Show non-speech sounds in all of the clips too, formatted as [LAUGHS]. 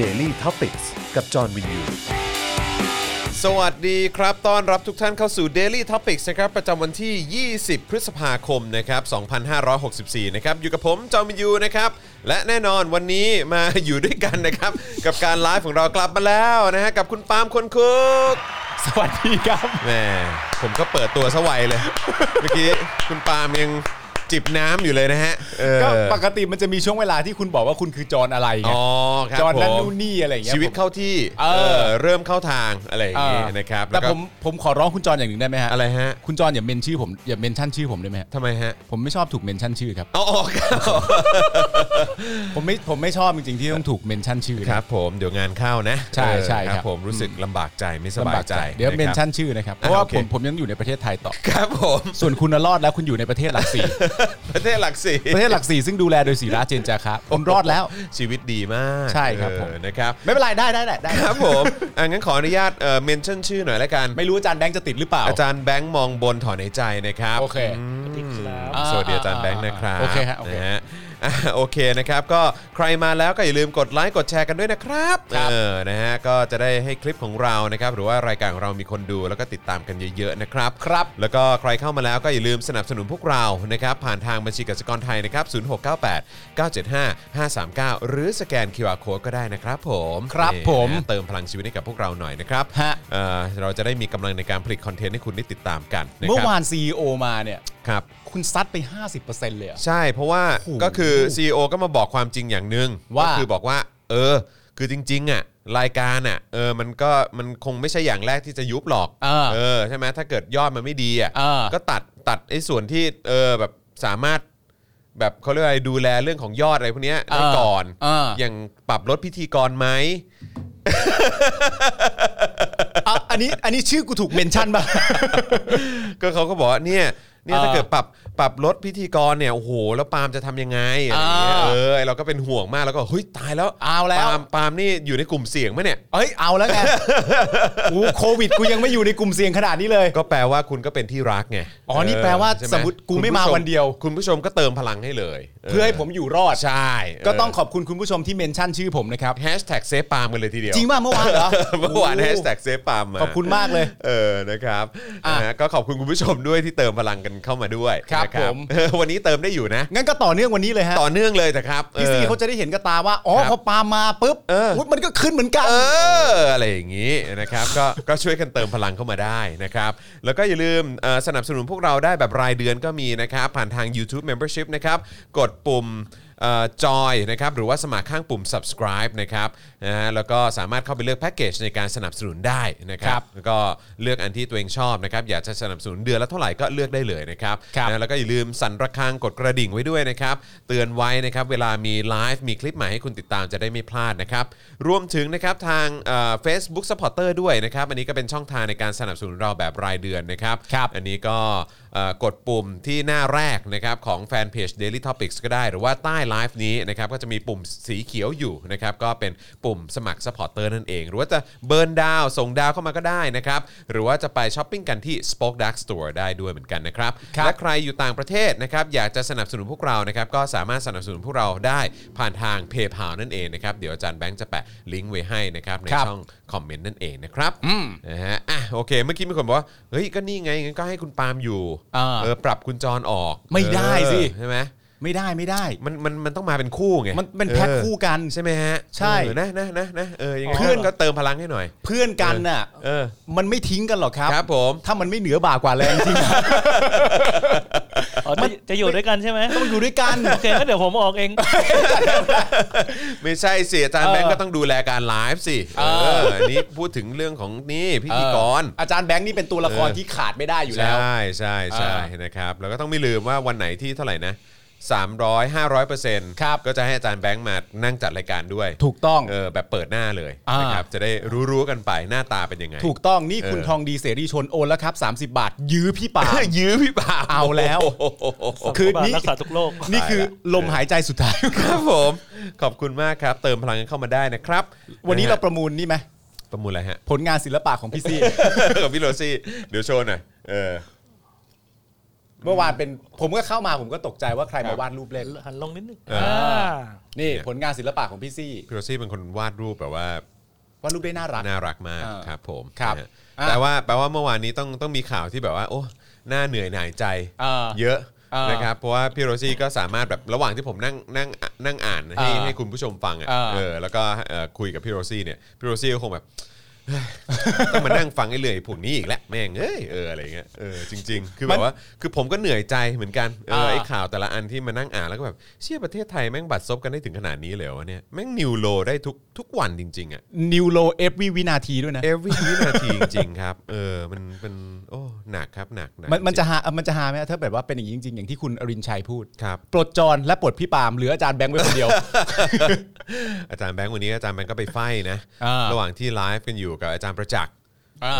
Daily t o p i c กกับจอห์นวินยู สวัสดีครับ ต้อนรับทุกท่านเข้าสู่ Daily Topics นะครับ ประจำวันที่ 20 พฤษภาคม นะครับ 2564 นะครับ อยู่กับผมจอมยูนะครับ และแน่นอนวันนี้มาอยู่ด้วยกันนะครับ กับการไลฟ์ของเรากลับมาแล้วนะฮะ กับคุณปาล์มคนคุก สวัสดีครับ แหมผมก็เปิดตัวสวัยเลย เมื่อกี้คุณปาล์มยังจิบน้ำอยู่เลยนะฮะ เออ ก็ปกติมันจะมีช่วงเวลาที่คุณบอกว่าคุณคือจอนอะไรไง อ๋อครับ จอนนั่น ผม นู่นนี่อะไรอย่างเงี้ย ชีวิต ผม เข้าที่ เออ เริ่มเข้าทางอะไรอย่าง เอ่อ งี้นะครับ แต่ ล้วก็ ผมผมขอร้องคุณจอนอย่างหนึ่งได้ไหมฮะ อะไรฮะ คุณจอนอย่าเมนชื่อผมอย่าเมนชั่นชื่อผมได้ไหมฮะ ทำไมฮะ ผมไม่ชอบถูกเมนชั่นชื่อครับ เอาออกครับ ผมไม่ผมไม่ชอบจริงๆที่ต้องถูกเมนชั่นชื่อ ค นะ รับผมเดี๋ยวงานเข้านะ ใช่ เออ ใช่ครับ ผมรู้สึกลำบากใจไม่สบา ลำบาย ก ใจ ใจเดี๋ยว ะครับ เมนชั่นชื่อนะครับเพ อ่ะ ราะว่า โอเค ผมผมยังอยู่ในประเทศไทยต่อ ครับผม [LAUGHS] ส่วนคุณน่ะรอดแล้วคุณอยู่ในประเทศหลักสี่ ประเทศหลักสี่ ประเทศหลักสี่ซึ่งดูแลโดยศรีราเจนจาคะผมรอดแล้ว ชีวิตดีมาก ใช่ครับผม เออนะครับ ไม่เป็นไรได้ได้ได้ได้ ครับผม [LAUGHS] อ่ะงั้นขออนุญาตเอ่อเมนชั่นชื่อหน่อยละกัน ไม่รู้อาจารย์แบงค์จะติดหรือเปล่า อาจารย์แบงค์มองบนถอนในใจนะครับ โอเค ครับ อ่า สวัสดีอาจารย์แบงค์นะครับ โอเคฮะโอเค นะ [LAUGHS] ฮะอ่ะโอเคนะครับ ก็ใครมาแล้วก็อย่าลืมกดไลค์กดแชร์กันด้วยนะครับ ครับ เออนะฮะก็จะได้ให้คลิปของเรานะครับ หรือว่ารายการของเรามีคนดูแล้วก็ติดตามกันเยอะๆนะครับ ครับ แล้วก็ใครเข้ามาแล้วก็อย่าลืมสนับสนุนพวกเรานะครับ ผ่านทางบัญชีกสิกรไทยนะครับ 0698 975 539 หรือสแกน QR Code ก็ได้นะครับผม ครับ นี่ ผม นะเติมพลังชีวิตให้กับพวกเราหน่อยนะครับ ฮะ เอ่อเราจะได้มีกำลังในการผลิตคอนเทนต์ให้คุณได้ติดตามกันะ เมื่อ ครับ วาน CEO มาเนี่ย ครับ คุณซัดไป 50%เลยอะ ใช่เพราะว่า โอ้โห ก็คือ CEO ก็มาบอกความจริงอย่างหนึ่ง ว่า ก็คือบอกว่า เออ คือจริงๆอ่ะรายการอ่ะเออมันก็มันคงไม่ใช่อย่างแรกที่จะยุบหรอก เออ เออใช่ไหมถ้าเกิดยอดมันไม่ดีอ่ะ เออ ก็ตัดตัดไอ้ส่วนที่เออแบบสามารถแบบเขาเรียกว่าอะไรดูแลเรื่องของยอดอะไรพวกเนี้ยได้ เออ ก่อน เอออ ย่างปรับลดพิธีกรไหม อ่ะอันนี้อันนี้ชื่อกูถูกเมนชั่นป่ะ ก็เขาก็บอกว่าเนี่ยเนี่ย เออ ถ้าเกิดปรับปรับลดพิธีกรเนี่ยโอ้โหแล้วปาล์มจะทำยังไงอะไรอย่างเงี้ย อ่า เออเราก็เป็นห่วงมากแล้วก็เฮ้ยตายแล้ว เอาแล้ว ปาล์มปาล์มนี่อยู่ในกลุ่มเสี่ยงไหมเนี่ย เอ้ย เอาแล้วไงกูโควิดกูยังไม่อยู่ในกลุ่มเสี่ยงขนาดนี้เลย ก็แปลว่าคุณก็เป็นที่รักไง อ๋อนี่แปลว่า ใช่ไห สมมุติกูไม่มา คุณผู้ช วันเดียว คุณผู้ชมก็เติมพลังให้เลย เพื่อให้ผมอยู่รอด ใช่ ก็ต้องขอบคุณคุณผู้ชมที่เมนชั่นชื่อผมนะครับ แฮชแท็กเซฟปาล์มกันเลยทีเดียว จริงป่ะเมื่อวานเหรอ เมื่อวานแฮชแท็กเซฟปาล์มมา ขอบคุณมากเลย เออ นะครับ อ่ะ นะฮะก็ขอบคุณคุณผู้ชมด้วยที่เติมพลังกันเข้ามาด้วย ครับ นะ ผม เออวันนี้เติมได้อยู่นะ งั้นก็ต่อเนื่องวันนี้เลยฮะ ต่อเนื่องเลยนะครับ พี่ซี ออ เขาจะได้เห็นกับตาว่า อ๋อ ครับ พอปามาปุ๊บ เอออุ๊ ยมันก็ขึ้นเหมือนกัน เอออะไรอย่างนี้นะครับก็ ก็ช่วยกันเติมพลังเข้ามาได้นะครับ แล้วก็อย่าลืมเอ่อสนับสนุนพวกเราได้แบบรายเดือนก็มีนะครับ ผ่านทาง YouTube Membership นะครับ กดปุ่มจอยนะครับหรือว่าสมัครข้างปุ่ม subscribe นะครับนะฮะแล้วก็สามารถเข้าไปเลือกแพ็กเกจในการสนับสนุนได้นะค ค รั รับ บ แล้วก็เลือกอันที่ตัวเองชอบนะครับ อยากจะสนับสนุนเดือนละเท่าไหร่ก็เลือกได้เลยนะครับ ครับ นะแล้วก็อย่าลืมสั่นระฆังกดกระดิ่งไว้ด้วยนะครับ เตือนไว้นะครับ เวลามีไลฟ์มีคลิปใหม่ให้คุณติดตามจะได้ไม่พลาดนะครับ รวมถึงนะครับทางเฟซบุ๊กสปอร์เตอร์ด้วยนะครับ อันนี้ก็เป็นช่องทางในการสนับสนุนเราแบบรายเดือนนะครับ ครับ อันนี้ก็เอ่อกดปุ่มที่หน้าแรกนะครับของแฟนเพจ Daily Topics ก็ได้ หรือว่าใต้ไลฟ์นี้นะครับก็จะมีปุ่มสีเขียวอยู่นะครับก็เป็นปุ่มสมัคร s u p p อร์เตอร์นั่นเอง หรือว่าจะเบิร์นดาวส่งดาวเข้ามาก็ได้นะครับหรือว่าจะไปช้อปปิ้งกันที่ Spoke Dark Store ได้ด้วยเหมือนกันนะครับ ครับ และใครอยู่ต่างประเทศนะครับอยากจะสนับสนุนพวกเรานะครับก็สามารถสนับสนุนพวกเราได้ผ่านทางเพย์พานั่นเองนะครับเดี๋ยวอาจารย์แบงค์จะแปะลิงก์ไว้ให้นะครับใน ครับ ช่อง คอมเมนต์นั่นเองนะครับนะฮะอ่ะโอเค เมื่อกี้มีคนบอกว่า เฮ้ย ก็นี่ไงงั้นก็ให้คุณปาล์มอยู่ อ่า เออปรับคุณจรออก ไม่ได้สิ เออใช่ไหม ไม่ได้ไม่ได้ มันมันมันต้องมาเป็นคู่ไง มันเป็นแพ็ค ออ คู่กัน ใช่ไหมฮะ ใช่ เออนะนะนะนะเออยังไง เพื่อน ก็เติมพลังให้หน่อย เพื่อนกันน่ะ เออ มันไม่ทิ้งกันหรอกครับ ครับผม ถ้ามันไม่เหนือบ่ากว่าแรงจริง อ๋อจะจะอยู่ด้วยกันใช่ไหม ต้องอยู่ด้วยกัน โอเคก็เดี๋ยวผมออกเอง ไม่ใช่สิอาจารย์ เออ แบงก์ก็ต้องดูแลการไลฟ์สิเอ เออ ออันนี้พูดถึงเรื่องของนี่พิธีกร อาจารย์แบงค์นี่เป็นตัวละคร เออ ที่ขาดไม่ได้อยู่แล้ว ใช่ใช่ใช่นะครับแล้วก็ต้องไม่ลืมว่าวันไหนที่เท่าไหร่นะ300 500เปอร์เซ็นต์ ครับ ก็จะให้อาจารย์แบงค์มานั่งจัดรายการด้วย ถูกต้อง เออแบบเปิดหน้าเลย อ่าน นะครับจะได้รู้ๆกันไปหน้าตาเป็นยังไง ถูกต้องนี่คุณ เออ ทองดีเสรีชนโอนแล้วครับ 30 บาท ยื้อพี่ป่า [LAUGHS] ยื้อพี่ป่าล์ม เอาแล้ว โโห คือนี่ รักษาทุกโรค นี่คือลมหายใจสุดท้าย ครับผมขอบคุณมากครับ เติมพลังกันเข้ามาได้นะครับ วันนี้เรา ะฮะ ประมูลนี่ไหม ประมูลอะไร [LAUGHS] ฮะ ผล [LAUGHS] งานศิลปะของพี่ซี่ กับพี่โรซี่เดี๋ยวโชว์หน่อยเออ เมื่อวานเป็นผมก็เข้ามาผมก็ตกใจว่าใคร ครั มา บ วาดรูปเล่น หันลงนิดนึง เอออ่ า นี่ผลงานศิลปะของพี่ซี่ พี่โรซี่เป็นคนวาดรูปแบบว่าว าดรูปได้น่ารัก น่ารักมาก เออ ครับผม ครับ นะฮะ อ่ะ แต่ว่าแปลว่าเมื่อวานนี้ต้องต้องมีข่าวที่แบบว่า โอ้หน้าเหนื่อยหน่ายใจ เออ เยอะ เออ นะครับเพราะว่าพี่โรซี่ก็สามารถแบบระหว่างที่ผมนั่งนั่งนั่งอ่านให้ เออ ให้คุณผู้ชมฟังอ่ะ เออ เออแล้วก็เอ่อคุยกับพี่โรซี่เนี่ยพี่โรซี่ก็คงแบบ [SIGHS] ต้องมานั่งฟังไอ้เรื่อยพวกนี้อีกแล้วแม่งเอ้ยเอออะไรอย่างเงี้ยเออจริง ๆ คือแบบว่าคือผมก็เหนื่อยใจเหมือนกันเออ อ่า ไอ้ข่าวแต่ละอันที่มานั่งอ่านแล้วก็แบบเชี่ยประเทศไทยแม่งบัดซบกันได้ถึงขนาดนี้เลยเหรอวะเนี่ยแม่งนิวโลได้ทุกทุกวันจริงๆอ่ะ นิวโลเอฟวีวินาทีด้วยนะ every วินาทีจริงๆครับ เออมันเป็นโอ้หนักครับหนักหก มันมันจะหามันจะหาไหมถ้าแบบว่าเป็นอย่างนี้จริงๆ อย่างที่คุณอรินชัยพูด ครับ ปลดจอนและปลดพี่ปาล์มเหลืออาจารย์แบงค์ไว้คนเดียว อาจารย์แบงค์วันนี้อาจารย์แบงค์ก็ไปไฟนะ อ่า ระหว่างที่ไลฟ์กันอยู่กับอาจารย์ประจักษ์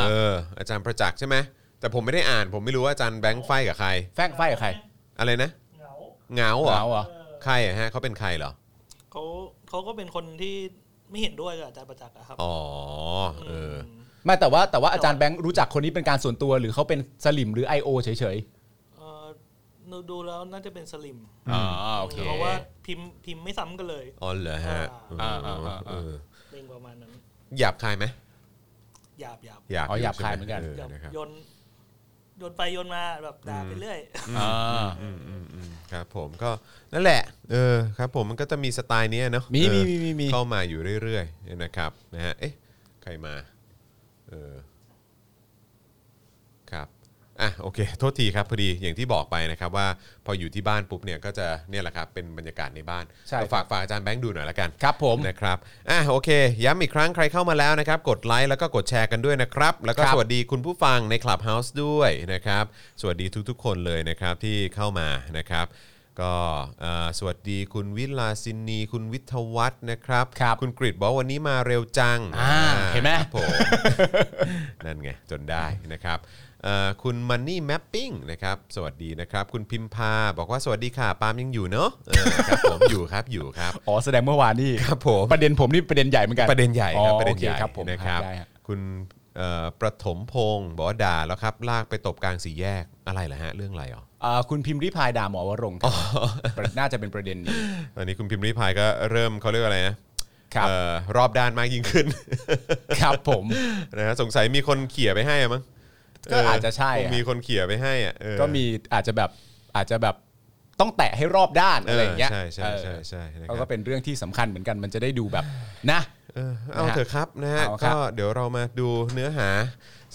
เอออาจารย์ประจักษ์ใช่ไหมแต่ผมไม่ได้อ่าน ผมไม่รู้ว่าอาจารย์แบงค์ไฟกับใคร แฟงไฟกับใคร อะไรนะ เหงา เหงาเหร เหงาเหร อ อ ใครอะฮะเขาเป็นใครเหรอ เขาเขาก็เป็นคนที่ไม่เห็นด้วยกับอาจารย์ประจักษ์อะครับ อ๋อเออ ม ไม่แต่ว่าแต่ว่าอาจารย์แบงค์รู้จักคนนี้เป็นการส่วนตัว หรือเขาเป็นสลิมหรือ I.O. เฉย เอ่อดูดูแล้วน่าจะเป็นสลิม ๆอ่าโอเค เพราะว่าพิมพ์พิมพ์ไม่ซ้ำกันเลย อ๋อเหรอฮะ อ่าอ่าอ่า เออ เร่งประมาณนั้น หยาบคายไหม หยาบหยาบ หยาบ อ๋อหยาบคายเหมือนกัน ใช่ไนะครับ โยนโยนไปโยนมาแบบด่าไปเรื่อย อ่า อืมอืมอืมครับผมก็นั่นแหละเออครับผมมันก็จะมีสไตล์เนี้ยเนาะ มี เอ มี อ มีมีมี เข้ามาอยู่เรื่อยๆนะครับนะฮะเอ๊ะใครมาเออครับอ่ะโอเค โทษทีครับพอดีอย่างที่บอกไปนะครับว่าพออยู่ที่บ้านปุ๊บเนี่ยก็จะเนี่ยแหละครับเป็นบรรยากาศในบ้าน ใช่ ก็ฝากฝากอาจารย์แบงค์ดูหน่อยละกัน ครับผม นะครับ อ่ะโอเค ย้ำอีกครั้งใครเข้ามาแล้วนะครับ กดไลค์แล้วก็กดแชร์กันด้วยนะครับ แล้วก็ ครับ สวัสดีคุณผู้ฟังใน Clubhouse ด้วยนะครับ สวัสดีทุกๆ คนเลยนะครับที่เข้ามานะครับ ก็เอ่อสวัสดีคุณวิลาสินี คุณวิทยวัฒน์นะครับ ครับ คุณกริดบอกว่าวันนี้มาเร็วจัง อ่าเห็นไหม ครับ [LAUGHS] ผม นั่นไง จนได้นะครับเอ่อคุณมันนี่แมปปิ้งนะครับ สวัสดีนะครับ คุณพิมพาบอกว่าสวัสดีค่ะปาล์มยังอยู่เนาะเออครับผมอยู่ครับอยู่ครับ อ๋อแสดงเมื่อวานนี่ ครับผม ประเด็นผมนี่ประเด็นใหญ่เหมือนกัน ประเด็นใหญ่ครับ อ๋อ ประเด็นใหญ่ โอคครับผม นะครับ ได้ฮะ คุณเอ่อประถมพงศ์บอกว่าด่าแล้วครับ ลากไปตบกลางสี่แยกอะไรเหรอฮะ เรื่องอะไรอ๋อ อ่าคุณพิมพ์ริพายด่าหมอวรงค์ครับน่าจะเป็นประเด็นนี้ ตอนนี้คุณพิมพ์ริพายก็เริ่มเขาเรียกว่าอะไรนะครับ เอ่อรอบด้านมากยิ่งขึ้น [LAUGHS] ครับผม นะฮะสงสัยมีคนเขี่ยไปให้อะมั้ง ก็อาจจะใช่ คง อะ มีคนเขี่ยไปให้อ่ะเออ ก็มีอาจจะแบบอาจจะแบบต้องแตะให้รอบด้านอะไรอย่างเงี้ย ใช่ใช่ เออ ใช่ใช่นะค เขา รับ ก็เป็นเรื่องที่สำคัญเหมือนกันมันจะได้ดูแบบนะ เออเอาเถอะครับนะฮะ เอาครั ก็ บ เดี๋ยวเรามาดูเนื้อหา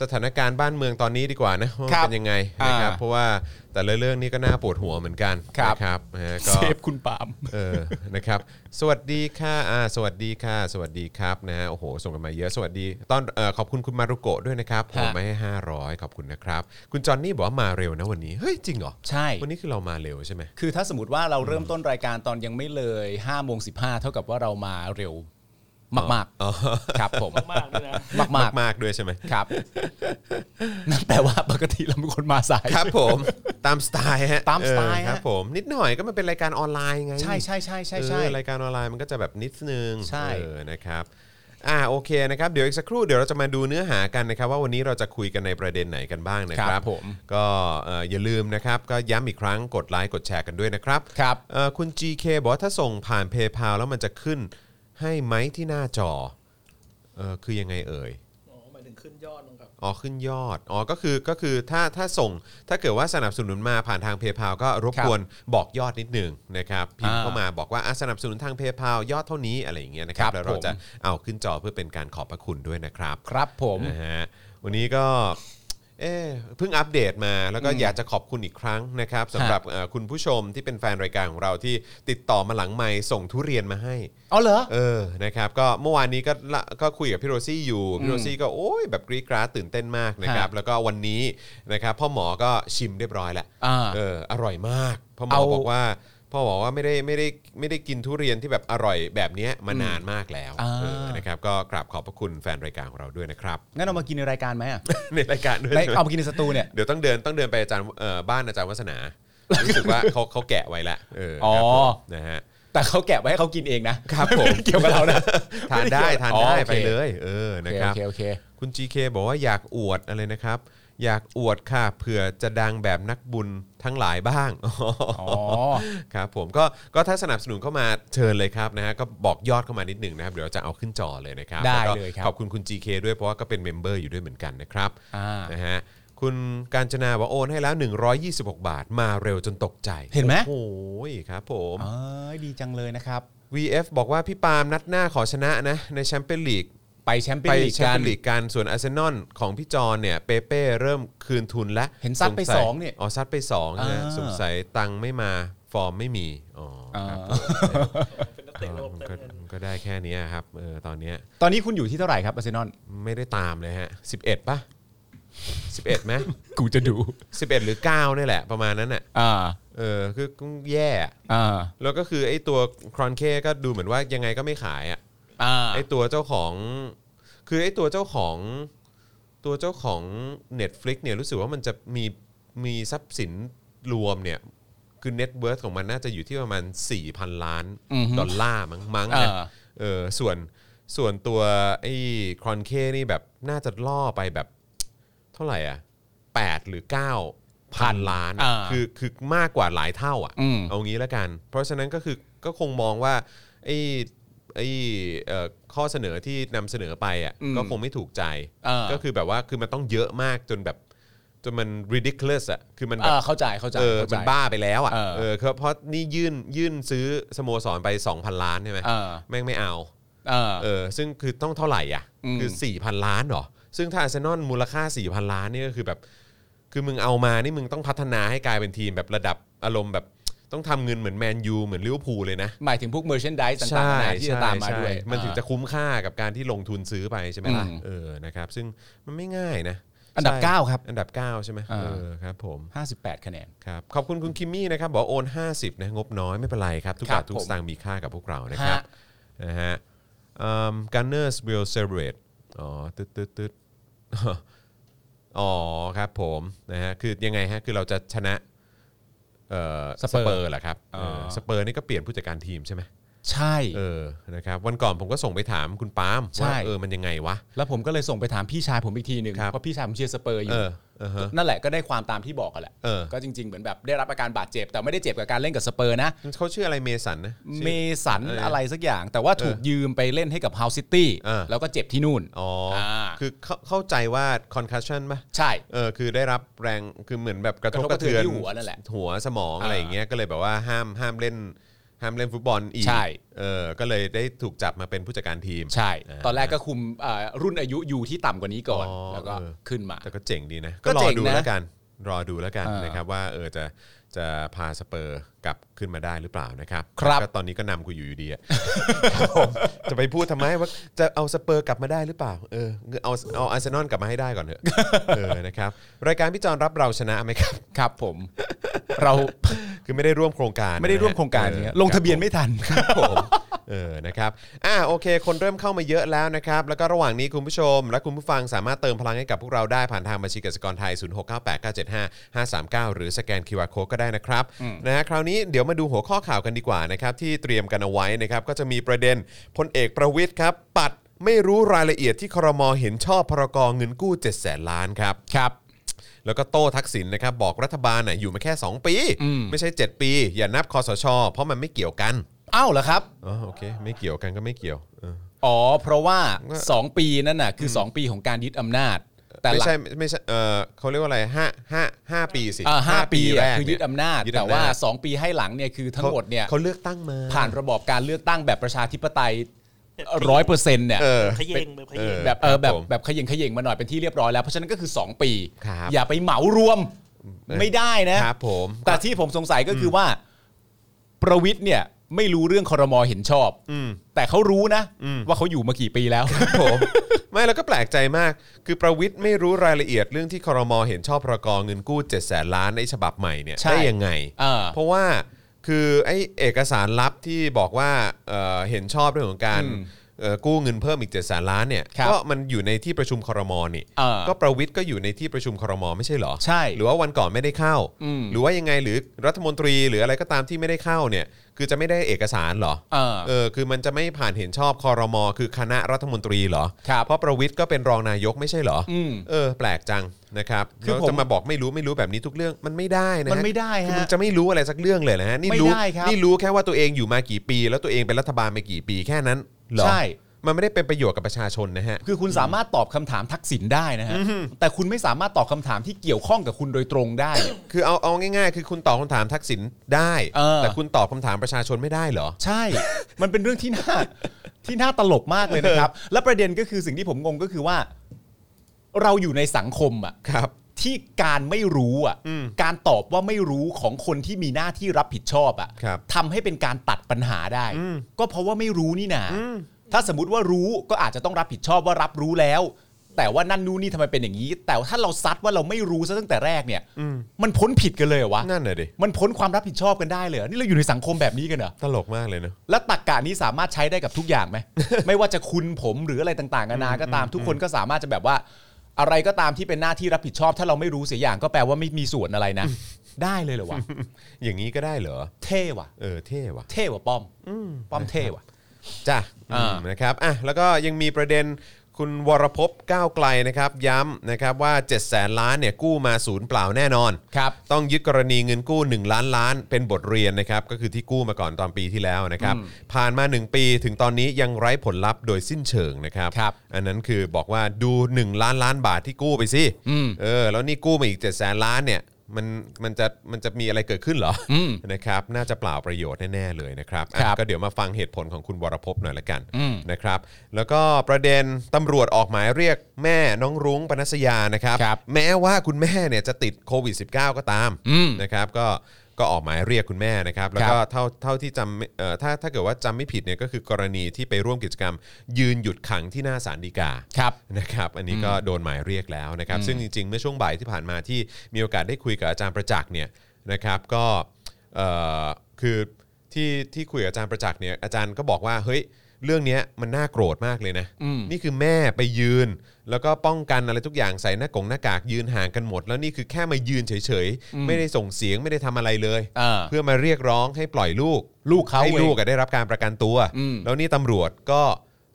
สถานการณ์บ้านเมืองตอนนี้ดีกว่านะว่า ค มั รั น บ เป็นยังไงนะครับ อ่า เพราะว่าแต่ละเรื่องนี้ก็น่าปวดหัวเหมือนกัน ครับ นะครับนะฮะก็ เซฟคุณปาล์ม เออ นะครับ สวัสดีค่ะอ่าสวัสดีค่ะ สวัสดีครับนะฮะ โอ้โห ส่งกันมาเยอะ สวัสดี ตอนเอ่อขอบคุณคุณมารุโกะด้วยนะครับผมมาให้ 500 ขอบคุณนะครับ คุณจอนนี่บอกว่ามาเร็วนะวันนี้ เฮ้ย จริงเหรอ ใช่ วันนี้คือเรามาเร็วใช่ไหม คือถ้าสมมติว่าเราเริ่มต้นรายการตอนยังไม่เลย5้าโมงสิเท่ากับว่าเรามาเร็วมาก อ๋อ ๆครับผม ๆมากๆด้วยนะ มาก มากๆด้วยใช่ไหม ๆครับนั่นแปลว่าปกติเราเป็นคนมาสาย ครับผม ตามสไตล์ฮะ ตามสไตล์ เออ ฮะ ครับผม นิดหน่อยก็มันเป็นรายการออนไลน์ไง ใช่ใช่ใช่ใช่ใช่ เออรายการออนไลน์มันก็จะแบบนิดนึง ใช่ เออนะครับอ่าโอเคนะครับเดี๋ยวอีกสักครู่เดี๋ยวเราจะมาดูเนื้อหากันนะครับ ว่าวันนี้เราจะคุยกันในประเด็นไหนกันบ้างนะค ค รั รั บบ ผม ก็เอ่ออย่าลืมนะครับก็ย้ำอีกครั้งกดไลค์กดแชร์กันด้วยนะครับ ครับ เอ่อคุณ GK บอกว่าถ้าส่งผ่าน PayPal แล้วมันจะขึ้นให้ไหมที่หน้าจอเออคือยังไงเอ่ย อ๋อหมายถึงขึ้นยอดมั้งครับ อ๋อขึ้นยอด อ๋อก็คือก็คือถ้าถ้าส่งถ้าเกิดว่าสนับสนุนมาผ่านทางเพย์พาก็รบกวนบอกยอดนิดหนึ่งนะครับพิมพ์ อ่า เข้ามาบอกว่าอ่ะสนับสนุนทางเพย์พายอดเท่านี้อะไรอย่างเงี้ยนะครับ ครับ แล้วเรา ผม จะเอาขึ้นจอเพื่อเป็นการขอบพระคุณด้วยนะครับ ครับผม นะฮะวันนี้ก็เอ๊ะเพิ่งอัปเดตมาแล้วก็อยากจะขอบคุณอีกครั้งนะครับสำหรับเอ่อคุณผู้ชมที่เป็นแฟนรายการของเราที่ติดต่อมาหลังไมค์ส่งทุเรียนมาให้ อ๋อเหรอ เออ นะครับ ก็เมื่อวานนี้ก็ละก็คุยกับพี่โรซี่อยู่ พี่โรซี่ก็โอ้ยแบบกรี๊ดกราดตื่นเต้นมากนะครับ ฮะ แล้วก็วันนี้นะครับพ่อหมอก็ชิมเรียบร้อยแล้ว อ่า เออ อร่อยมาก พ่อหมอ เอา บอกว่า พ่อบอกว่าไม่ได้ไม่ได้ไม่ได้กินทุเรียนที่แบบอร่อยแบบเนี้ยมานานมากแล้ว อ่า เออนะครับ ก็กราบขอบพระคุณแฟนรายการของเราด้วยนะครับ งั้นเอามากินในรายการไหมอ่ะ ในรายการด้วย ใน ใช่ไหม เอามากินในสตูเนี่ย เดี๋ยวต้องเดินต้องเดินไปอาจารย์เอ่อบ้านอาจารย์วัฒนา รู้สึกว่าเขาเขาแกะไว้ละเออครับผม อ๋อ นะฮะ แต่เขาแกะไว้ให้เขากินเองนะครับ ผม ไได้เกี่ยวกับเรานะ ทานได้ทานได้ อ๋อโอค ไปเลย เออ โอ นะ เค ครับ โอเคโอเค คุณ GK บอกว่าอยากอวดอะไรนะครับ อยากอวดค่ะเผื่อจะดังแบบนักบุญทั้งหลายบ้าง อ๋อ [LAUGHS] ครับผมก็ก็ถ้าสนับสนุนเข้ามาเชิญเลยครับนะฮะก็บอกยอดเข้ามานิดหนึ่งนะครับเดี๋ยวจะเอาขึ้นจอเลยนะครับ ได้ แวก็ เลยครับ ขอบคุณคุณ GK ด้วยเพราะว่าก็เป็นเมมเบอร์อยู่ด้วยเหมือนกันนะครับ อ่าน นะฮะคุณการจนาบอกโอนให้แล้ว 126 บาทมาเร็วจนตกใจ เห็นไหม โอ้ยครับผม เอ้ยดีจังเลยนะครับ VF บอกว่าพี่ปาล์มนัดหน้าขอชนะนะในแชมเปี้ยนลีก ไปแชมเปี้ย ไป นลีก แชมเปี้กันยนลีกกันส่วนอาร์เซนอลของพี่จอนเนี่ยเปเป้เริ่มคืนทุนแล้ว เห็นซัดไป ย สองเนี่ย อ๋อซัดไปสองนะ อ่า สงสัยตังค์ไม่มาฟอร์มไม่มีอ๋อ อ่า ครับ เป็นนักเตะโลก มัน เต็ม ก็ เงิน มันก็ได้แค่เนี้ยครับเออตอนเนี้ย ตอนนี้คุณอยู่ที่เท่าไหร่ครับอาร์เซนอล ไม่ได้ตามเลยฮะ 11ป่ะ 11ไหม [LAUGHS] กูจะดู 11 หรือ9นี่แหละ ประมาณนั้นน่ะ อ่า เออคือแย่อะ อ่า แล้วก็คือไอ้ตัวครอนเคก็ดูเหมือนว่ายังไงก็ไม่ขายอ่ะ อ่า ไอ้ตัวเจ้าของ คือไอ้ตัวเจ้าของ ตัวเจ้าของ Netflix เนี่ยรู้สึกว่ามันจะมีมีทรัพย์สินรวมเนี่ย คือเน็ตเวิร์ของมันน่าจะอยู่ที่ประมาณ 4,000 ล้านดอลลาร์มั้งมั้ง อ่า นะ เออส่วนส่วนตัวไอ้ครอนเคนี่แบบน่าจะล่อไปแบบเท่าไหร่อ่ะแปดหรือเก้าพันล้านอะ อ่า คือคือมากกว่าหลายเท่าอ่ะ อืม เอางี้แล้วกัน เพราะฉะนั้นก็คือก็คงมองว่าไอ้ไอ้เอ่อข้อเสนอที่นำเสนอไปอ่ะก็คงไม่ถูกใจ อ่า ก็คือแบบว่าคือมันต้องเยอะมากจนแบบจนมัน ridiculous อ่ะคือมันแบบ าเข้าใจเข้าใจ เออ ข้ใจ มันบ้าไปแล้วอ่ะ เออ เออเพราะนี่ยื่นยื่นซื้อสโมสรไป 2,000 ล้านใช่ไหม เออ แม่งไม่เอา เออ เออ ซึ่งคือต้องเท่าไหร่อ่ะ อืม คือ 4,000 ล้านเหรอ ซึ่งถ้าอาร์เซนอลมูลค่า 4,000 ล้านนี่ก็คือแบบ คือมึงเอามานี่มึงต้องพัฒนาให้กลายเป็นทีมแบบระดับอารมณ์แบบต้องทำเงินเหมือนแมนยูเหมือนลิเวอร์พูลเลยนะ หมายถึงพวกเมอร์เชนดิสต่างๆนานาที่จะตามมาด้วย ใช่มันถึงจะคุ้มค่ากับการที่ลงทุนซื้อไปใช่ไหมล่ะ อืม เออ นะครับ ซึ่งมันไม่ง่ายนะ อันดับเก้าครับ อันดับเก้าใช่ไหม อ่า เออ ครับผม ห้าสิบแปดคะแนน ครับขอบคุณคุณคิมมี่นะครับ บอกว่าโอน 50 นะ งบน้อยไม่เป็นไรครับ ทุครับกาทบทุก ผม สตางค์มีค่ากับพวกเรานะครับ ฮะ นะฮะกั n เนอร์ส l ิลเซเบรตอ๋อตึ๊ดตึ๊ดตึ๊ด [LAUGHS] อ๋อครับผมนะฮะคือยังไงฮะ คือเราจะชนะเอ่อสเปอร์เหรอครับเออสเปอร์นี่ก็เปลี่ยนผู้จัดการทีมใช่ไหม ใช่ เออนะครับวันก่อนผมก็ส่งไปถามคุณปาล์ม ใช่ ว่าเออมันยังไงวะ แล้วผมก็เลยส่งไปถามพี่ชายผมอีกทีหนึ่ง ครับ เพราะพี่ชายผมเชียร์สเปอร์อ เอยู่ อเออฮะ นั่นแหละก็ได้ความตามที่บอกกันแหละ เออ ก็จริง ๆ เหมือนแบบได้รับอาการบาดเจ็บ แต่ไม่ได้เจ็บกับการเล่นกับสเปอร์นะ เขาชื่ออะไรเมสันนะชื่อ เมสัน เอออ อะไรสักอย่าง แต่ว่าถูกยืมไปเล่นให้กับเฮาซิตี้ เออ แล้วก็เจ็บที่นู่น อ๋ออา คือเข้าเข้าใจว่าคอนคัชชันปะ ใช่ เออคือได้รับแรงคือเหมือนแบบกระทบ กระกระทบเทือน กระเทือนที่หัวนั่นแหละ หัวสมอง อ่า อะไรอย่างเงี้ยก็เลยแบบว่าห้ามห้ามเล่นห้ามเล่นฟุตบอลอีก ใช่ เออก็เลยได้ถูกจับมาเป็นผู้จัดการทีม ใช่ อ่า ตอนแรกก็คุมเอ่อรุ่นอายุอยู่ที่ต่ำกว่านี้ก่อน อ๋อ แล้วก็ เออ ขึ้นมา แต่ก็เจ๋งดีนะ ก็ รอ เจ๋ง ดู นะ แล้วกัน รอดูแล้วกัน อ่าน นะครับว่าเออจะจะพาสเปอร์กลับขึ้นมาได้หรือเปล่านะครับ ครับ ก็ตอนนี้ก็นำกูอยู่อยู่ดีอะ [LAUGHS] ครับผมจะไปพูดทำไมว่าจะเอาสเปอร์กลับมาได้หรือเปล่าเออเอาเอาอาร์เซนอลกลับมาให้ได้ก่อนเถอะ เออนะครับรายการพี่จอนรับเราชนะไหมครับ ครับผม เรา [LAUGHS] คือไม่ได้ร่วมโครงการ [LAUGHS] ไม่ได้ร่วมโครงการ ออ นี้ลงทะเบียนไม่ทัน ครับผม [LAUGHS] เออนะครับอ่าโอเค คนเริ่มเข้ามาเยอะแล้วนะครับ แล้วก็ระหว่างนี้คุณผู้ชม และคุณผู้ฟังสามารถเติมพลังให้กับพวกเราได้ผ่านทางบัญชีกสิกรไทย 0698975539 หรือสแกน QR Code ก็ได้นะครับนะฮะคราวนี้เดี๋ยวมาดูหัวข้อข่าวกันดีกว่านะครับที่เตรียมกันเอาไว้นะครับก็จะมีประเด็นพลเอกประวิทย์ครับ ปัดไม่รู้รายละเอียดที่ครมเห็นชอบพรกเงินกู้7 0 0แสนล้านครับ ครับ แล้วก็โต้ทักษิณนะครับ บอกรัฐบาลน่ะอยู่มาแค่ 2 ปี ไม่ใช่ 7 ปี อย่านับคอสช เพราะมันไม่เกี่ยวกัน เอ้าเหรอครับ อ๋อโอเค ไม่เกี่ยวกันก็ไม่เกี่ยวเออ อ๋อ เพราะว่า 2 ปีนั่นน่ะคือ 2 ปีของการยึดอำนาจ แต่ ไม่ หลัง ใช่ไม่ใช่เออเขาเรียกว่าอะไรห้าห้าห้าปีสิ อ่าห้าปี แร อะ ก คือยึดอำนาจ ยึด แต่ว่า อำนจ 2 ปีให้หลังเนี่ยคือทั้งหมดเนี่ย เขาเลือกตั้งมา ผ่านระบอบการเลือกตั้งแบบประชาธิปไตยร้อยเปอร์เซ็นต์เนี่ย เออ ขยเงแบบขย เอ เง อ แบบเออแบบ ผม แบบเขย่งเขย่งมาหน่อยเป็นที่เรียบร้อยแล้ว เพราะฉะนั้นก็คือ 2 ปี ครับ อย่าไปเหมารวม เออ ไม่ได้นะ ครับผม แต่ที่ผมสงสัยก็คือว่า ประวิทย์เนี่ยไม่รู้เรื่องคอรมอเห็นชอบ อืม แต่เขารู้นะ อืม ว่าเขาอยู่มากี่ปีแล้ว ผมไม่แล้วก็แปลกใจมาก คือประวิทย์ไม่รู้รายละเอียดเรื่องที่ครมเห็นชอบพรกเงินกู้7จ็ดแสนล้านในฉบับใหม่เนี่ย ใช่ ได้ยังไง อ่า เพราะว่าคือไอเอกสารลับที่บอกว่าเอ่อเห็นชอบเรื่องของการ อืม เอ่อกู้เงินเพิ่มอีก7แสนล้านเนี่ย ครับ ก็มันอยู่ในที่ประชุมครมนี่ เออ ก็ประวิทย์ก็อยู่ในที่ประชุมครมไม่ใช่เหรอ ใช่ หรือว่าวันก่อนไม่ได้เข้า อืม หรือว่ายังไงหรือรัฐมนตรีหรืออะไรก็ตามที่ไม่ได้เข้าเนี่ยคือจะไม่ได้เอกสารเหรอ เออ เออคือมันจะไม่ผ่านเห็นชอบคอรมอคือคณะรัฐมนตรีเหรอ ครับ เพราะประวิทย์ก็เป็นรองนายกไม่ใช่เหรออ ม เออ แปลกจังนะครับ คื คืออ ผม จะมาบอกไม่รู้ไม่รู้แบบนี้ทุกเรื่องมันไม่ได้นะฮะ มันไม่ได้ฮะ คือมันจะไม่รู้อะไรสักเรื่องเลยนะฮะนี่ ไม่ได้ครับ นี่รู้แค่ว่าตัวเองอยู่มากี่ปี แล้วตัวเองเป็นรัฐบาลมากี่ปีแค่นั้นเหรอ ใช่ มันไม่ได้เป็นประโยชน์กับประชาชนนะฮะ คือคุณสามารถตอบคำถามทักษิณได้นะฮะแต่คุณไม่สามารถตอบคำถามที่เกี่ยวข้องกับคุณโดยตรงได้ คือเอาเอาง่ายๆ คือคุณตอบคำถามทักษิณได้ เออ แต่คุณตอบคำถามประชาชนไม่ได้เหรอ ใช่ มันเป็นเรื่องที่น่า [LAUGHS] ที่น่าตลกมากเลยนะครับ และประเด็นก็คือสิ่งที่ผมงงก็คือว่า เราอยู่ในสังคมอะ ครับ ที่การไม่รู้อะการตอบว่าไม่รู้ของคนที่มีหน้าที่รับผิดชอบอะ ครับ ทำให้เป็นการตัดปัญหาได้ ก็เพราะว่าไม่รู้นี่นาถ้าสมมติว่ารู้ก็อาจจะต้องรับผิดชอบว่ารับรู้แล้ว แต่ว่านั่นนู่นนี่ทำไมเป็นอย่างนี้ แต่ว่าถ้าเราซัดว่าเราไม่รู้ซะตั้งแต่แรกเนี่ย อืม มันพ้นผิดกันเลยเหรอวะ นั่นน่ะดิ มันพ้นความรับผิดชอบกันได้เลยเหรอนี่เราอยู่ในสังคมแบบนี้กันเหรอ ตลกมากเลยเนอะ [LAUGHS] และตักกะนี้สามารถใช้ได้กับทุกอย่าง [LAUGHS] ไหม ไม่ว่าจะคุณผมหรืออะไรต่างๆนานาก็ตามทุกคนก็สามารถจะแบบว่า อะไรก็ตามที่เป็นหน้าที่รับผิดชอบ ถ้าเราไม่รู้เสียอย่างก็แปลว่าไม่มีส่วนอะไรนะ ได้เลยเห [LAUGHS] รอวะ อย่างนี้ก็ได้เหรอ เท่ว่ะ เออเท่ว่ะ เท่ว่ะป้อมป้อมเท่ว่ะ จ้ะอือ่ามนะครับอ่ะแล้วก็ยังมีประเด็นคุณวรพพก้าวไกลนะครับ ย้ำนะครับว่า 7 0 0แสนล้านเนี่ยกู้มาศูนย์เปล่าแน่นอน ครับ ต้องยึดกรณีเงินกู้ 1 ล้านล้านเป็นบทเรียนนะครับ ก็คือที่กู้มาก่อนตอนปีที่แล้วนะครับ ผ่านมา 1 ปีถึงตอนนี้ยังไร้ผลลัพธ์โดยสิ้นเชิงนะครับ ครับ อันนั้นคือบอกว่าดู 1 ล้านล้านบาทที่กู้ไปสิเออ แล้วนี่กู้มาอีก 7 0 0แสนล้านเนี่ยมันมันจะมันจะมีอะไรเกิดขึ้นเหรออนะครับน่าจะเปล่าประโยชน์แน่ๆเลยนะครับอ่ะ ครับ ก็เดี๋ยวมาฟังเหตุผลของคุณวรพพหน่อยละกันนะครับ แล้วก็ประเด็นตำรวจออกหมายเรียกแม่น้องรุ้งปนัสยานะครับ ครับ แม้ว่าคุณแม่เนี่ยจะติดโควิด -19 ก็ตาม อืม นะครับก็ก็ออกหมายเรียกคุณแม่นะครับ แล้วก็เท่าเท่าที่จำเอ่อถ้าถ้าเกิดว่าจำไม่ผิดเนี่ยก็คือกรณีที่ไปร่วมกิจกรรม ยืนหยุดขังที่หน้าศาลฎีกา ครับ นะครับ อันนี้ก็โดนหมายเรียกแล้วนะครับ ซึ่งจริงๆ เมื่อช่วงบ่ายที่ผ่านมาที่มีโอกาสได้คุยกับอาจารย์ประจักษ์เนี่ยนะครับก็เอ่อคือที่ที่คุยกับอาจารย์ประจักษ์เนี่ยอาจารย์ก็บอกว่าเฮ้ยเรื่องเนี้ยมันน่าโกรธมากเลยนะ อืม นี่คือแม่ไปยืน แล้วก็ป้องกันอะไรทุกอย่างใส่หน้ากงหน้ากากยืนห่างกันหมด แล้วนี่คือแค่มายืนเฉยๆ ไม่ได้ส่งเสียงไม่ได้ทำอะไรเลย อ่า เพื่อมาเรียกร้องให้ปล่อยลูก ลูกเขา ให้ เว้ย ลูกอะได้รับการประกันตัว อืม แล้วนี่ตำรวจก็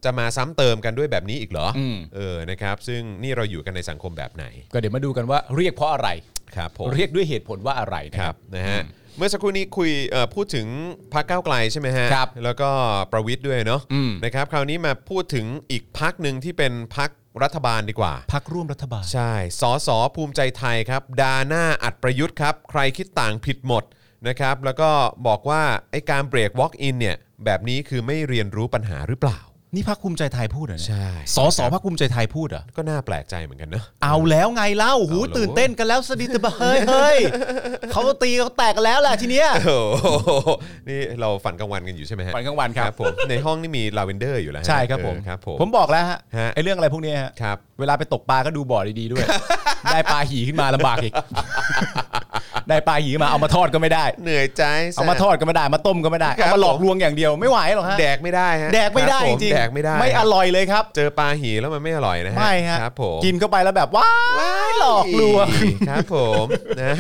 จะมาซ้ำเติมกันด้วยแบบนี้อีกเหรออ ม เออนะครับ ซึ่งนี่เราอยู่กันในสังคมแบบไหน ก็เดี๋ยวมาดูกันว่าเรียกเพราะอะไร ครับผม เรียกด้วยเหตุผลว่าอะไรนะ ค ค รั รั บบ นะฮะเมื่อสักครู่นี้คุยเอ่อพูดถึงพรรคก้าวไกลใช่ไหมฮะ ครับ แล้วก็ประวิทย์ด้วยเนาะ อืม นะครับคราวนี้มาพูดถึงอีกพักหนึ่งที่เป็นพักรัฐบาลดีกว่า พักร่วมรัฐบาล ใช่สอสอภูมิใจไทยครับดาหน้าอัดประยุทธ์ครับ ใครคิดต่างผิดหมดนะครับ แล้วก็บอกว่าไอการเบรก walk in เนี่ยแบบนี้คือไม่เรียนรู้ปัญหาหรือเปล่า นี่พักภูมิใจไทยพูดเหรอเนี่ย ใช่ สสพักภูมิใจไทยพูดเหรอ ก็น่าแปลกใจเหมือนกันเนอะ เอาแล้วไงเล่าหู เอาแล้ว ตื่นเต้นกันแล้วสดิตบะเฮ้ยเฮ้ยเขาตีเขาแตกกันแล้วแหละทีเนี้ย โอ้โหนี่เราฝันกลางวันกันอยู่ใช่ไหมฮะ ฝันกลางวันครับ ผมในห้องนี่มีลาเวนเดอร์อยู่แล้วฮะ ใช่ครับผม เออครับผม ผมบอกแล้วฮะ ฮะ ไอ้เรื่องอะไรพวกเนี้ยฮะ ครับ เวลาไปตกปลาก็ดูบ่อดีๆ [LAUGHS] ด้วย ได้ปลาหีขึ้นมาลำบาก [LAUGHS] อีก ได้ปลาหีขึ้นมาเอามาทอดก็ไม่ได้ เหนื่อยใจแสบ เอามาทอดก็ไม่ได้มาต้มก็ไม่ได้ ครับ เอามาหลอกลวงอย่างเดียวไม่ไหวหรอกฮะ แดกไม่ได้ฮะ แดกไม่ได้ ค จ บผ ริงๆ แดกไม่ได้ ไม่อร่อยเลยครับ เจอปลาหีแล้วมันไม่อร่อยนะฮะ ไม่ฮะ ครับผม กินเข้าไปแล้วแบบว้ายหลอกลวง ครับผมนะ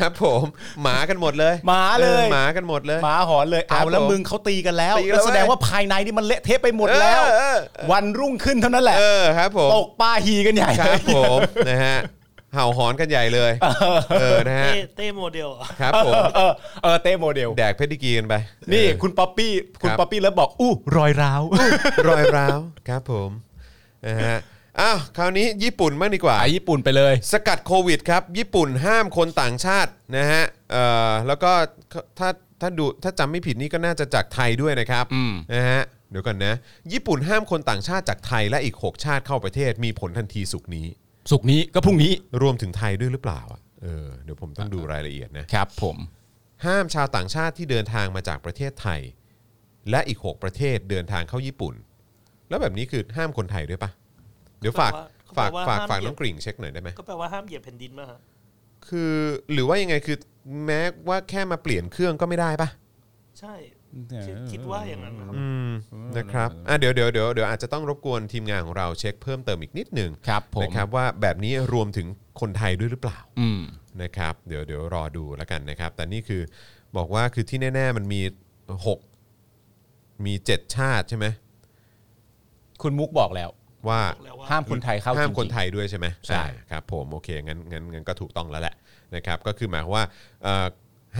ครับผมหมากันหมดเลย หมาเลย ออหมากันหมดเลย หมาหอนเลย ครับ เอาแล้ว ผม มึงเขาตีกันแล้ว ตีกันแล้ว แสดงว่าภายในนี่มันเละเทะไปหมดแล้ว เออเออเออ วันรุ่งขึ้นเท่านั้นแหละ เออครับผม ตกปลาหีกันใหญ่ ค เล รั ย บผมนะฮะเห่าหอนกันใหญ่เลยเออนะฮะ เต้เต้โมเดลอะ ครับผม เออเออเต้โมเดล แดกเพชรดิกีกันไป นี่ เออ คุณป๊อปปี้คุณ ครับ ป๊อปปี้แล้วบอก อู้รอยร้าว รอยร้าวครับผมนะฮะอ้าวคราวนี้ญี่ปุ่นมากดีกว่า ไปญี่ปุ่นไปเลย สกัดโควิดครับ ญี่ปุ่นห้ามคนต่างชาตินะฮะเอ่อแล้วก็ถ้าถ้าดูถ้าจำไม่ผิดนี่ก็น่าจะจากไทยด้วยนะครับ อืม นะฮะเดี๋ยวก่อนนะ ญี่ปุ่นห้ามคนต่างชาติจากไทยและอีก 6 ชาติเข้าประเทศมีผลทันทีสุกร์นี้ สุกร์นี้ก็พรุ่งนี้ รวมถึงไทยด้วยหรือเปล่าอ่ะเออเดี๋ยวผมต้องดูรายละเอียดนะครับ ผม ห้ามชาวต่างชาติที่เดินทางมาจากประเทศไทย และอีก 6 ประเทศเดินทางเข้าญี่ปุ่น แล้วแบบนี้คือห้ามคนไทยด้วยปะเดี๋ยวฝาก เขาบ ฝา อก กว่า ฝาก ห้าม ฝาก เหยียบ น้องกริ่งเช็คหน่อยได้ไหม ก็แปลว่าห้ามเหยียบแผ่นดินมากฮะ คือหรือว่ายังไงคือแม้ว่าแค่มาเปลี่ยนเครื่องก็ไม่ได้ปะ ใช่ คิดคิดว่าอย่างนั้นนะครับ อืมนะครับอ่ะเดี๋ยวเดี๋ยวเดี๋ยวเดี๋ยวอาจจะต้องรบกวนทีมงานของเราเช็คเพิ่มเติมอีกนิดหนึ่ง ครับผม นะครับว่าแบบนี้รวมถึงคนไทยด้วยหรือเปล่า อืม นะครับเดี๋ยวเดี๋ยวรอดูแล้วกันนะครับ แต่นี่คือบอกว่าคือที่แน่ ๆ มันมี 6 มี 7 ชาติใช่ไหม คุณมุกบอกแล้ว ว่า แล้วว่า ห้ามคนไทยเข้า ห้ามคน จริงๆ ไทยด้วยใช่ไหม ใช่ อ่าครับผมโอเคงั้นงั้นงั้นก็ถูกต้องแล้วแหละนะครับ ก็คือหมายความว่าเอ่อ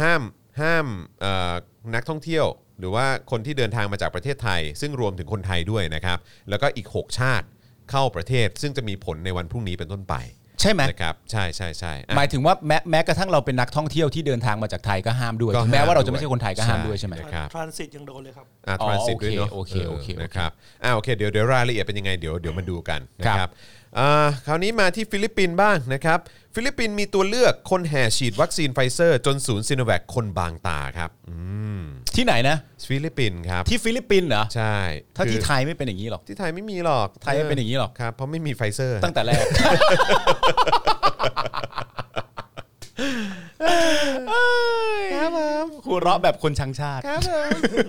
ห้ามห้ามเอ่อนักท่องเที่ยว หรือว่าคนที่เดินทางมาจากประเทศไทย ซึ่งรวมถึงคนไทยด้วยนะครับ แล้วก็อีก 6 ชาติเข้าประเทศ ซึ่งจะมีผลในวันพรุ่งนี้เป็นต้นไป ใช่ไหม นะครับใช่ใช่ใช่อ่ะ หมายถึงว่าแม้แม้กระทั่งเราเป็นนักท่องเที่ยวที่เดินทางมาจากไทยก็ห้ามด้วย ก็ห้าม ถึงแม้ว่าเรา ด้ จะ วย ไม่ใช่คนไทยก็ห้าม ใช่ ด้วยใช่ไหม นะครับ ทรานสิตยังโดนเลยครับ อ่าทอ๋อ รานสิตด้วยเนาะ โอเคโอเคโอเค นะครับอ่าโอเคเดี๋ยวเดี๋ยวรายละเอียดเป็นยังไงเดี๋ยวเดี๋ยวมาดูกันนะค ครั รับบ อ่าคราวนี้มาที่ฟิลิปปินส์บ้างนะครับ ฟิลิปปินส์มีตัวเลือกคนแห่ฉีดวัคซีนไฟเซอร์ จนศูนย์ซิโนแวคคนบางตาครับอืม ที่ไหนนะ ฟิลิปปินส์ครับ ที่ฟิลิปปินส์เหรอ ใช่ ถ้าที่ คือ ไทยไม่เป็นอย่างนี้หรอก ที่ไทยไม่มีหรอก ไทยไม่เป็นอย่างนี้หรอก ครับเพราะไม่มีไฟเซอร์ ตั้งแต่แรก ครับผม หัวเราะแบบคนชังชาติ ครับ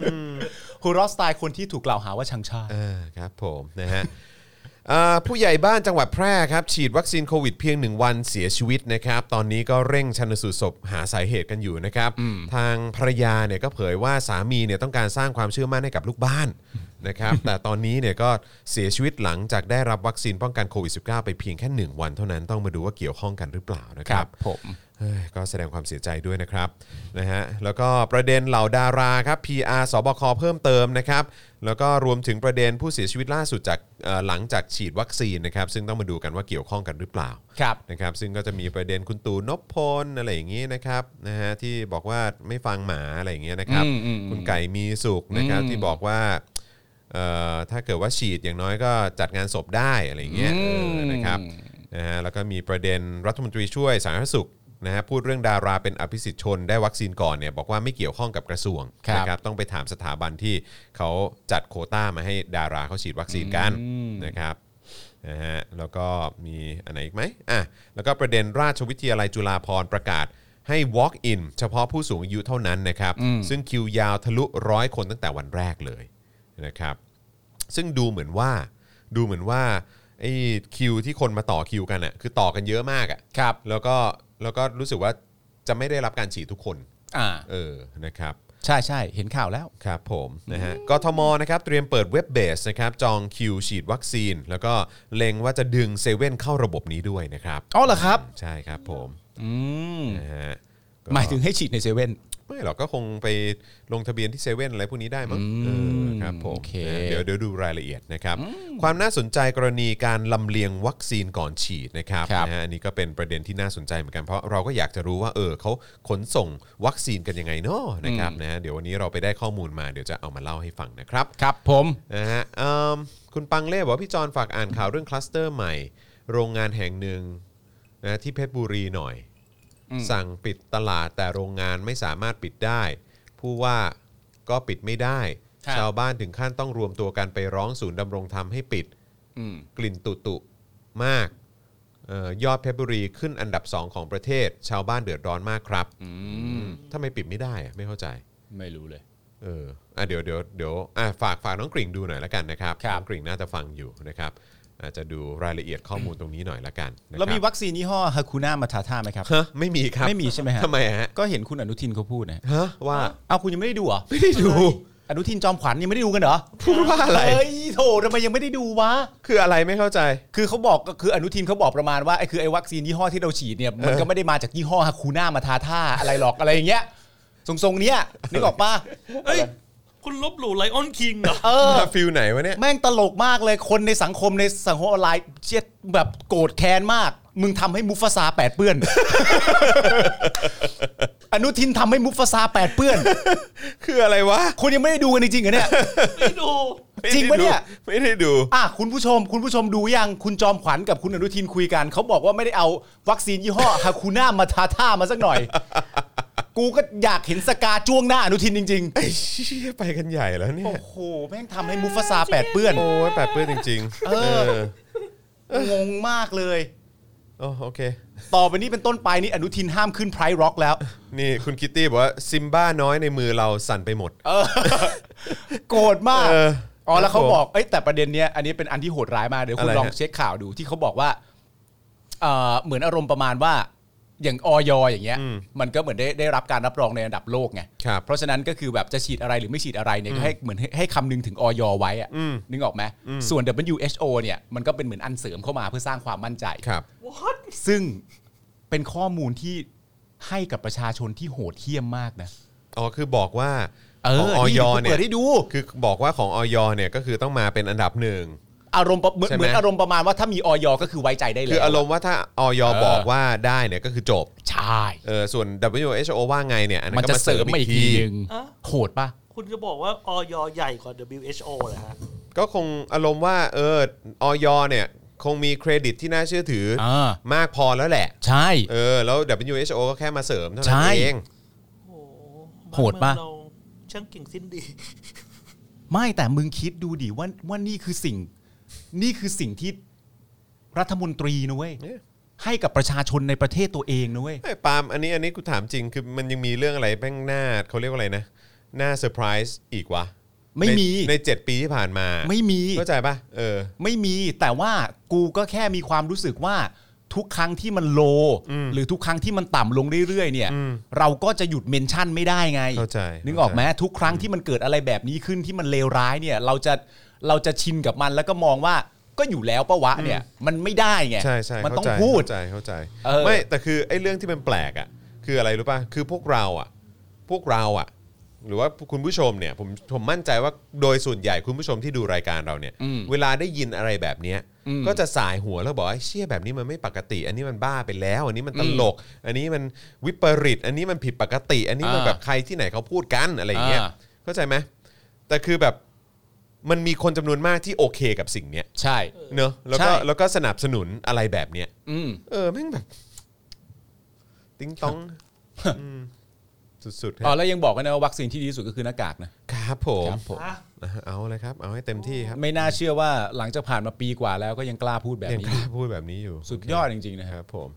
ผม หัวเราะสไตล์คนที่ถูกกล่าวหาว่าชังชาติ เออครับผมนะฮะอ่าผู้ใหญ่บ้านจังหวัดแพร่ครับ ฉีดวัคซีนโควิดเพียง 1 วันเสียชีวิตนะครับ ตอนนี้ก็เร่งชันสูตรศพหาสาเหตุกันอยู่นะครับ ทางภรรยาเนี่ยก็เผยว่าสามีเนี่ยต้องการสร้างความเชื่อมั่นให้กับลูกบ้านนะครับ แต่ตอนนี้เนี่ยก็เสียชีวิตหลังจากได้รับวัคซีนป้องกันโควิด -19 ไปเพียงแค่ 1 วันเท่านั้นต้องมาดูว่าเกี่ยวข้องกันหรือเปล่านะครับ เอ้ยก็แสดงความเสียใจด้วยนะครับนะฮะแล้วก็ประเด็นเหล่าดาราครับ PR สบคเพิ่มเติมนะครับ แล้วก็รวมถึงประเด็นผู้เสียชีวิตล่าสุดจากเอ่อหลังจากฉีดวัคซีนนะครับ ซึ่งต้องมาดูกันว่าเกี่ยวข้องกันหรือเปล่า ครับ นะครับ ซึ่งก็จะมีประเด็นคุณตูนพพลอะไรอย่างนี้นะครับนะฮะที่บอกว่าไม่ฟังหมาอะไรอย่างเงี้ยนะครับ คุณไก่มีสุขนะครับที่บอกว่าเอ่อถ้าเกิดว่าฉีดอย่างน้อยก็จัดงานศพได้อะไรอย่างเงี้ยเออนะครับ นะฮะแล้วก็มีประเด็นรัฐมนตรีช่วยสาธารณสุขนะฮะพูดเรื่องดาราเป็นอภิสิทธิชนได้วัคซีนก่อนเนี่ยบอกว่าไม่เกี่ยวข้องกับกระทรวง ครับ นะครับต้องไปถามสถาบันที่เขาจัดโควต้ามาให้ดาราเขาฉีดวัคซีนกันนะครับนะฮะแล้วก็มีอันไหนอีกไหมอ่ะแล้วก็ประเด็นราชวิทยาลัยจุฬาภรณ์ประกาศให้ walk in เฉพาะผู้สูงอายุเท่านั้นนะครับซึ่งคิวยาวทะลุร้อยคนตั้งแต่วันแรกเลยนะครับ ซึ่งดูเหมือนว่าดูเหมือนว่าไอ้คิวที่คนมาต่อคิวกันอ่ะคือต่อกันเยอะมากอ่ะ ครับ แล้วก็แล้วก็รู้สึกว่าจะไม่ได้รับการฉีดทุกคน อ่า เออนะครับ ใช่ใช่เห็นข่าวแล้ว ครับผมนะฮะกทมนะครับเตรียมเปิดเว็บเบสนะครับจองคิวฉีดวัคซีน แล้วก็เล็งว่าจะดึงเซเว่นเข้าระบบนี้ด้วยนะครับ อ๋อเหรอครับ ใช่ครับผม อืม นะฮะก็ หมายถึงให้ฉีดในเซเว่น ไม่หรอกก็คงไปลงทะเบียนที่เซเว่นอะไรพวกนี้ได้มั้งเออครับผม โอเค นะเดี๋ยวเดี๋ยวดูรายละเอียดนะครับ ความน่าสนใจกรณีการลำเลียงวัคซีนก่อนฉีดนะครับ ครับ นะฮะอันนี้ก็เป็นประเด็นที่น่าสนใจเหมือนกันเพราะเราก็อยากจะรู้ว่าเออเขาขนส่งวัคซีนกันยังไงเนาะนะครับนะฮะเดี๋ยววันนี้เราไปได้ข้อมูลมาเดี๋ยวจะเอามาเล่าให้ฟังนะครับ ครับผม นะฮะเอิ่มคุณปังเล่บอกว่าพี่จอนฝากอ่านข่าวเรื่องคลัสเตอร์ใหม่ โรงงานแห่งหนึ่งนะที่เพชรบุรีหน่อย สั่งปิดตลาดแต่โรงงานไม่สามารถปิดได้ ผู้ว่าก็ปิดไม่ได้ ครับ ชาวบ้านถึงขั้นต้องรวมตัวกันไปร้องศูนย์ดำรงธรรมให้ปิด อืม กลิ่นตุตุมากเออยอดเพชรบุรีขึ้นอันดับ 2 ของประเทศ ชาวบ้านเดือดร้อนมากครับ อืม ถ้าไม่ปิดไม่ได้อะไม่เข้าใจ ไม่รู้เลย เอออ่ะเดี๋ยวเดี๋ยวเดี๋ยวอ่ะฝากฝากน้องกริ่งดูหน่อยละกันนะครับ ครับ น้องกริ่งน่าจะฟังอยู่นะครับอาจจะดูรายละเอียดข้อมูลตรงนี้หน่อยละกันนะคบ เรามีวัคซีนยี่ห้อฮาคูน่ามาทาท่าไหมครับ ฮะไม่มีครับ ไม่มีใช่ไหมฮะ ทำไมฮะ ก็เห็นคุณอนุทินเขาพูดนะ ฮะว่า เอาคุณยังไม่ได้ดูเหรอ ไม่ได้ดู อนุทินจอมขวัญยังไม่ได้ดูกันเหรอ พูดว่าอะไร เฮ้ยโถทำไมยังไม่ได้ดูวะ คืออะไรไม่เข้าใจ คือเขาบอกก็คืออนุทินเขาบอกประมาณว่าไอ้คือไอ้วัคซีนยี่ห้อที่เราฉีดเนี่ยมันก็ไม่ได้มาจากยี่ห้อฮาคูน่ามาทาท่าอะไรหรอกอะไรอย่างเงี้ยทรงๆเนี้ยนึกออกปะ เอ้ย คุณลบหลู่ไลออนคิงเหรอ [LAUGHS] เออ ฟิลไหนวะเนี่ย แม่งตลกมากเลยคนในสังคมในสังคมออนไลน์เจ็ดแบบโกรธแค้นมาก มึงทำให้มุฟาซาแปดเปื้อน [LAUGHS] อนุทินทำให้มุฟาซาแปดเปื้อน คืออะไรวะ คุณยังไม่ได้ดูกันจริงๆเหรอเนี่ย ไม่ดู ไม่ได้ จริงปะเนี่ย ดูไม่ได้ดู อ่ะคุณผู้ชม คุณผู้ชมดูยังคุณจอมขวัญกับคุณอนุทินคุยกัน เขาบอกว่าไม่ได้เอาวัคซีนยี่ห้อ ฮาคูน่ามาทาท่ามาสักหน่อย กูก็อยากเห็นสกาจ้วงหน้าอนุทินจริง ไอ้เชี่ยไปกันใหญ่แล้ว ๆ เนี่ย โอ้โห แม่งทำให้มุฟาซาแปดเปื้อน โอ้ยแปดเปื้อนจริง ๆ เออ งงมากเลย โอ้โอเค ต่อไปนี้เป็นต้นไปนี่อนุทินห้ามขึ้นไพรร็อกแล้ว [LAUGHS] นี่คุณคิตตี้บอกว่าซิมบ้าน้อยในมือเราสั่นไปหมด โกรธมาก เออ อ๋อแล้วเขา ครับผม บอกเอ้ยแต่ประเด็นเนี้ยอันนี้เป็นอันที่โหดร้ายมากเดี๋ยวอะคุณ ไร ลอง ฮะ เช็คข่าวดูที่เขาบอกว่าเอ่อเหมือนอารมณ์ประมาณว่าอย่างออยอย่างเงี้ยมันก็เหมือนได้ได้รับการรับรองในระดับโลกไง ครับ เพราะฉะนั้นก็คือแบบจะฉีดอะไรหรือไม่ฉีดอะไรเนี่ยก็ให้เหมือนให้ให้คำนึงถึงออยไว้อะ อืม นึกออกไหมส่วน WHO เนี่ยมันก็เป็นเหมือนอันเสริมเข้ามาเพื่อสร้างความมั่นใจ ครับ what ซึ่งเป็นข้อมูลที่ให้กับประชาชนที่โหดเหี้ยมมากนะ อ๋อคือบอกว่าของออยนี่ดี๋วกู เนี่ เปิ ย ดให้ดู คือบอกว่าของออยเนี่ยก็คือต้องมาเป็นอันดับหนึ่ง อารมณ์ประเหมือน ใช่ไหม เหมือนอารมณ์ประมาณว่าถ้ามีออยก็คือไว้ใจได้เลย คืออารมณ์ว่าถ้าออย เออ บอกว่าได้เนี่ยก็คือจบ ใช่ เออส่วน WHO ว่าไงเนี่ยอันนั้ มัน นก็ จะ มา เส เส ริ ริ ม ม มา อี อี ก ก ที ทีนึง อะ โหดป่ะ คุณจะบอกว่าออยใหญ่กว่า WHO เหรอฮะ ก็คงอารมณ์ว่าเออออยเนี่ยคงมีเครดิตที่น่าเชื่อถืออา มากพอแล้วแหละ ใช่ เออแล้ว WHO ก็แค่มาเสริมเท่านั้ ใช่ นเอง โอ้โห โหดปะ บ้านเมืองเราช่างเก่งสิ้นดี ไม่แต่มึงคิดดูดิว่าว่านี่คือสิ่ง นี่คือสิ่งที่รัฐมนตรีนะเว้ย เนี่ย ให้กับประชาชนในประเทศตัวเองนะเว้ย ไอ้ปาล์มอันนี้อันนี้กูถามจริงคือมันยังมีเรื่องอะไรแป้งหน้าเขาเรียกว่าอะไรนะหน้าเซอร์ไพรส์อีกวะ ไม่มี ในใน 7 ปีที่ผ่านมา ไม่มี เข้าใจป่ะเออ ไม่มีแต่ว่ากูก็แค่มีความรู้สึกว่าทุกครั้งที่มันโล หรือทุกครั้งที่มันต่ำลงเรื่อยๆเนี่ย เราก็จะหยุดเมนชั่นไม่ได้ไง เข้าใจ นึกออกไหมทุกครั้งที่มันเกิดอะไรแบบนี้ขึ้นที่มันเลวร้ายเนี่ย เราจะเราจะชินกับมันแล้วก็มองว่าก็อยู่แล้วปะวะเนี่ย มันไม่ได้ไง ใช่ใช่ มันต้อง เข้าใจ พูด เข้าใจเข้าใจ เออ ไม่แต่คือไอ้เรื่องที่มันแปลกอ่ะคืออะไรรู้ป่ะคือพวกเราอ่ะพวกเราอ่ะ หรือว่าคุณผู้ชมเนี่ยผมผมมั่นใจว่าโดยส่วนใหญ่คุณผู้ชมที่ดูรายการเราเนี่ย เวลาได้ยินอะไรแบบเนี้ยก็จะสายหัวแล้วบอกไอ้เชี่ยแบบนี้มันไม่ปกติ อันนี้มันบ้าไปแล้ว อันนี้มันตลก อันนี้มันวิปริต อันนี้มันผิดปกติ อันนี้มัน อ่า แบบใครที่ไหนเขาพูดกันอะไรอย่างเงี้ย อ่า เข้าใจไหมแต่คือแบบมันมีคนจำนวนมากที่โอเคกับสิ่งเนี้ย ใช่ เนอะแล้วก็ ใช่ แล้วก็สนับสนุนอะไรแบบเนี้ย อืม เออแม่งแบบ ติ้งต้องอืมสุดๆคอ๋อ รับ แล้วยังบอกกันนะว่าวัคซีนที่ดีที่สุดก็คือหน้ากากนะครับ ผม ครับผม อ่ะ เอาเลยครับ เอาให้เต็มที่ครับ ไม่น่าเชื่อว่าหลังจากผ่านมาปีกว่าแล้วก็ยังกล้าพูดแบบ ยัง นี้ กล้าพูดแบบนี้อยู่ สุดยอดจริงๆนะ ค ครับ รับผม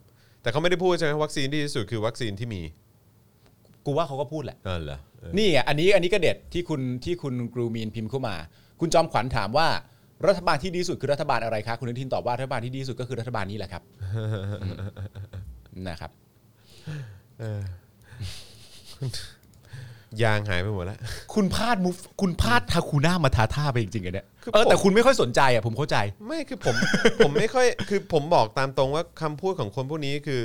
แต่เขาไม่ได้พูดใช่ไหมวัคซีนที่ดีที่สุดคือวัคซีนที่มี กูว่าเขาก็พูดแหละ นั่นเหรอเออ นี่ไงอันนี้อันนี้ก็เด็ดที่คุณที่คุณกรูมีนพิมพ์เข้ามา คุณจอมขวัญถามว่า รัฐบาลที่ดีที่สุดคือรัฐบาลอะไรคะคุณอนุทินตอบว่ารัฐบาลที่ดีที่สุดก็คือรัฐบาลนี้แหละครับอืมนะครับ เออ ยางหายไปหมดแล้ว คุณพลาดมุฟคุณพลาดทาคูน่ามาทาท่าไปจริงๆอันเนี้ย คือ เออ ผม แต่คุณไม่ค่อยสนใจอ่ะผมเข้าใจ ไม่คือผม [LAUGHS] ผมไม่ค่อยคือผมบอกตามตรงว่าคำพูดของคนพวกนี้คือ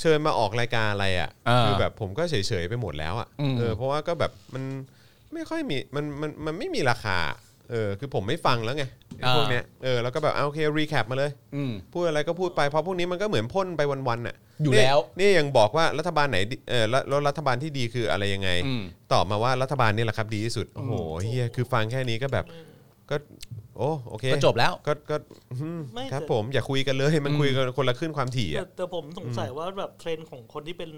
เชิญมาออกรายการอะไรอ่ะ อ่า คือแบบผมก็เฉยๆไปหมดแล้วอ่ะ อืม เออเพราะว่าก็แบบมันไม่ค่อยมีมันมันมันไม่มีราคาเออคือผมไม่ฟังแล้วไงไอ้พวกเนี้ยเออแล้วก็แบบเอาโอเครีแคปมาเลย อืม พูดอะไรก็พูดไปเพราะพวกนี้มันก็เหมือนพ่นไปวันๆน่ะ อยู่แล้ว นี่นี่ยังบอกว่ารัฐบาลไหนดีเออแล้วแล้วรัฐบาลที่ดีคืออะไรยังไง อืม ตอบมาว่ารัฐบาลนี่แหละครับดีที่สุดโอ้โหเฮียคือฟังแค่นี้ก็แบบก็โอ้โอเค ก็จบแล้ว ก็ก็อืม ไม่ ครับ แต่ ผมอย่าคุยกันเลยมัน อืม คุยกันคนละขึ้นความถี่ แต่ อะ แต่ผมสงสัยว่าแบบเทรนด์ของคนที่เป็น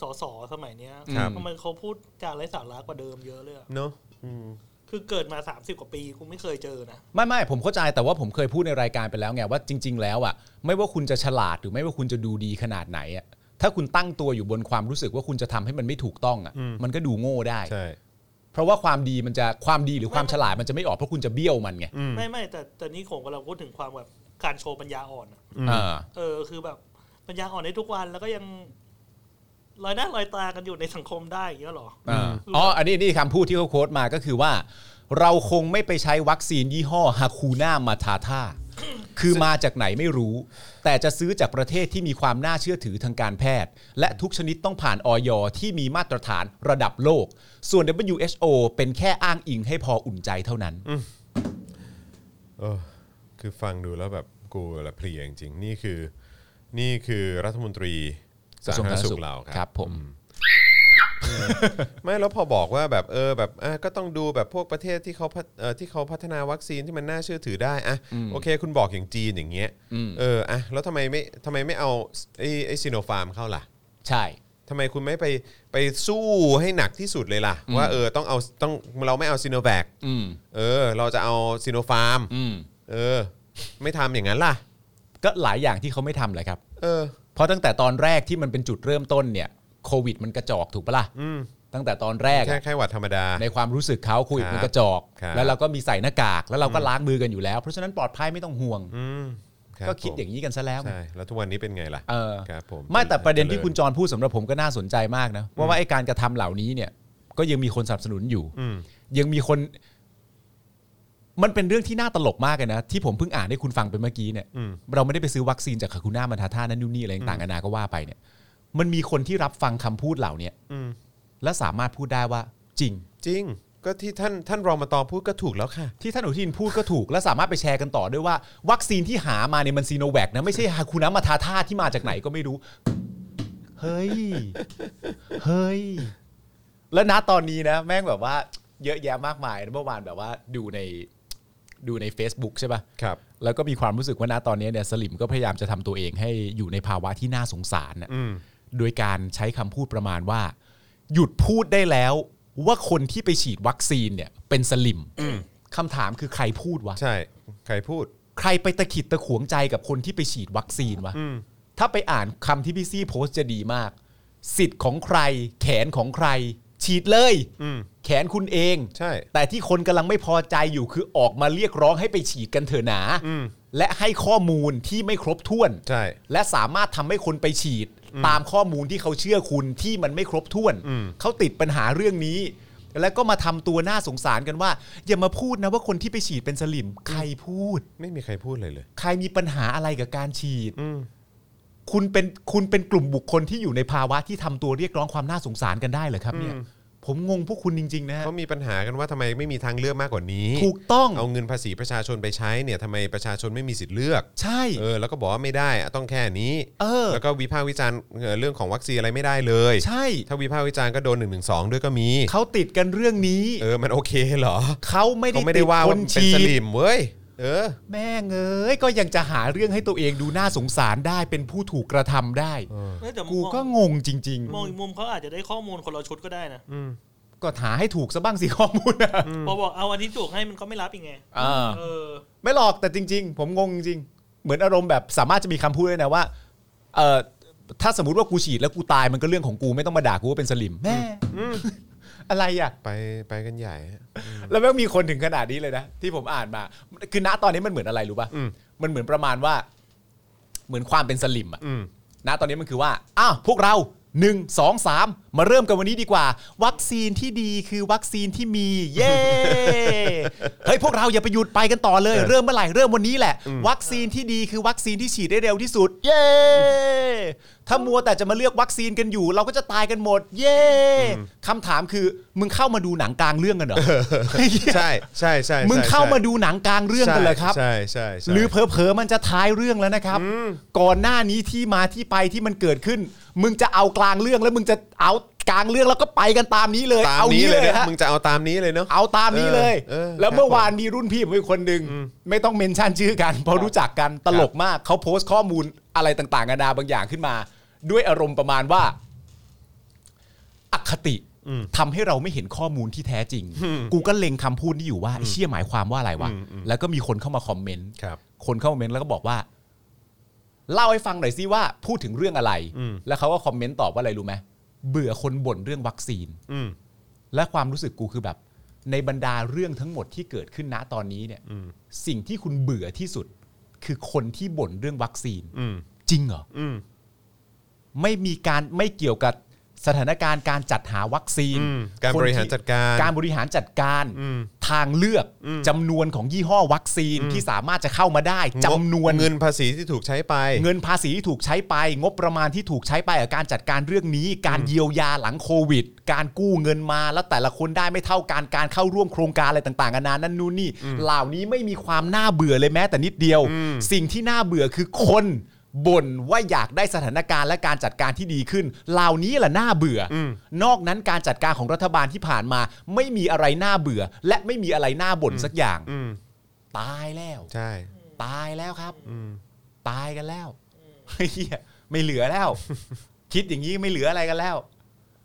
สสสมัยเนี้ย ครับ ทำไมเขาพูดจาไร้สาระกว่าเดิมเยอะเลยอะ เนอะอืม คือเกิดมา 30 กว่าปีกูไม่เคยเจอนะ ไม่ไม่ผมเข้าใจแต่ว่าผมเคยพูดในรายการไปแล้วไงว่าจริง ๆ แล้วอ่ะไม่ว่าคุณจะฉลาดหรือไม่ว่าคุณจะดูดีขนาดไหนอ่ะถ้าคุณตั้งตัวอยู่บนความรู้สึกว่าคุณจะทำให้มันไม่ถูกต้องอ่ะมันก็ดูโง่ได้ ใช่ เพราะว่าความดีมันจะความดีหรือความฉลาดมันจะไม่ออกเพราะคุณจะเบี้ยวมันไง อืม ไม่ไม่แต่แต่นี่ผมกำลังพูดถึงความแบบการโชว์ปัญญาอ่อนอะ อ่า เออคือแบบปัญญาอ่อนได้ทุกวันแล้วก็ยังลอยหน้าลอยตากันอยู่ในสังคมได้อย่างเงี้ยเหรอ อ่าอ๋ออันนี้นี่คำพูดที่เขาโค้ดมาก็คือว่า เราคงไม่ไปใช้วัคซีนยี่ห้อฮาคูน่ามาทาท่าคือมาจากไหนไม่รู้ แต่จะซื้อจากประเทศที่มีความน่าเชื่อถือทางการแพทย์ และทุกชนิดต้องผ่านออยที่มีมาตรฐานระดับโลก ส่วน WHO เป็นแค่อ้างอิงให้พออุ่นใจเท่านั้น เออคือฟังดูแล้วแบบกูละเพลียจริงๆนี่คือ นี่คือรัฐมนตรีสาธารณสุขเราค ค รั รับ บผม ไม่แล้วพอบอกว่าแบบเออแบบอ่ะก็ต้องดูแบบพวกประเทศที่เขาพัฒเอ่อที่เขาพัฒนาวัคซีนที่มันน่าเชื่อถือได้อ่ะโอเค คุณบอกอย่างจีนอย่างเงี้ยเอออ่ะแล้วทำไมไม่ทำไมไม่เอาไอ้ไอ้ซิโนฟาร์มเข้าล่ะ ใช่ ทำไมคุณไม่ไปไปสู้ให้หนักที่สุดเลยล่ะ ว่าเออต้องเอาต้องเราไม่เอาซีโนแวค อืม เออ เราจะเอาซีโนฟาร์ม อืม เออ ไม่ทำอย่างนั้นล่ะ ก็หลายอย่างที่เขาไม่ทำแหละครับ เ เออ เพราะตั้งแต่ตอนแรกที่มันเป็นจุดเริ่มต้นเนี่ยโควิดมันกระจอกถูกปะล่ะ อืม ตั้งแต่ตอนแรก แค่ อะ ไข้หวัดธรรมดา ในความรู้สึกเขาโควิด ครับ มันกระจอก ครับ แล้วเราก็มีใส่หน้ากากแล้วเราก็ล้างมือกันอยู่แล้ว เพราะฉะนั้นปลอดภัยไม่ต้องห่วง อืมรับ ก็คิด ผม อย่างนี้กันซะแล้วไง ใช่แล้วทุกวันนี้เป็นไงล่ะ เออ ครับผม ไม่แต่ประเด็นที่ จ คุณจรพูดสำหรับผมก็น่าสนใจมากนะว่าว่าไอการกระทำเหล่านี้เนี่ย ก็ยังมีคนสนับสนุนอยู่ อืม ยังมีคน มันเป็นเรื่องที่น่าตลกมากเลยนะ ที่ผมเพิ่งอ่านให้คุณฟังไปเมื่อกี้เนี่ย อืม เราไม่ได้ไปซื้อวัคซีนจากคาคุน่ามันทาท่านั่นนู่นนี่อะไรต่างๆนานาก็ว่าไปเนี่ย มันมีคนที่รับฟังคำพูดเหล่าเนี้ย อืม และสามารถพูดได้ว่าจริง จริง ก็ที่ท่านท่านรองมาตอพูดก็ถูกแล้วค่ะ ที่ท่านอนุทินพูดก็ถูก และสามารถไปแชร์กันต่อด้วยว่า วัคซีนที่หามาเนี่ยมันซีโนแวคนะไม่ใช่ฮาคุนะมาทาท่าที่มาจากไหนก็ไม่รู้ เฮ้ย เฮ้ย แล้วนะตอนนี้นะ แม่งแบบว่า เยอะแยะมากมายเมื่อวานแบบว่าดูในดูใน Facebook ใช่ป่ะ ครับ แล้วก็มีความรู้สึกว่านะตอนนี้เนี่ยสลิมก็พยายามจะทำตัวเองให้อยู่ในภาวะที่น่าสงสารนะ อืม โดยการใช้คำพูดประมาณว่า หยุดพูดได้แล้ว ว่าคนที่ไปฉีดวัคซีนเนี่ยเป็นสลิมคำถามคือใครพูดวะ ใช่ ใครพูด ใครไปตะขิดตะขวงใจกับคนที่ไปฉีดวัคซีนวะ อืม ถ้าไปอ่านคำที่พี่ซี่โพสต์จะดีมาก สิทธิ์ของใคร แขนของใคร ฉีดเลย อืม แขนคุณเอง ใช่ แต่ที่คนกำลังไม่พอใจอยู่คือออกมาเรียกร้องให้ไปฉีดกันเถอะหนา อืม และให้ข้อมูลที่ไม่ครบถ้วน ใช่ และสามารถทำให้คนไปฉีด ตามข้อมูลที่เขาเชื่อคุณที่มันไม่ครบถ้วน อืม เขาติดปัญหาเรื่องนี้ แล้วก็มาทำตัวน่าสงสารกันว่า อย่ามาพูดนะว่าคนที่ไปฉีดเป็นสลิม ใครพูด ไม่มีใครพูดเลยเลย ใครมีปัญหาอะไรกับการฉีด อืม คุณเป็นคุณเป็นกลุ่มบุคคลที่อยู่ในภาวะที่ทำตัวเรียกร้องความน่าสงสารกันได้เหรอครับเนี่ย อืม ผมงงพวกคุณจริง ๆ นะฮะ เขามีปัญหากันว่าทำไมไม่มีทางเลือกมากกว่านี้ ถูกต้อง เอาเงินภาษีประชาชนไปใช้เนี่ยทำไมประชาชนไม่มีสิทธิ์เลือก ใช่ เออ แล้วก็บอกว่าไม่ได้อะต้องแค่นี้ เออ แล้วก็วิพากษ์วิจารณ์เอ่อเรื่องของวัคซีนอะไรไม่ได้เลย ใช่ ถ้าวิพากษ์วิจารณ์ก็โดน1นึด้วยก็มี เขาติดกันเรื่องนี้ เออ มันโอเคเหรอ เขาไม่ได้ เขาไม่ได้ว่า ค ว่ามัน นเป็น ฉี ส ด ลิมเว้ย เออ แม่งเอ้ยก็ยังจะหาเรื่องให้ตัวเองดูน่าสงสารได้เป็นผู้ถูกกระทำได้ เอ้ยแต่ กูก็ มอง งจริง มองอีกมุมเขาอาจจะได้ข้อมูลคนละชุดก็ได้นะ ๆ ก็หาให้ถูกซะบ้างสิ [LAUGHS] ข้อมูลนะ พอบอกเอาอันที่ถูกให้มันก็ไม่รับอีกไงเออ ไม่หรอกแต่จริง ๆ ผมงงจริง เหมือนอารมณ์แบบสามารถจะมีคำพูดได้นะว่าเออถ้าสมมติว่ากูฉีดแล้วกูตายมันก็เรื่องของกูไม่ต้องมาด่ากูว่าเป็นสลิมแม่อะไรอ่ะ ไปไปกันใหญ่ฮะ แล้วแม่งมีคนถึงขนาดนี้เลยนะ ที่ผมอ่านมา คือณตอนนี้มันเหมือนอะไรรู้ป่ะ อืม มันเหมือนประมาณว่า เหมือนความเป็นสลิมอ่ะ อืม นะตอนนี้มันคือว่า อ้าว พวกเรา 1 2 3 มาเริ่มกันวันนี้ดีกว่า วัคซีนที่ดีคือวัคซีนที่มี เย้ [LAUGHS] เฮ้ย พวกเราอย่าไปหยุดไปกันต่อเลย เออ เริ่มเมื่อไหร่ เริ่มวันนี้แหละ วัคซีนที่ดีคือวัคซีนที่ฉีดได้เร็วที่สุด เย้ ถ้ามัวแต่จะมาเลือกวัคซีนกันอยู่ เราก็จะตายกันหมด เย้คำถามคือ มึงเข้ามาดูหนังกลางเรื่องกันเหรอ [LAUGHS] ใช่ใช่ใช่ใช่ มึงเข้ามาดูหนังกลางเรื่องกันเหรอครับ ใช่ใช่ใช่ หรือเผลอๆมันจะท้ายเรื่องแล้วนะครับ ก่อนหน้านี้ที่มาที่ไปที่มันเกิดขึ้น มึงจะเอากลางเรื่องแล้วมึงจะเอากลางเรื่องแล้วก็ไปกันตามนี้เลย ตาม เอา นี้ นี้ เล เลย ย นะ ฮะ มึงจะเอาตามนี้เลยเนาะ เอาตามนี้เลย เออเออ แล้ว ครับ เมื่อวานมีรุ่นพี่ผมอีกคนหนึ่งไม่ต้องเมนชั่นชื่อกันเพราะรู้จักกันตลกมากเขาโพสต์ข้อมูลอะไรต่างๆนานาบางอย่างขึ้นมา ด้วยอารมณ์ประมาณว่า อคติ อืม ทำให้เราไม่เห็นข้อมูลที่แท้จริง กูก็เล็งคำพูดนี้อยู่ว่าไอ้เชี่ยหมายความว่าอะไรวะ อืมอืม แล้วก็มีคนเข้ามาคอมเมนต์ ครับ คนเข้ามาเมนต์แล้วก็บอกว่า เล่าให้ฟังหน่อยซิว่าพูดถึงเรื่องอะไร อืม แล้วเขาก็คอมเมนต์ตอบว่าอะไรรู้ไหมเบื่อคนบ่นเรื่องวัคซีน อืม และความรู้สึกกูคือแบบ ในบรรดาเรื่องทั้งหมดที่เกิดขึ้นณตอนนี้เนี่ย อืม สิ่งที่คุณเบื่อที่สุด คือคนที่บ่นเรื่องวัคซีน อืม จริงเหรอ อืม ไม่มีการไม่เกี่ยวกับสถานการณ์การจัดหาวัคซีน อืมการ คน บ ที่ ริหารจัดการ การบริหารจัดการ อืม ทางเลือก อืม จำนวนของยี่ห้อวัคซีนที่สามารถจะเข้ามาได้จำนวน เงินภาษีที่ถูกใช้ไป เงินภาษีที่ถูกใช้ไป งบประมาณที่ถูกใช้ไปกับการจัดการเรื่องนี้ การเยียวยาหลังโควิด การกู้เงินมาแล้วแต่ละคนได้ไม่เท่ากันการเข้าร่วมโครงการอะไรต่างๆนานานั่นนู่นนี่เหล่านี้ไม่มีความน่าเบื่อเลยแม้แต่นิดเดียว อืม สิ่งที่น่าเบื่อคือคนบ่นว่าอยากได้สถานการณ์และการจัดการที่ดีขึ้น เหล่านี้แหละน่าเบื่ออ ม นอกนั้นการจัดการของรัฐบาลที่ผ่านมา ไม่มีอะไรน่าเบื่อ และไม่มีอะไรน่าบ่นสักอย่าง อืม ตายแล้ว ใช่ ตายแล้วครับ อืม ตาย [LAUGHS] กันแล้วเฮียไม่เหลือแล้ว คิดอย่างนี้ไม่เหลืออะไรกันแล้ว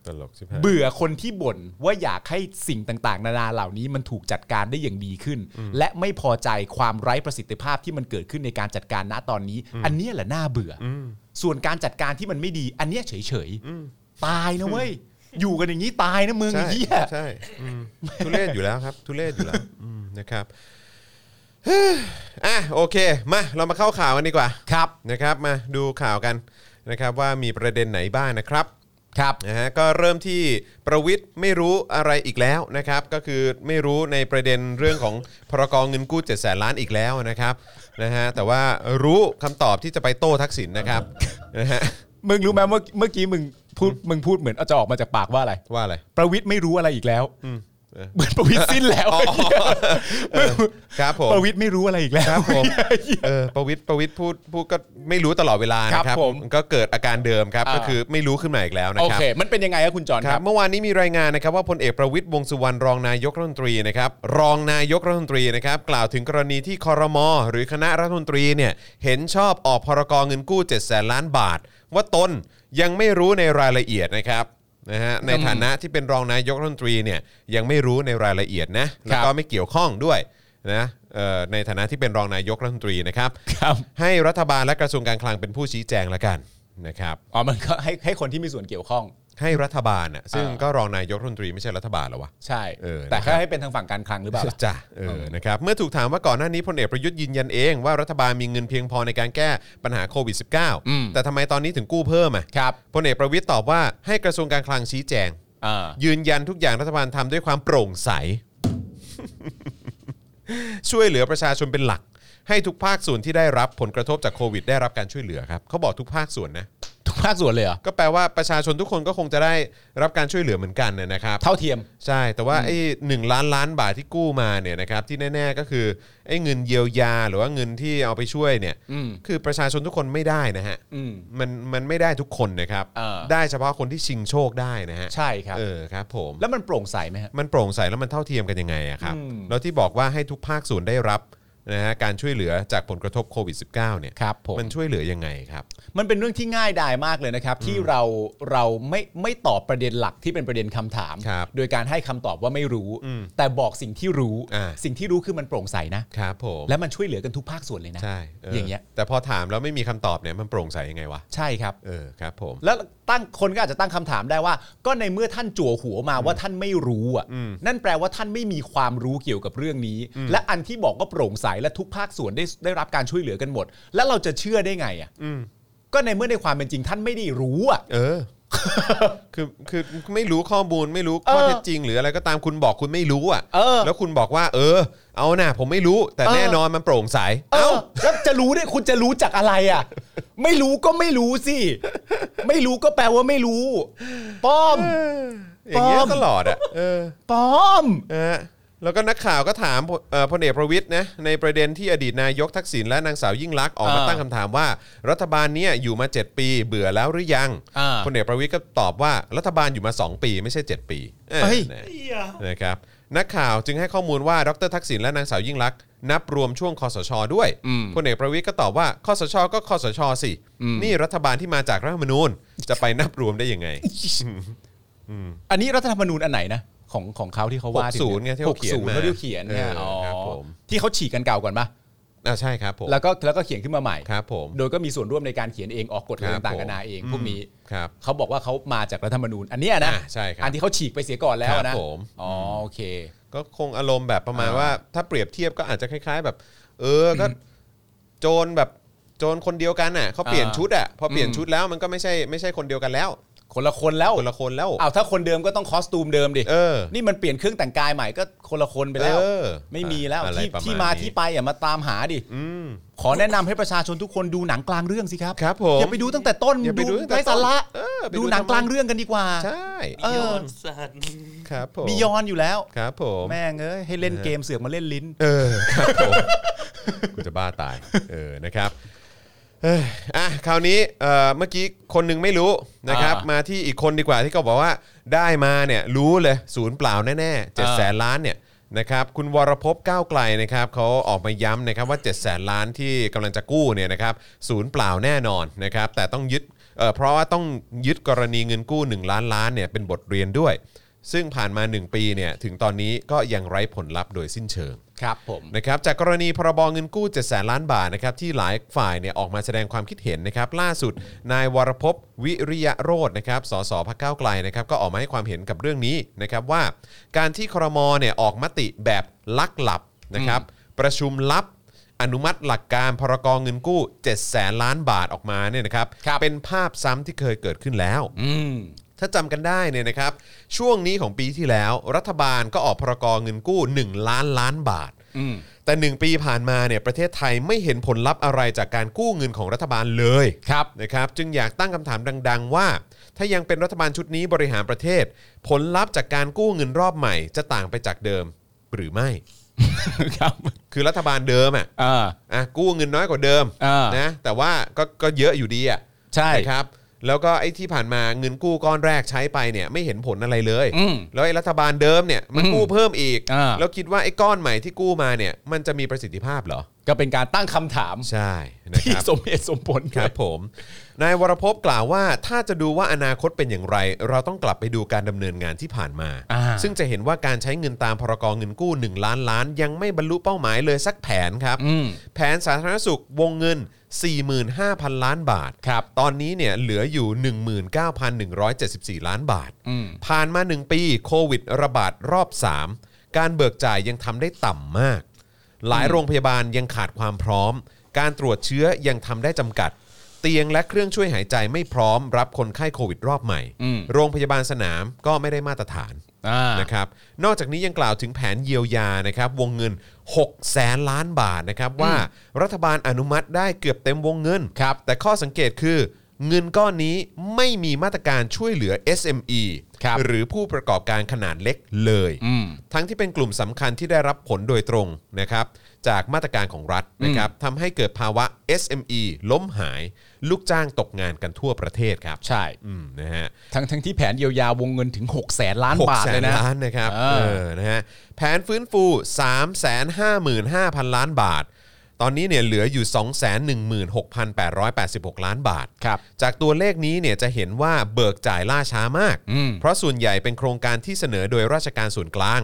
ตลกชิบหาย เบื่อคนที่บ่นว่าอยากให้สิ่งต่างๆ นานาเหล่านี้มันถูกจัดการได้อย่างดีขึ้น และไม่พอใจความไร้ประสิทธิภาพที่มันเกิดขึ้นในการจัดการณตอนนี้ อันเนี้ยแหละน่าเบื่ออส่วนการจัดการที่มันไม่ดี อันเนี้ยเฉยๆตายนะ [LAUGHS] เว้ยอยู่กันอย่างนี้ตายนะมึงไอ้ ใช่ เหี้ย ใช่อืมทุเรศอยู่แล้วครับ ทุเรศอยู่แล้วอืมนะครับเฮ้ยอ่ะโอเค มาเรามาเข้าข่าวกันดีกว่า ครับ นะครับ มาดูข่าวกันนะครับว่ามีประเด็นไหนบ้างนะครับ ครับ นะฮะก็เริ่มที่ประวิทย์ไม่รู้อะไรอีกแล้วนะครับ ก็คือไม่รู้ในประเด็นเรื่องของ พรกองเงินกู้7จ็ดแสนล้านอีกแล้วนะครับนะฮะแต่ว่ารู้คำตอบที่จะไปโต้ทักษิณนะครับนะฮะ มึงรู้ไหมว่าเมื่อกี้มึงพูดมึงพูดเหมือนเอาจะออกมาจากปากว่าอะไร ว่าอะไร ประวิทย์ไม่รู้อะไรอีกแล้ว เออ เหมือนประวิทย์สิ้นแล้วไอ้เหี้ย ครับผม ประวิทย์ไม่รู้อะไรอีกแล้ว ครับผม เออประวิทย์ประวิทย์พูดพูดก็ไม่รู้ตลอดเวลานะค ครั รับบ ผม ก็เกิดอาการเดิมครับ อ่า ก็คือไม่รู้ขึ้นมาอีกแล้วนะ โอ ครับ เค มันเป็นยังไงครับคุณจอน ค ค รั รั บบ เมื่อวานนี้มีรายงานนะครับว่าพลเอกประวิทย์วงษ์สุวรรณรองนายกรัฐมนตรีนะครับรองนายกรัฐมนตรีนะครับกล่าวถึงกรณีที่คอรมอหรือคณะรัฐมนตรีเนี่ยเห็นชอบออกพรกรเงินกู้7จ็ดแสนล้านบาท ว่าตนยังไม่รู้ในรายละเอียดนะครับนะฮะในฐานะที่เป็นรองนายกรัฐมนตรีเนี่ยยังไม่รู้ในรายละเอียดนะแล้วก็ไม่เกี่ยวข้องด้วยนะเอ่อในฐานะที่เป็นรองนายกรัฐมนตรีนะครับ ครับ ให้รัฐบาลและกระทรวงการคลังเป็นผู้ชี้แจงละกันนะครับ อ๋อมันก็ให้ให้คนที่มีส่วนเกี่ยวข้อง ให้รัฐบาลน่ะซึ่ง อ่า ก็รองนายกรัฐมนตรีไม่ใช่รัฐบาลเหรอวะ ใช่ เออ แต่ นะครับ แค่ให้เป็นทางฝั่งการคลังหรือเปล่าล่ะ จ้ะเออนะครับเมื่อถูกถามว่าก่อนหน้านี้พลเอกประยุทธ์ยืนยันเองว่ารัฐบาลมีเงินเพียงพอในการแก้ปัญหาโควิด อืม -19 แต่ทำไมตอนนี้ถึงกู้เพิ่มอ่ะ ครับ พลเอกประวิทย์ตอบว่าให้กระทรวงการคลังชี้แจง อ่า ยืนยันทุกอย่างรัฐบาลทำด้วยความโปร่งใส [LAUGHS] ช่วยเหลือประชาชนเป็นหลัก ให้ทุกภาคส่วนที่ได้รับผลกระทบจากโควิด ได้รับการช่วยเหลือครับเขาบอกทุกภาคส่วนนะ ทุกภาคส่วนเลยเหรอ ก็แปลว่าประชาชนทุกคนก็คงจะได้รับการช่วยเหลือเหมือนกันนะนะครับ เท่าเทียม ใช่ แต่ว่าไอ้หนึ่งล้านล้านบาทที่กู้มาเนี่ยนะครับที่แน่ๆก็คือไอ้เงินเยียวยาหรือว่าเงินที่เอาไปช่วยเนี่ย อืม คือประชาชนทุกคนไม่ได้นะฮะ อืม มันมันไม่ได้ทุกคนนะครับ เออ ได้เฉพาะคนที่ชิงโชคได้นะฮะ ใช่ครับ เออครับผม แล้วมันโปร่งใสไหมฮะ มันโปร่งใสแล้วมันเท่าเทียมกันยังไงอะครับ อืม แล้วที่บอกว่าให้ทุกภาคส่วนได้รับนะฮะการช่วยเหลือจากผลกระทบโควิด -19 เนี่ย ครับผม มันช่วยเหลือยังไงครับ มันเป็นเรื่องที่ง่ายดายมากเลยนะครับ ที่เราเราไม่ไม่ตอบประเด็นหลักที่เป็นประเด็นคำถาม ครับ โดยการให้คำตอบว่าไม่รู้ แต่บอกสิ่งที่รู้ อ่า สิ่งที่รู้คือมันโปร่งใสนะ ครับผม และมันช่วยเหลือกันทุกภาคส่วนเลยนะ ใช่ อย่างเงี้ย แต่พอถามแล้วไม่มีคำตอบเนี่ยมันโปร่งใสยังไงวะ ใช่ครับ เออครับผม แล้วตั้งคนก็อาจจะตั้งคำถามได้ว่า ก็ในเมื่อท่านจั่วหัวมาว่าท่านไม่รู้อ่ะนั่นแปลว่าท่านไม่มีความรู้เกี่ยวกับเรื่องนี้ และอันที่บอกว่าโปร่งใสและทุกภาคส่วนได้ได้รับการช่วยเหลือกันหมด แล้วเราจะเชื่อได้ไงอ่ะก็ในเมื่อในความเป็นจริงท่านไม่ได้รู้อ่ะ เออ คือ [LAUGHS] คือไม่รู้ข้อมูลไม่รู้ข้อ เออ เท็จจริง หรืออะไรก็ตามคุณบอกคุณไม่รู้อ่ะ เออ แล้วคุณบอกว่า เออ เอาน่ะผมไม่รู้ แต่ เออ แน่นอนมันโปร่งใส เอ้าแล้วจะรู้ได้คุณจะรู้จากอะไรอ่ะ ไม่รู้ก็ไม่รู้สิ ไม่รู้ก็แปลว่าไม่รู้ป้อม อย่างเงี้ย ปลอม ตลอดอ่ะ [LAUGHS] เออ ป้อม นะฮะแล้วก็นักข่าวก็ถามพลเอ่อพลเอกประวิทย์นะในประเด็นที่อดีตนายกทักษิณและนางสาวยิ่งลักษณ์ออกมา อ่า ตั้งคำถามว่า รัฐบาลเนี้ยอยู่มา 7 ปีเบื่อแล้วหรือยัง อ่า พลเอกประวิทย์ก็ตอบว่ารัฐบาลอยู่มา 2 ปีไม่ใช่ 7 ปีเออ เฮ้ย นะ เหี้ย นะครับนักข่าวจึงให้ข้อมูลว่าดรทักษิณและนางสาวยิ่งลักษณ์นับรวมช่วงคอสช ด้วยพลเอกประวิทย์ก็ตอบว่าคอสช ก็คอสชสิ นี่รัฐบาลที่มาจากรัฐธรรมนูญ จะไปนับรวมได้ยังไง อันนี้รัฐธรรมนูญอันไหนนะของของเขาที่เขาว่าถึ 60ไงที่เขาเขียน 60 มา แล้วที่เขียนเนี่ย เอออ๋ อ๋อ ครับผม ที่เขาฉีกกันเก่าก่อนปะ อ่าใช่ครับผม แล้วก็แล้วก็เขียนขึ้นมาใหม่ ครับผม โดยก็มีส่วนร่วมในการเขียนเองออกกฎอะไรต่างๆกันานาเองพวกนี้ ครับ เขาบอกว่าเขามาจากรัฐธรรมนูญ อันเนี้ยนะ อ่าใช่ครับ อันที่เขาฉีกไปเสียก่อนแล้ว ครั นะ บผม อ๋อโอเค ก็คงอารมณ์แบบประมาณ อ่า ว่า ถ้าเปรียบเทียบก็อาจจะคล้าย ๆ แบบ เออก็โจรแบบโจรคนเดียวกันน่ะเขาเปลี่ยนชุดอ่ะพอเปลี่ยนชุดแล้วมันก็ไม่ใช่ไม่ใช่คนเดียวกันแล้ว คนละคนแล้ว คนละคนแล้ว เอาถ้าคนเดิมก็ต้องคอสตูมเดิมดิ เออ นี่มันเปลี่ยนเครื่องแต่งกายใหม่ก็คนละคนไปแล้ว เออ ไม่มีแล้ว อะไร ที่ ประมาณ ที่มา นี้ ที่ไปอ่ะมาตามหาดิ อืม ขอแนะนำให้ประชาชนทุกคนดูหนังกลางเรื่องสิครับ ครับผม อย่าไปดูตั้งแต่ต้น อย่าไปดูตั้งแต่ ไร้สาระ ต้นเออไปดู ดูหนัง ทำไม กลางเรื่องกันดีกว่า ใช่ เออ โยนสั [LAUGHS] น ครับผม บียอนอยู่แล้ว ครับผม แม่งเอ้ยให้เล่นเกมเสือกมาเล่นลิ้น เออครับผมกูจะบ้าตายเออนะครับเอ้ยอ่ะคราวนี้เอ่อเมื่อกี้คนหนึงไม่รู้นะครับ อ่าม มาที่อีกคนดีกว่าที่เขาบอกว่าได้มาเนี่ยรู้เลยศูนย์เปล่าแน่ๆเจ็ด อ่า แสนล้านเนี่ยนะครับคุณวรพบก้าวไกลนะครับเขาออกมาย้ำนะครับว่า7จ็ดแสนล้านที่กำลังจะกู้เนี่ยนะครับศูนย์เปล่าแน่นอนนะครับแต่ต้องยึด เอ่อเพราะว่าต้องยึดกรณีเงินกู้ 1 ล้านล้านเนี่ยเป็นบทเรียนด้วย ซึ่งผ่านมา 1 ปีเนี่ยถึงตอนนี้ก็ยังไร้ผลลัพธ์โดยสิ้นเชิง ครับผม นะครับจากกรณีพรบเงินกู้7 0 0 0 0ล้านบาทนะครับที่หลายฝ่ายเนี่ยออกมาแสดงความคิดเห็นนะครับล่าสุดนายวรพพวิริยโรจน์นะครับสสพักเก้าวไกลนะครับก็ออกมาให้ความเห็นกับเรื่องนี้นะครับว่า การที่ครมเนี่ยออกมติแบบลักหลับนะครับประชุมลับอนุมัติหลักการพรกเงินกู้ 7 0 0 0 0ล้านบาทออกมาเนี่ยนะครับเป็นภาพซ้ำที่เคยเกิดขึ้นแล้ว อืม ถ้าจำกันได้เนี่ยนะครับช่วงนี้ของปีที่แล้ว รัฐบาลก็ออกพรกเงินกู้ 1 ล้านล้านบาท อืม แต่ 1 ปีผ่านมาเนี่ยประเทศไทยไม่เห็นผลลัพธ์อะไรจากการกู้เงินของรัฐบาลเลย ครับ นะครับจึงอยากตั้งคำถามดัง ๆ ว่า ถ้ายังเป็นรัฐบาลชุดนี้บริหารประเทศ ผลลัพธ์จากการกู้เงินรอบใหม่ จะต่างไปจากเดิมหรือไม่ ครับ คือรัฐบาลเดิมอ่ะ อ่า อ่ะกู้เงินน้อยกว่าเดิม อ่าน นะแต่ว่าก็ก็เยอะอยู่ดีอ่ะ ใช่ นะครับแล้วก็ไอ้ที่ผ่านมาเงินกู้ก้อนแรกใช้ไปเนี่ยไม่เห็นผลอะไรเลย อืม แล้วไอ้รัฐบาลเดิมเนี่ยมัน อืม กู้เพิ่มอีก อ่า แล้วคิดว่าไอ้ก้อนใหม่ที่กู้มาเนี่ยมันจะมีประสิทธิภาพเหรอ ก็เป็นการตั้งคำถาม ใช่ นะค ที่ รับ สมเหตุสมผลด้วย ครับผม นายวรพพกล่าวว่าถ้าจะดูว่าอนาคตเป็นอย่างไร เราต้องกลับไปดูการดำเนินงานที่ผ่านมา อ่า ซึ่งจะเห็นว่าการใช้เงินตามพรกเงินกู้ 1 ล้านล้าน ยังไม่บรรลุเป้าหมายเลยสักแผนครับ อืม แผนสาธารณสุขวงเงิน 45,000 ล้านบาท ครับ ตอนนี้เนี่ยเหลืออยู่ 19,174 ล้านบาท อืม ผ่านมา 1 ปีโควิดระบาดรอบ 3 การเบิกจ่ายยังทำได้ต่ำมาก หลายโรงพยาบาลยังขาดความพร้อม การตรวจเชื้อยังทำได้จำกัด เตียงและเครื่องช่วยหายใจไม่พร้อม รับคนไข้โควิดรอบใหม่ อืม โรงพยาบาลสนามก็ไม่ได้มาตรฐาน อ่า นะครับนอกจากนี้ยังกล่าวถึงแผนเยียวยานะครับวงเงิน 6 0แสนล้านบาทนะครับว่ารัฐบาลอนุมัติได้เกือบเต็มวงเงิน ครับ แต่ข้อสังเกตคือเงินก้อนนี้ไม่มีมาตรการช่วยเหลือ SME ครับ หรือผู้ประกอบการขนาดเล็กเลย อืม ทั้งที่เป็นกลุ่มสำคัญที่ได้รับผลโดยตรงนะครับจากมาตรการของรัฐนะครับทำให้เกิดภาวะ SME ล้มหาย ลูกจ้างตกงานกันทั่วประเทศครับ ใช่ อืมนะฮะ ทั้งทั้งที่แผนเยียวยาวงเงินถึง 6 0แสนล้านบาทเลยนะ หกแสล้านนะครับ อ่า เออนะฮะแผนฟื้นฟู 3 5 5 0 0 0 ล้านบาท ตอนนี้เนี่ยเหลืออยู่ 216,886 ล้านบาท ครับ จากตัวเลขนี้เนี่ยจะเห็นว่าเบิกจ่ายล่าช้ามาก อืม เพราะส่วนใหญ่เป็นโครงการที่เสนอโดยราชการส่วนกลาง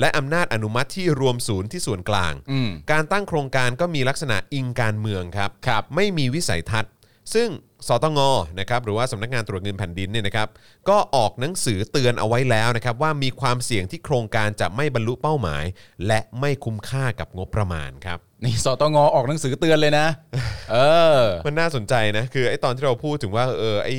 และอำนาจอนุมัติที่รวมศูนย์ที่ส่วนกลาง อืม การตั้งโครงการก็มีลักษณะอิงการเมืองครับ ครับ ไม่มีวิสัยทัศน์ ซึ่งสตงนะครับหรือว่าสำนักงานตรวจเงินแผ่นดินเนี่ยนะครับก็ออกหนังสือเตือนเอาไว้แล้วนะครับว่ามีความเสี่ยงที่โครงการจะไม่บรรลุเป้าหมาย และไม่คุ้มค่ากับงบประมาณครับ นี่ [LAUGHS] สตงออกหนังสือเตือนเลย [LAUGHS] นะ เออ มันน่าสนใจนะคือไอ้ตอนที่เราพูดถึงว่าเออไอ้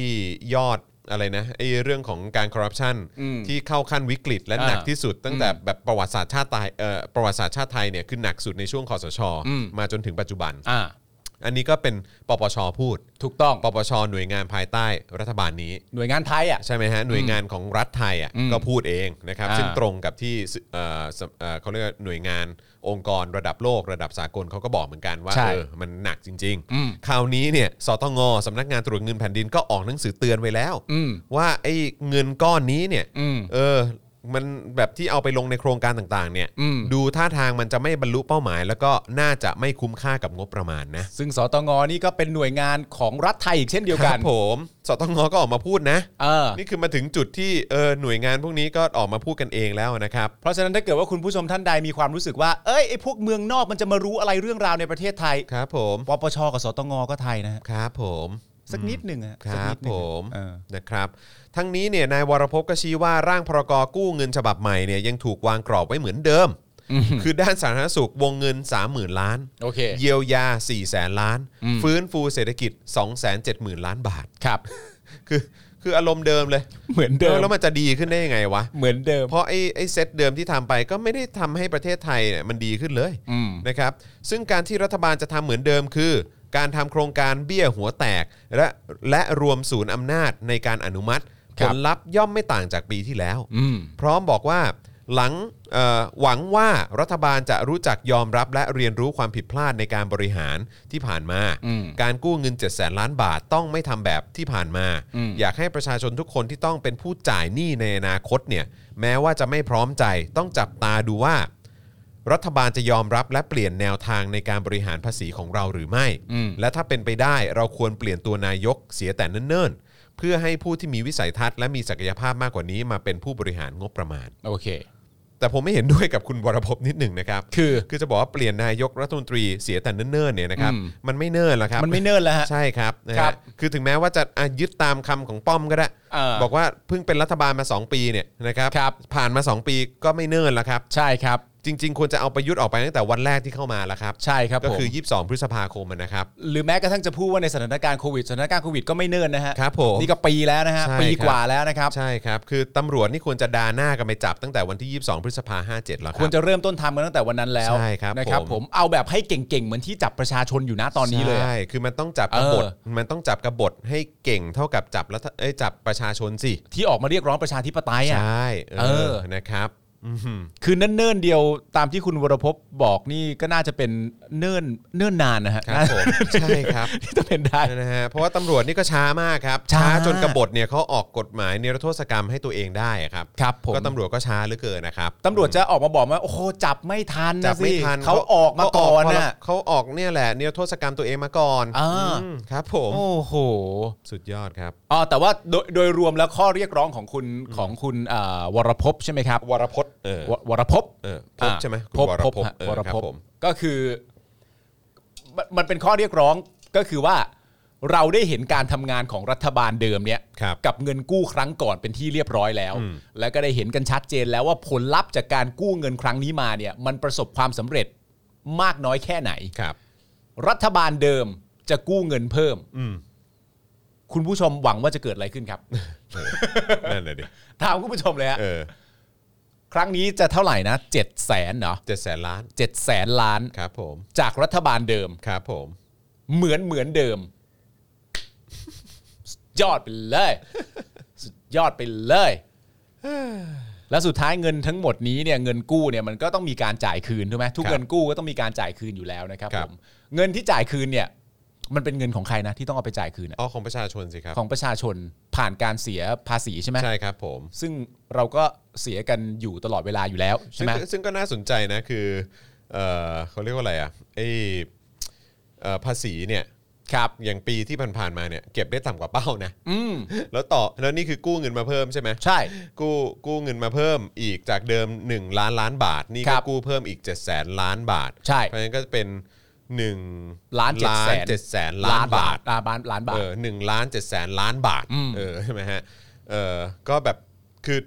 ยอดอะไรนะไอ้เรื่องของการคอร์รัปชัน อืม ที่เข้าขั้นวิกฤตและ อ่า หนักที่สุดตั้งแต่แบบประวัติศาสตร์ชาติไทยเอ่อประวัติศาสตร์ชาติไทยเนี่ยคือหนักสุดในช่วงคอสช อืม มาจนถึงปัจจุบัน อ่า อันนี้ก็เป็นปปชพูด ถูกต้อง ปปชหน่วยงานภายใต้รัฐบาลนี้ หน่วยงานไทยอ่ะ ใช่ไหมฮะหน่วยงานของรัฐไทยอ่ะ อืม ก็พูดเองนะครับ อ่า ซึ่งตรงกับที่สเอ่อสเอ่อเขาเรียกว่าหน่วยงานองค์กรระดับโลกระดับสากลเขาก็บอกเหมือนกันว่า ใช่ เออมันหนักจริง อืม ๆ คราวนี้เนี่ยสตงสำนักงานตรวจเงินแผ่นดินก็ออกหนังสือเตือนไว้แล้ว อืม ว่าไอ้เงินก้อนนี้เนี่ย อืม เออมันแบบที่เอาไปลงในโครงการต่างๆเนี่ย อืม ดูท่าทางมันจะไม่บรรลุเป้าหมาย แล้วก็น่าจะไม่คุ้มค่ากับงบประมาณนะ ซึ่งสตงนี่ก็เป็นหน่วยงานของรัฐไทยอีกเช่นเดียวกั คนรับผมสตงก็ออกมาพูดนะ เออ นี่คือมาถึงจุดที่เออหน่วยงานพวกนี้ก็ออกมาพูดกันเองแล้วนะครับ เพราะฉะนั้นถ้าเกิดว่าคุณผู้ชมท่านใดมีความรู้สึกว่า เอ้ยไอ้พวกเมืองนอกมันจะมารู้อะไรเรื่องราวในประเทศไทย ครับผม ปปชกับสตงก็ไทยนะฮะ ครับผม สักนิดหนึ่งอะ ค สัก รั นิ บ ดหนึ่ ผ ง ม เออ นะครับทั้งนี้เนี่ยนายวรพก็ชี้ว่าร่างพรกกู้เงินฉบับใหม่เนี่ยยังถูกวางกรอบไว้เหมือนเดิม คือด้านสาธารณสุขวงเงิน 30,000 ล้าน โอเค เยียวยา 4 0 0 0 0 ล้าน ฟื้นฟูเศรษฐกิจ 270,000 ล้านบาท ครับ คือคืออารมณ์เดิมเลย เหมือนเดิ เอ ม อแล้วมันจะดีขึ้นได้ยังไงวะ เหมือนเดิม เพราะไอ้ไอ้เซตเดิมที่ทำไปก็ไม่ได้ทำให้ประเทศไทยเนี่ยมันดีขึ้นเลย อืม นะครับ ซึ่งการที่รัฐบาลจะทำเหมือนเดิมคือ การทำโครงการเบี้ยหัวแตก และและรวมศูนย์อำนาจในการอนุมัติ ผลลัพธ์ย่อมไม่ต่างจากปีที่แล้ว อืม พร้อมบอกว่าหลังเอ่อหวังว่ารัฐบาลจะรู้จักยอมรับและเรียนรู้ความผิดพลาดในการบริหารที่ผ่านมา อืม การกู้เงิน 7 0 0แสนล้านบาทต้องไม่ทำแบบที่ผ่านมา อยากให้ประชาชนทุกคนที่ต้องเป็นผู้จ่ายหนี้ในอนาคตเนี่ยแม้ว่าจะไม่พร้อมใจต้องจับตาดูว่า รัฐบาลจะยอมรับและเปลี่ยนแนวทางในการบริหารภาษีของเราหรือไม่ อืม และถ้าเป็นไปได้เราควรเปลี่ยนตัวนายกเสียแต่เนิ่นๆ เพื่อให้ผู้ที่มีวิสัยทัศน์และมีศักยภาพมากกว่านี้มาเป็นผู้บริหารงบประมาณ โอเค แต่ผมไม่เห็นด้วยกับคุณวรพบนิดหนึ่งนะครับ คือ คือจะบอกว่าเปลี่ยนนายกรัฐมนตรีเสียแต่เนิ่นๆเนี่ยนะครับ อืม มันไม่เนิ่นหรอกครับ มันไม่เนิ่นแล้วฮะ ใช่ครับนะ ครั ฮะ บ คือถึงแม้ว่าจะอ่ะยึดตามคำของป้อมก็ได้ เออ บอกว่าเพิ่งเป็นรัฐบาลมา 2 ปีเนี่ยนะครับ ครับ ผ่านมา 2 ปีก็ไม่เนิ่นแล้วครับ ใช่ครับ จริง ๆ ควรจะเอาประยุทธ์ออกไปตั้งแต่วันแรกที่เข้ามาแล้วครับ ใช่ครับ ก็ ผม คือ 22 พฤษภาคมอะนะครับ หรือแม้กระทั่งจะพูดว่าในสถานการณ์โควิดสถานการณ์โควิดก็ไม่เนิ่นนะฮะ ครับผม นี่ก็ปีแล้วนะฮะ ใช่ ปี ครับ กว่าแล้วนะครับ ใช่ครับ คือตำรวจนี่ควรจะดาหน้ากันไปจับตั้งแต่วันที่ 22 พฤษภา57แล้วค ค รั วรจะเริ่มต้นทำกันตั้งแต่วันนั้นแล้ว ใช่ครับ นะครับ ผ ผม มเอาแบบให้เก่งๆ เหมือนที่จับประชาชนอยู่นะตอนนี้เลย ใช่ คือมันต้องจับกบฏ เออ มันต้องจับกบฏให้เก่งเท่ากับจับแล้วเอ้ยจับประชาชนสิ ที่ออกมาเรียกร้องประชาธิปไตย ใช อ่ะ ่ เอ เอ อ อ นะครับอืม คือเนิ่นๆเดียวตามที่คุณวรพบบอกนี่ก็น่าจะเป็นเนิ่นเนิ่นนานนะฮะ ครับ [LAUGHS] ผมใช่ครับ ที่จะเป็นได้ นะฮะเพราะว่าตำรวจนี่ก็ช้ามากครับ ช้า ช้าจนกบฏเนี่ยเขาออกกฎหมายเนรโทษกรรมให้ตัวเองได้อะครับ ครับผม ก็ตำรวจก็ช้าเหลือเกินนะครับ ตำรวจจะออกมาบอกว่าโอ้โหจับไม่ทันนะ จับไม่ สิ ทัน เขาออกมาก่อนน่ะ เขาออกเนี่ยแหละเนรโทษกรรมตัวเองมาก่อน อ่า อืมครับ ผม โอ้โห สุดยอดครับ อ๋อแต่ว่าโดยโดยรวมแล้วข้อเรียกร้องของคุณของคุณอ่าวรพบใช่ไหมครับ วรพจน์เออ ววรภพ เออพบใช่ไหมคุณ ภพ วร ภพ พจ ฮะ น์เออ วครรั ภพ บผม ก็คือมันมันเป็นข้อเรียกร้องก็คือว่า เราได้เห็นการทำงานของรัฐบาลเดิมเนี่ย ครับ กับเงินกู้ครั้งก่อนเป็นที่เรียบร้อยแล้ว อืม แล้วก็ได้เห็นกันชัดเจนแล้วว่าผลลัพธ์จากการกู้เงินครั้งนี้มาเนี่ย มันประสบความสำเร็จมากน้อยแค่ไหน ครับ รัฐบาลเดิมจะกู้เงินเพิ่ม อืม คุณผู้ชมหวังว่าจะเกิดอะไรขึ้นครับ นั่นเลยดิ ถามคุณผู้ชมเลยฮะ เออ ครั้งนี้จะเท่าไหร่นะเจ็ดแสนเหรอ เจ็ดแสนล้าน เจ็ดแสนล้าน ครับผม จากรัฐบาลเดิม ครับผม เหมือนเหมือนเดิม สุดยอดไปเลย สุดยอดไปเลย แล้วสุดท้ายเงินทั้งหมดนี้เนี่ยเงินกู้เนี่ยมันก็ต้องมีการจ่ายคืนถูกไหมทุกเงินกู้ก็ต้องมีการจ่ายคืนอยู่แล้วนะครับผมเงินที่จ่ายคืนเนี่ย มันเป็นเงินของใครนะ ที่ต้องเอาไปจ่ายคืนอะ อ๋อของประชาชนสิครับ ของประชาชนผ่านการเสียภาษีใช่ไหม ใช่ครับผม ซึ่งเราก็เสียกันอยู่ตลอดเวลาอยู่แล้วใช่ ซึ่ง ไหม ก็ซึ่งก็น่าสนใจนะคือเออเขาเรียกว่าอะไรอ่ะไอเอ่อภาษีเนี่ย ครับ อย่างปีที่ผ่านๆมาเนี่ยเก็บได้ต่ำกว่าเป้านะ อืม แล้วต่อแล้วนี่คือกู้เงินมาเพิ่มใช่ไหม ใช่ กู้กู้เงินมาเพิ่มอีกจากเดิม 1 ล้านล้านบาท นี่ ค ก็ รับ กู้เพิ่มอีก7จ็ดแสนล้านบาท ใช่ เพราะฉะนั้นก็เป็น1 ล้าน700,000 เจ็ดแสนล้านบาท ล้านบาทล้านบาท เออหนึ่งล้านเจ็ดแสนล้านบาท อืม เออใช่ไหมฮะเออก็แบบคือ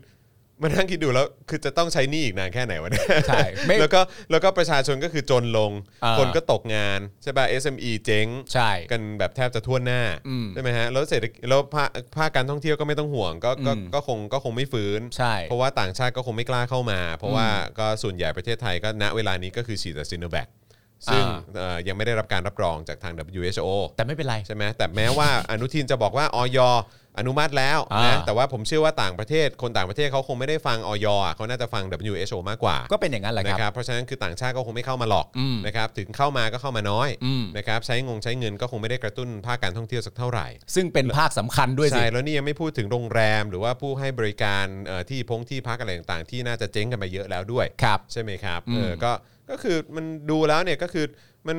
มานั่งคิดดูแล้วคือจะต้องใช้หนี้อีกนานแค่ไหนวะเนี่ย ใช่ไม่ แล้วก็แล้วก็ประชาชนก็คือจนลง อ่า คนก็ตกงานใช่ป่ะ SME เจ๊ง ใช่ กันแบบแทบจะทั่วหน้า อืม ใช่ไหมฮะแล้วเศรษฐกิจแล้วภาคภาคการท่องเที่ยวก็ไม่ต้องห่วงก็ก็ อืม ก็คงก็คงไม่ฟื้น ใช่ เพราะว่าต่างชาติก็คงไม่กล้าเข้ามา เพราะว่าก็ส่วนใหญ่ประเทศไทยก็ณเวลานี้ก็คือฉีดแต่ซิโนแวคซึ่ง อ่า เอ่อยังไม่ได้รับการรับรองจากทาง WHO แต่ไม่เป็นไร ใช่ไหมแต่แม้ว่าอนุทินจะบอกว่าออยอนุมัติแล้ว อ่า นะแต่ว่าผมเชื่อว่าต่างประเทศ คนต่างประเทศเขาคงไม่ได้ฟังออยอ่ะเขาน่าจะฟัง WHO มากกว่า ก็เป็นอย่างนั้นแหละ นะค ค รั รับ บเพราะฉะนั้นคือต่างชาติก็คงไม่เข้ามาหรอก อืม นะครับถึงเข้ามาก็เข้ามาน้อย อืม นะครับใช้งงใช้เงินก็คงไม่ได้กระตุ้นภาคการท่องเที่ยวสักเท่าไหร่ ซึ่งเป็นภาคสำคัญด้วยสิ ใช่แล้วนี่ยังไม่พูดถึงโรงแรม หรือว่าผู้ให้บริการเอ่อที่พงที่พักอะไรต่างๆ ที่น่าจะเจ๊งกันไปเยอะแล้วด้วย ครับ ใช่ไหมครับ อืม เออก็ก็คือมันดูแล้วเนี่ยก็คือมัน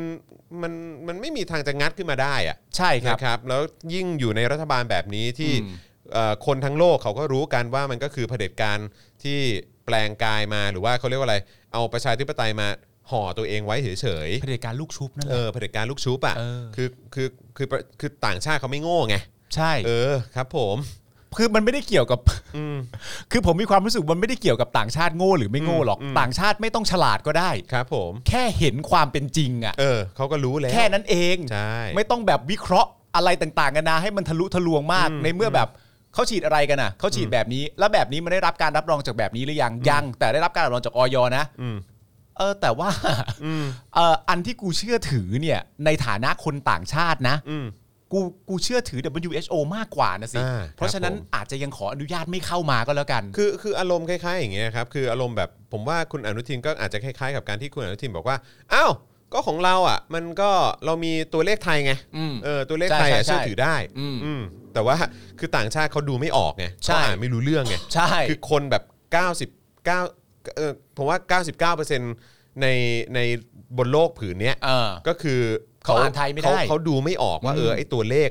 มันมันไม่มีทางจะงัดขึ้นมาได้อะ ใช่ครับ นะครับแล้วยิ่งอยู่ในรัฐบาลแบบนี้ที่ อืม เอ่อคนทั้งโลกเขาก็รู้กันว่ามันก็คือเผด็จการที่แปลงกายมาหรือว่าเขาเรียกว่าอะไร เอาประชาธิปไตยมาห่อตัวเองไว้เฉย เผด็จการลูกชุบนั่น ๆ แห เอ ละ อเผด็จการลูกชุบอ่ะ เออ คือคือคือคือต่างชาติเขาไม่โง่ไง ใช่ เออครับ ผม คือมันไม่ได้เกี่ยวกับ [LAUGHS] อืม คือผมมีความรู้สึกมันไม่ได้เกี่ยวกับต่างชาติโง่หรือไม่โง่หรอก อืม ต่างชาติไม่ต้องฉลาดก็ได้ ครับผม แค่เห็นความเป็นจริงอ่ะ เออเขาก็รู้แล้ว แค่นั้นเอง ใช่ ไม่ต้องแบบวิเคราะห์อะไรต่างๆกันานาให้มันทะลุทะลวงมาก อืม ในเมื่อแบบเขาฉีดอะไรกันน่ะเขาฉีดแบบนี้ แล้วแบบนี้มันได้รับการรับรองจากแบบนี้หรือยังยัง แต่ได้รับการรับรองจากออยนะ อืม เออแต่ว่า [LAUGHS] อืม เอออันที่กูเชื่อถือเนี่ยในฐานะคนต่างชาตินะ อืม กูกูเชื่อถือ WHO มากกว่านะสิ อ่า เพราะฉะนั้น ครับผม อาจจะยังขออนุญาตไม่เข้ามาก็แล้วกัน คือคืออารมณ์คล้ายๆอย่างเงี้ยครับคืออารมณ์แบบผมว่าคุณอนุทินก็อาจจะคล้ายๆกับการที่คุณอนุทินบอกว่าอ้าวก็ของเราอ่ะ มันก็เรามีตัวเลขไทยไง อืม เออตัวเลขไทยอ่ะ ใช่ใช่ เชื่อถือได้ อืม อืมแต่ว่าคือต่างชาติเขาดูไม่ออกไง ใช่ เขาอ่านไม่รู้เรื่องไง ใช่ คือคนแบบ 99เออผมว่า 99%น ในในบนโลกผืนเนี้ย เออ ก็คือ เขาอ่านไทยไม่ได้ เขาเขาดูไม่ออกว่า อืม เออไอตัวเลข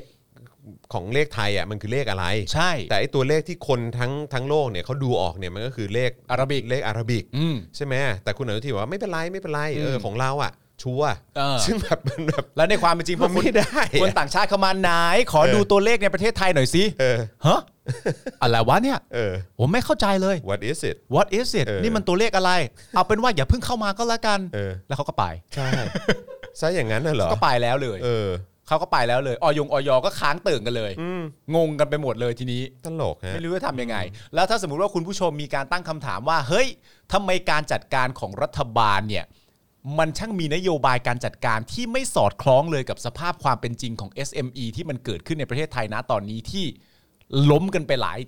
ของเลขไทยอ่ะมันคือเลขอะไร ใช่ แต่ไอตัวเลขที่คนทั้งทั้งโลกเนี่ยเขาดูออกเนี่ยมันก็คือเลข อาราบิก เลขอาราบิก อืม ใช่ไหมแต่คุณอนุทินบอกว่าไม่เป็นไรไม่เป็นไรเออ อืม ของเราอ่ะ ชัวร์ เออ ซึ่งแบบมันแบบ แล้วในความเป็นจริงพ มั อน คน ไม่ได้อะ คนต่างชาติเขามาไหนขอดูตัวเลขในประเทศไทยหน่อยสิ เออ ฮะ [LAUGHS] อะไรวะเนี่ย เออ ผมไม่เข้าใจเลย what is it what is it เออ นี่มันตัวเลขอะไร เอาเป็นว่าอย่าเพิ่งเข้ามาก็แล้วกัน เออ แล้วเขาก็ไป ใช่ [LAUGHS] ซะอย่างนั้นน่ะเหรอ ก็ไปแล้วเลย เออ เขาก็ไปแล้วเลย ออยงออยก็ค้างตื่นกันเลย อืม งงกันไปหมดเลยทีนี้ ตลกฮะ ไม่รู้จะทำยังไง แล้วถ้าสมมติว่าคุณผู้ชมมีการตั้งคำถามว่า เฮ้ยทำไมการจัดการของรัฐบาลเนี่ย มันช่างมีนโยบายการจัดการที่ไม่สอดคล้องเลยกับสภาพความเป็นจริงของ SME ที่มันเกิดขึ้นในประเทศไทยนะตอนนี้ที่ล้มกันไปหลาย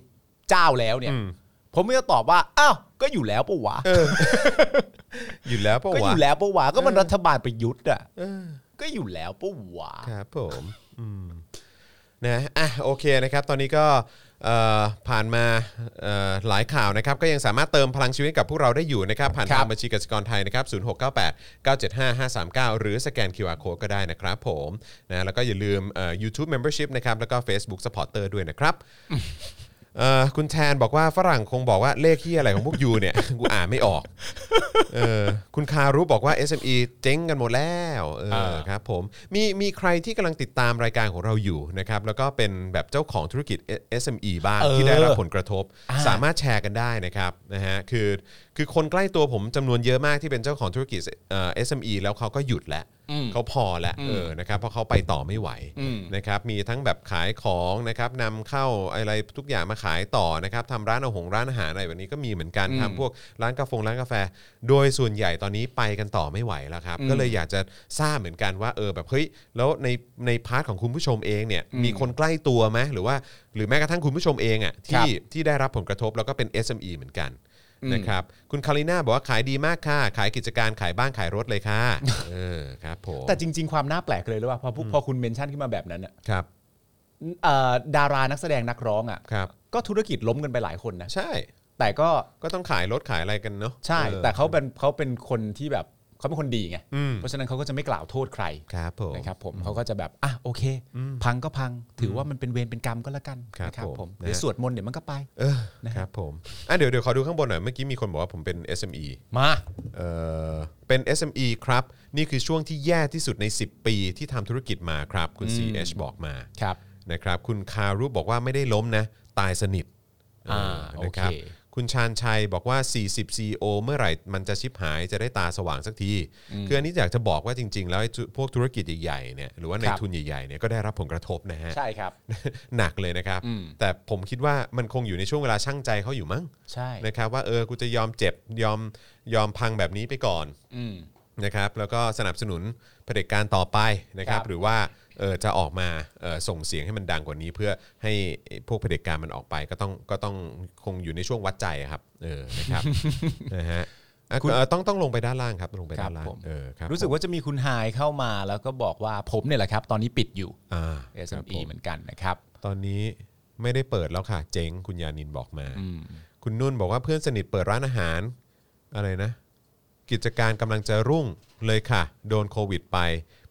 เจ้าแล้วเนี่ย อืม ผมก็จะตอบว่า อ้าว ก็อยู่แล้วปะวะ อยู่แล้วปะ ก็อ วะ ยู่แล้วปะวะ ก็มันรัฐบาลประยุทธ์อ่ะก็อยู่แล้วปะวะ ครับผมอืมนะอ่ะโอเคนะครับ ตอนนี้ก็เอ่อผ่านมาเอ่อหลายข่าวนะครับ ก็ยังสามารถเติมพลังชีวิตกับพวกเราได้อยู่นะครับ ผ่าน ครั ทา บ งบัญชีกสิกรไทยนะครับ 0698975539 หรือสแกน QR Code ก็ได้นะครับผมนะแล้วก็อย่าลืมเอ่อ YouTube Membership นะครับ แล้วก็ Facebook Supporter ด้วยนะครับ เอ่อคุณแทนบอกว่าฝรั่งคงบอกว่าเลขที่อะไรของพวกยูเนี่ย [LAUGHS] กูอ่านไม่ออกเออคุณคารุบอกว่า SME เจ๊งกันหมดแล้วเอ อ่ อา ครับผมมีมีใครที่กำลังติดตามรายการของเราอยู่นะครับแล้วก็เป็นแบบเจ้าของธุรกิจ SME บ้าง เออ ที่ได้รับผลกระทบ อ่า สามารถแชร์กันได้นะครับนะฮะคือคือคนใกล้ตัวผมจำนวนเยอะมากที่เป็นเจ้าของธุรกิจเอ่อ SME แล้วเขาก็หยุดแล้ว อืม เขาพอแล้วเออนะครับเพราะเขาไปต่อไม่ไหว อืม นะครับมีทั้งแบบขายของนะครับนำเข้าอะไรทุกอย่างมาขายต่อนะครับทำร้านอาหงร้านอาหารอะไรแบบนี้ก็มีเหมือนกัน อืม ทำพวกร้านกาแฟร้านกาแฟ โดยส่วนใหญ่ตอนนี้ไปกันต่อไม่ไหวแล้วครับ อืม ก็เลยอยากจะทราบเหมือนกันว่าเออแบบเฮ้ยแล้วในในพาร์ทของคุณผู้ชมเองเนี่ย อืม มีคนใกล้ตัวไหมหรือว่าหรือแม้กระทั่งคุณผู้ชมเองอ่ะ ครั ที่ บ ที่ได้รับผลกระทบแล้วก็เป็น SME เหมือนกัน อืม นะครับคุณคาริน่าบอกว่าขายดีมากค่ะ ขายกิจการขายบ้านขายรถเลยค่ะ เออครับผม แต่จริง ๆ ความน่าแปลกเลยหรือว่าพอพูดพอคุณเมนชั่นขึ้นมาแบบนั้นอะ ครับ เอ่อดารานักแสดงนักร้องอ่ะ ครับ ก็ธุรกิจล้มกันไปหลายคนนะ ใช่ แต่ก็ ก็ต้องขายรถขายอะไรกันเนาะ ใช่ ออ แต่เขาเป็นเขาเป็นคนที่แบบเขาเป็นคนดีไง อืม เพราะฉะนั้นเขาก็จะไม่กล่าวโทษใคร ครับผม นะครับผมเขาก็จะแบบ อ่ะโอเค อืม พังก็พัง ถือว่ามันเป็นเวรเป็นกรรมก็แล้วกัน ครับ นะครับ ผ ผม ม นะ เดี๋ยวสวดมนต์เดี๋ยวมันก็ไป เออครับผมอ่ะเดี๋ยวเดี๋ยวขอดูข้างบนหน่อยเมื่อกี้มีคนบอกว่าผมเป็น SME มา เออเป็น SME ครับ นี่คือช่วงที่แย่ที่สุดใน 10 ปีที่ทำธุรกิจมาครับ คุณ อืม CH บอกมา ครับ นะครับคุณคารุบอกว่าไม่ได้ล้มนะ ตายสนิท อ่า เออนะครับ โอเค คุณชาญชัยบอกว่า 40 CEO เมื่อไหร่มันจะชิบหายจะได้ตาสว่างสักทีคืออันนี้อยากจะบอกว่าจริง ๆ แล้วไอ้พวกธุรกิจใหญ่ๆเนี่ยหรือว่าใน ครับ ทุนใหญ่ๆเนี่ยก็ได้รับผลกระทบนะฮะ ใช่ครับ [LAUGHS] หนักเลยนะครับ อืม แต่ผมคิดว่ามันคงอยู่ในช่วงเวลาช่างใจเขาอยู่มั้ง ใช่ นะครับว่าเออกูจะยอมเจ็บยอมยอมพังแบบนี้ไปก่อน อืม นะครับแล้วก็สนับสนุนเผด็จการต่อไปนะครับ ครับ หรือว่าเอ่อจะออกมาเอ่อส่งเสียงให้มันดังกว่านี้ เพื่อให้พวกเผด็จการมันออกไปก็ต้องก็ต้องคงอยู่ในช่วงวัดใจอะครับเออนะครับ [LAUGHS] นะฮะอ่ะ คุณ เอ่อต้องต้องลงไปด้านล่างครับลงไปด้านล่าง ครับผม เออครับ รู้สึกว่าจะมีคุณไฮายเข้ามาแล้วก็บอกว่าผมเนี่ยแหละครับ ตอนนี้ปิดอยู่ อ่าครับผ SME ม เหมือนกันนะครับ ตอนนี้ไม่ได้เปิดแล้วค่ะ เจ๊งคุณยานินบอกมา อืม คุณนุ่นบอกว่าเพื่อนสนิทเปิดร้านอาหารอะไรนะ กิจการกำลังจะรุ่งเลยค่ะ โดนโควิดไป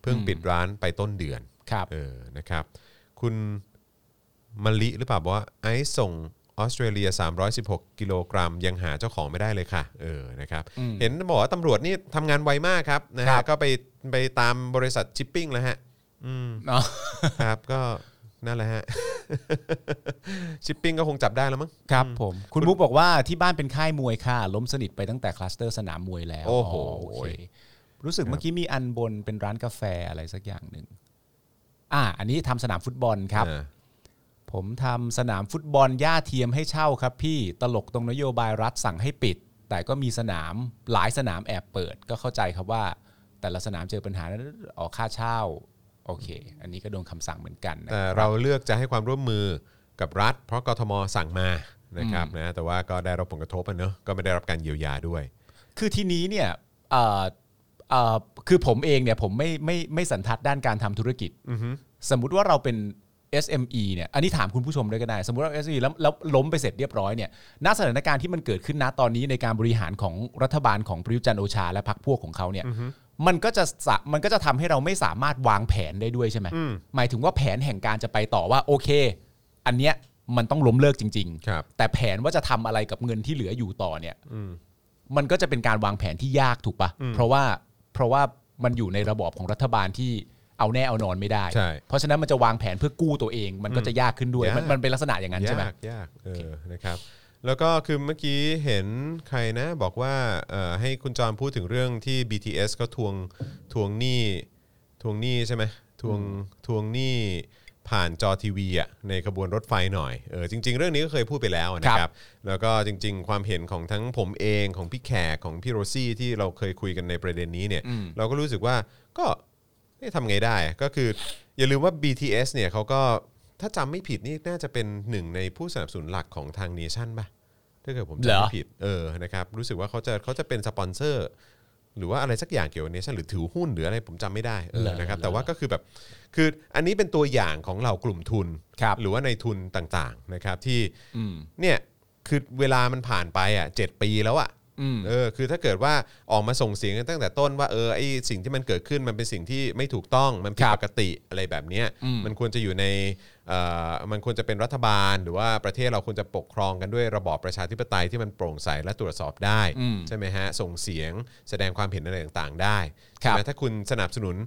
เพิ่ง อืม ปิดร้านไปต้นเดือน ครับ เออ นะครับ คุณมะลิหรือเปล่าบอกว่าไอซ์ส่งออสเตรเลีย 316 กิโลกรัม ยังหาเจ้าของไม่ได้เลยค่ะ เออ นะครับ อืม เห็นบอกว่าตำรวจนี่ทำงานไวมากครับนะ ครั ฮะ บ ก็ไปไปตามบริษัทชิปปิ้งแล้วฮะ อืม เนาะ ครับ ก็นั่นแหละฮ [LAUGHS] ะ ชิปปิ้งก็คงจับได้แล้วมั้ง ครับผม คุณมุกบอกว่าที่บ้านเป็นค่ายมวยค่ะ ล้มสนิทไปตั้งแต่คลัสเตอร์สนามมวยแล้ว โอ้โห โอเครู้สึกเมื่อกี้มีอันบนเป็นร้านกาแฟอะไรสักอย่างหนึ่งอ่า อันนี้ทำสนามฟุตบอลครับ อ่า ผมทำสนามฟุตบอลย่าเทียมให้เช่าครับ พี่ตลกตรงนโยบายรัฐสั่งให้ปิด แต่ก็มีสนามหลายสนามแอบเปิด ก็เข้าใจครับว่า แต่ละสนามเจอปัญหานั้นออกค่าเช่าโอเค อันนี้ก็โดนคำสั่งเหมือนกันนะ แต่เราเลือกจะให้ความร่วมมือกับรัฐ เพราะกทมสั่งมา นะครับนะ แต่ว่าก็ได้รับผลกระทบอะเนอะก็ไม่ได้รับการเยียวยาด้วย คือทีนี้เนี่ยเอ่อเอ่อคือผมเองเนี่ยผมไม่ไม่ไม่สันทัดด้านการทำธุรกิจ อือฮึ สมมุติว่าเราเป็น SME เนี่ยอันนี้ถามคุณผู้ชมด้วยก็ได้ สมมติว่า SME แล้วแล้วล้มไปเสร็จเรียบร้อยเนี่ยณสถานการณ์ที่มันเกิดขึ้นณตอนนี้ในการบริหารของรัฐบาลของประยุทธ์จันทร์โอชา และพรรคพวกของเขาเนี่ยมันก็จะสะมันก็จะทำให้เราไม่สามารถวางแผนได้ด้วยใช่ไหมหมายถึงว่าแผนแห่งการจะไปต่อว่าโอเค อันเนี้ยมันต้องล้มเลิกจริง ครับ ๆ แต่แผนว่าจะทำอะไรกับเงินที่เหลืออยู่ต่อเนี่ย มันก็จะเป็นการวางแผนที่ยากถูกปะเพราะว่าเพราะว่ามันอยู่ในระบอบของรัฐบาลที่เอาแน่เอานอนไม่ได้ ใช่ เพราะฉะนั้นมันจะวางแผนเพื่อกู้ตัวเอง มันก็จะยากขึ้นด้วย ยาก มันมันเป็นลักษณะอย่างนั้นใช่ไหม ยากยากเออนะครับ แล้วก็คือเมื่อกี้เห็นใครนะ บอกว่าเอ่อให้คุณจอมพูดถึงเรื่องที่ BTS เขาทวงทวงหนี้ทวงหนี้ใช่ไหมทวงทวงหนี้ผ่านจอทีวีอ่ะในขบวนรถไฟหน่อยเออจริง ๆ เรื่องนี้ก็เคยพูดไปแล้วนะค ครั รับ บ แล้วก็จริง ๆ ความเห็นของทั้งผมเองของพี่แขกของพี่โรซี่ที่เราเคยคุยกันในประเด็นนี้เนี่ย เราก็รู้สึกว่าก็เอ๊ะทำไงได้อะก็คือ อย่าลืมว่า BTS เนี่ยเขาก็ถ้าจำไม่ผิดนี่น่าจะเป็นหนึ่งในผู้สนับสนุนหลักของทางเนชั่นป่ะถ้าเกิดผมจำ เหรอ ไม่ผิดเออนะครับรู้สึกว่าเขาจะเขาจะเป็นสปอนเซอร์ หรือว่าอะไรสักอย่างเกี่ยวกับเนชั่นหรือถือหุ้นหรืออะไรผมจำไม่ได้เออนะครับแต่ว่าก็คือแบบคืออันนี้เป็นตัวอย่างของเหล่ากลุ่มทุน ครับ หรือว่าในทุนต่างๆนะครับที่ อืม เนี่ยคือเวลามันผ่านไปอ่ะเจ็ดปีแล้วอ่ะ อืม เออคือถ้าเกิดว่าออกมาส่งเสียงกันตั้งแต่ต้นว่าเออไอสิ่งที่มันเกิดขึ้นมันเป็นสิ่งที่ไม่ถูกต้องมันผิด ครับ ปกติอะไรแบบเนี้ย อืม มันควรจะอยู่ในเอ่อมันควรจะเป็นรัฐบาล หรือว่าประเทศเราควรจะปกครองกันด้วยระบอบประชาธิปไตยที่มันโปร่งใสและตรวจสอบได้ อืม ใช่ไหมฮะส่งเสียงแสดงความเห็นอะไรต่างๆ ได้ คใช่รับ ไหมถ้าคุณสนับสนุน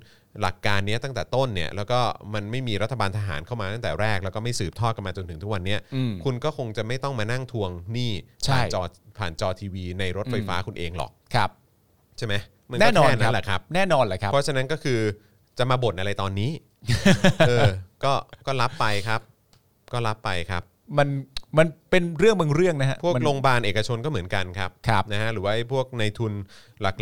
หลักการเนี้ยตั้งแต่ต้นเนี่ยแล้วก็มันไม่มีรัฐบาลทหารเข้ามาตั้งแต่แรก แล้วก็ไม่สืบทอดกันมาจนถึงทุกวันเนี้ย อืม คุณก็คงจะไม่ต้องมานั่งทวงหนี้ ใช่ ผ่านจอผ่านจอทีวีในรถไฟฟ้าคุณเองหรอก ครับ ใช่ไหมมัก็ แน่นอน ค่ ค นั้ รับ นแหละครับ แน่นอนแหละครับ เพราะฉะนั้นก็คือจะมาบ่นอะไรตอน [LAUGHS] นี้ เออก็ก็รับไปครับ ก็รับไปครับ มันมันเป็นเรื่องบางเรื่องนะฮะ พวก มัน โรงพยาบาลเอกชนก็เหมือนกันครับ ครับ นะฮะหรือว่าไอ้พวกในทุน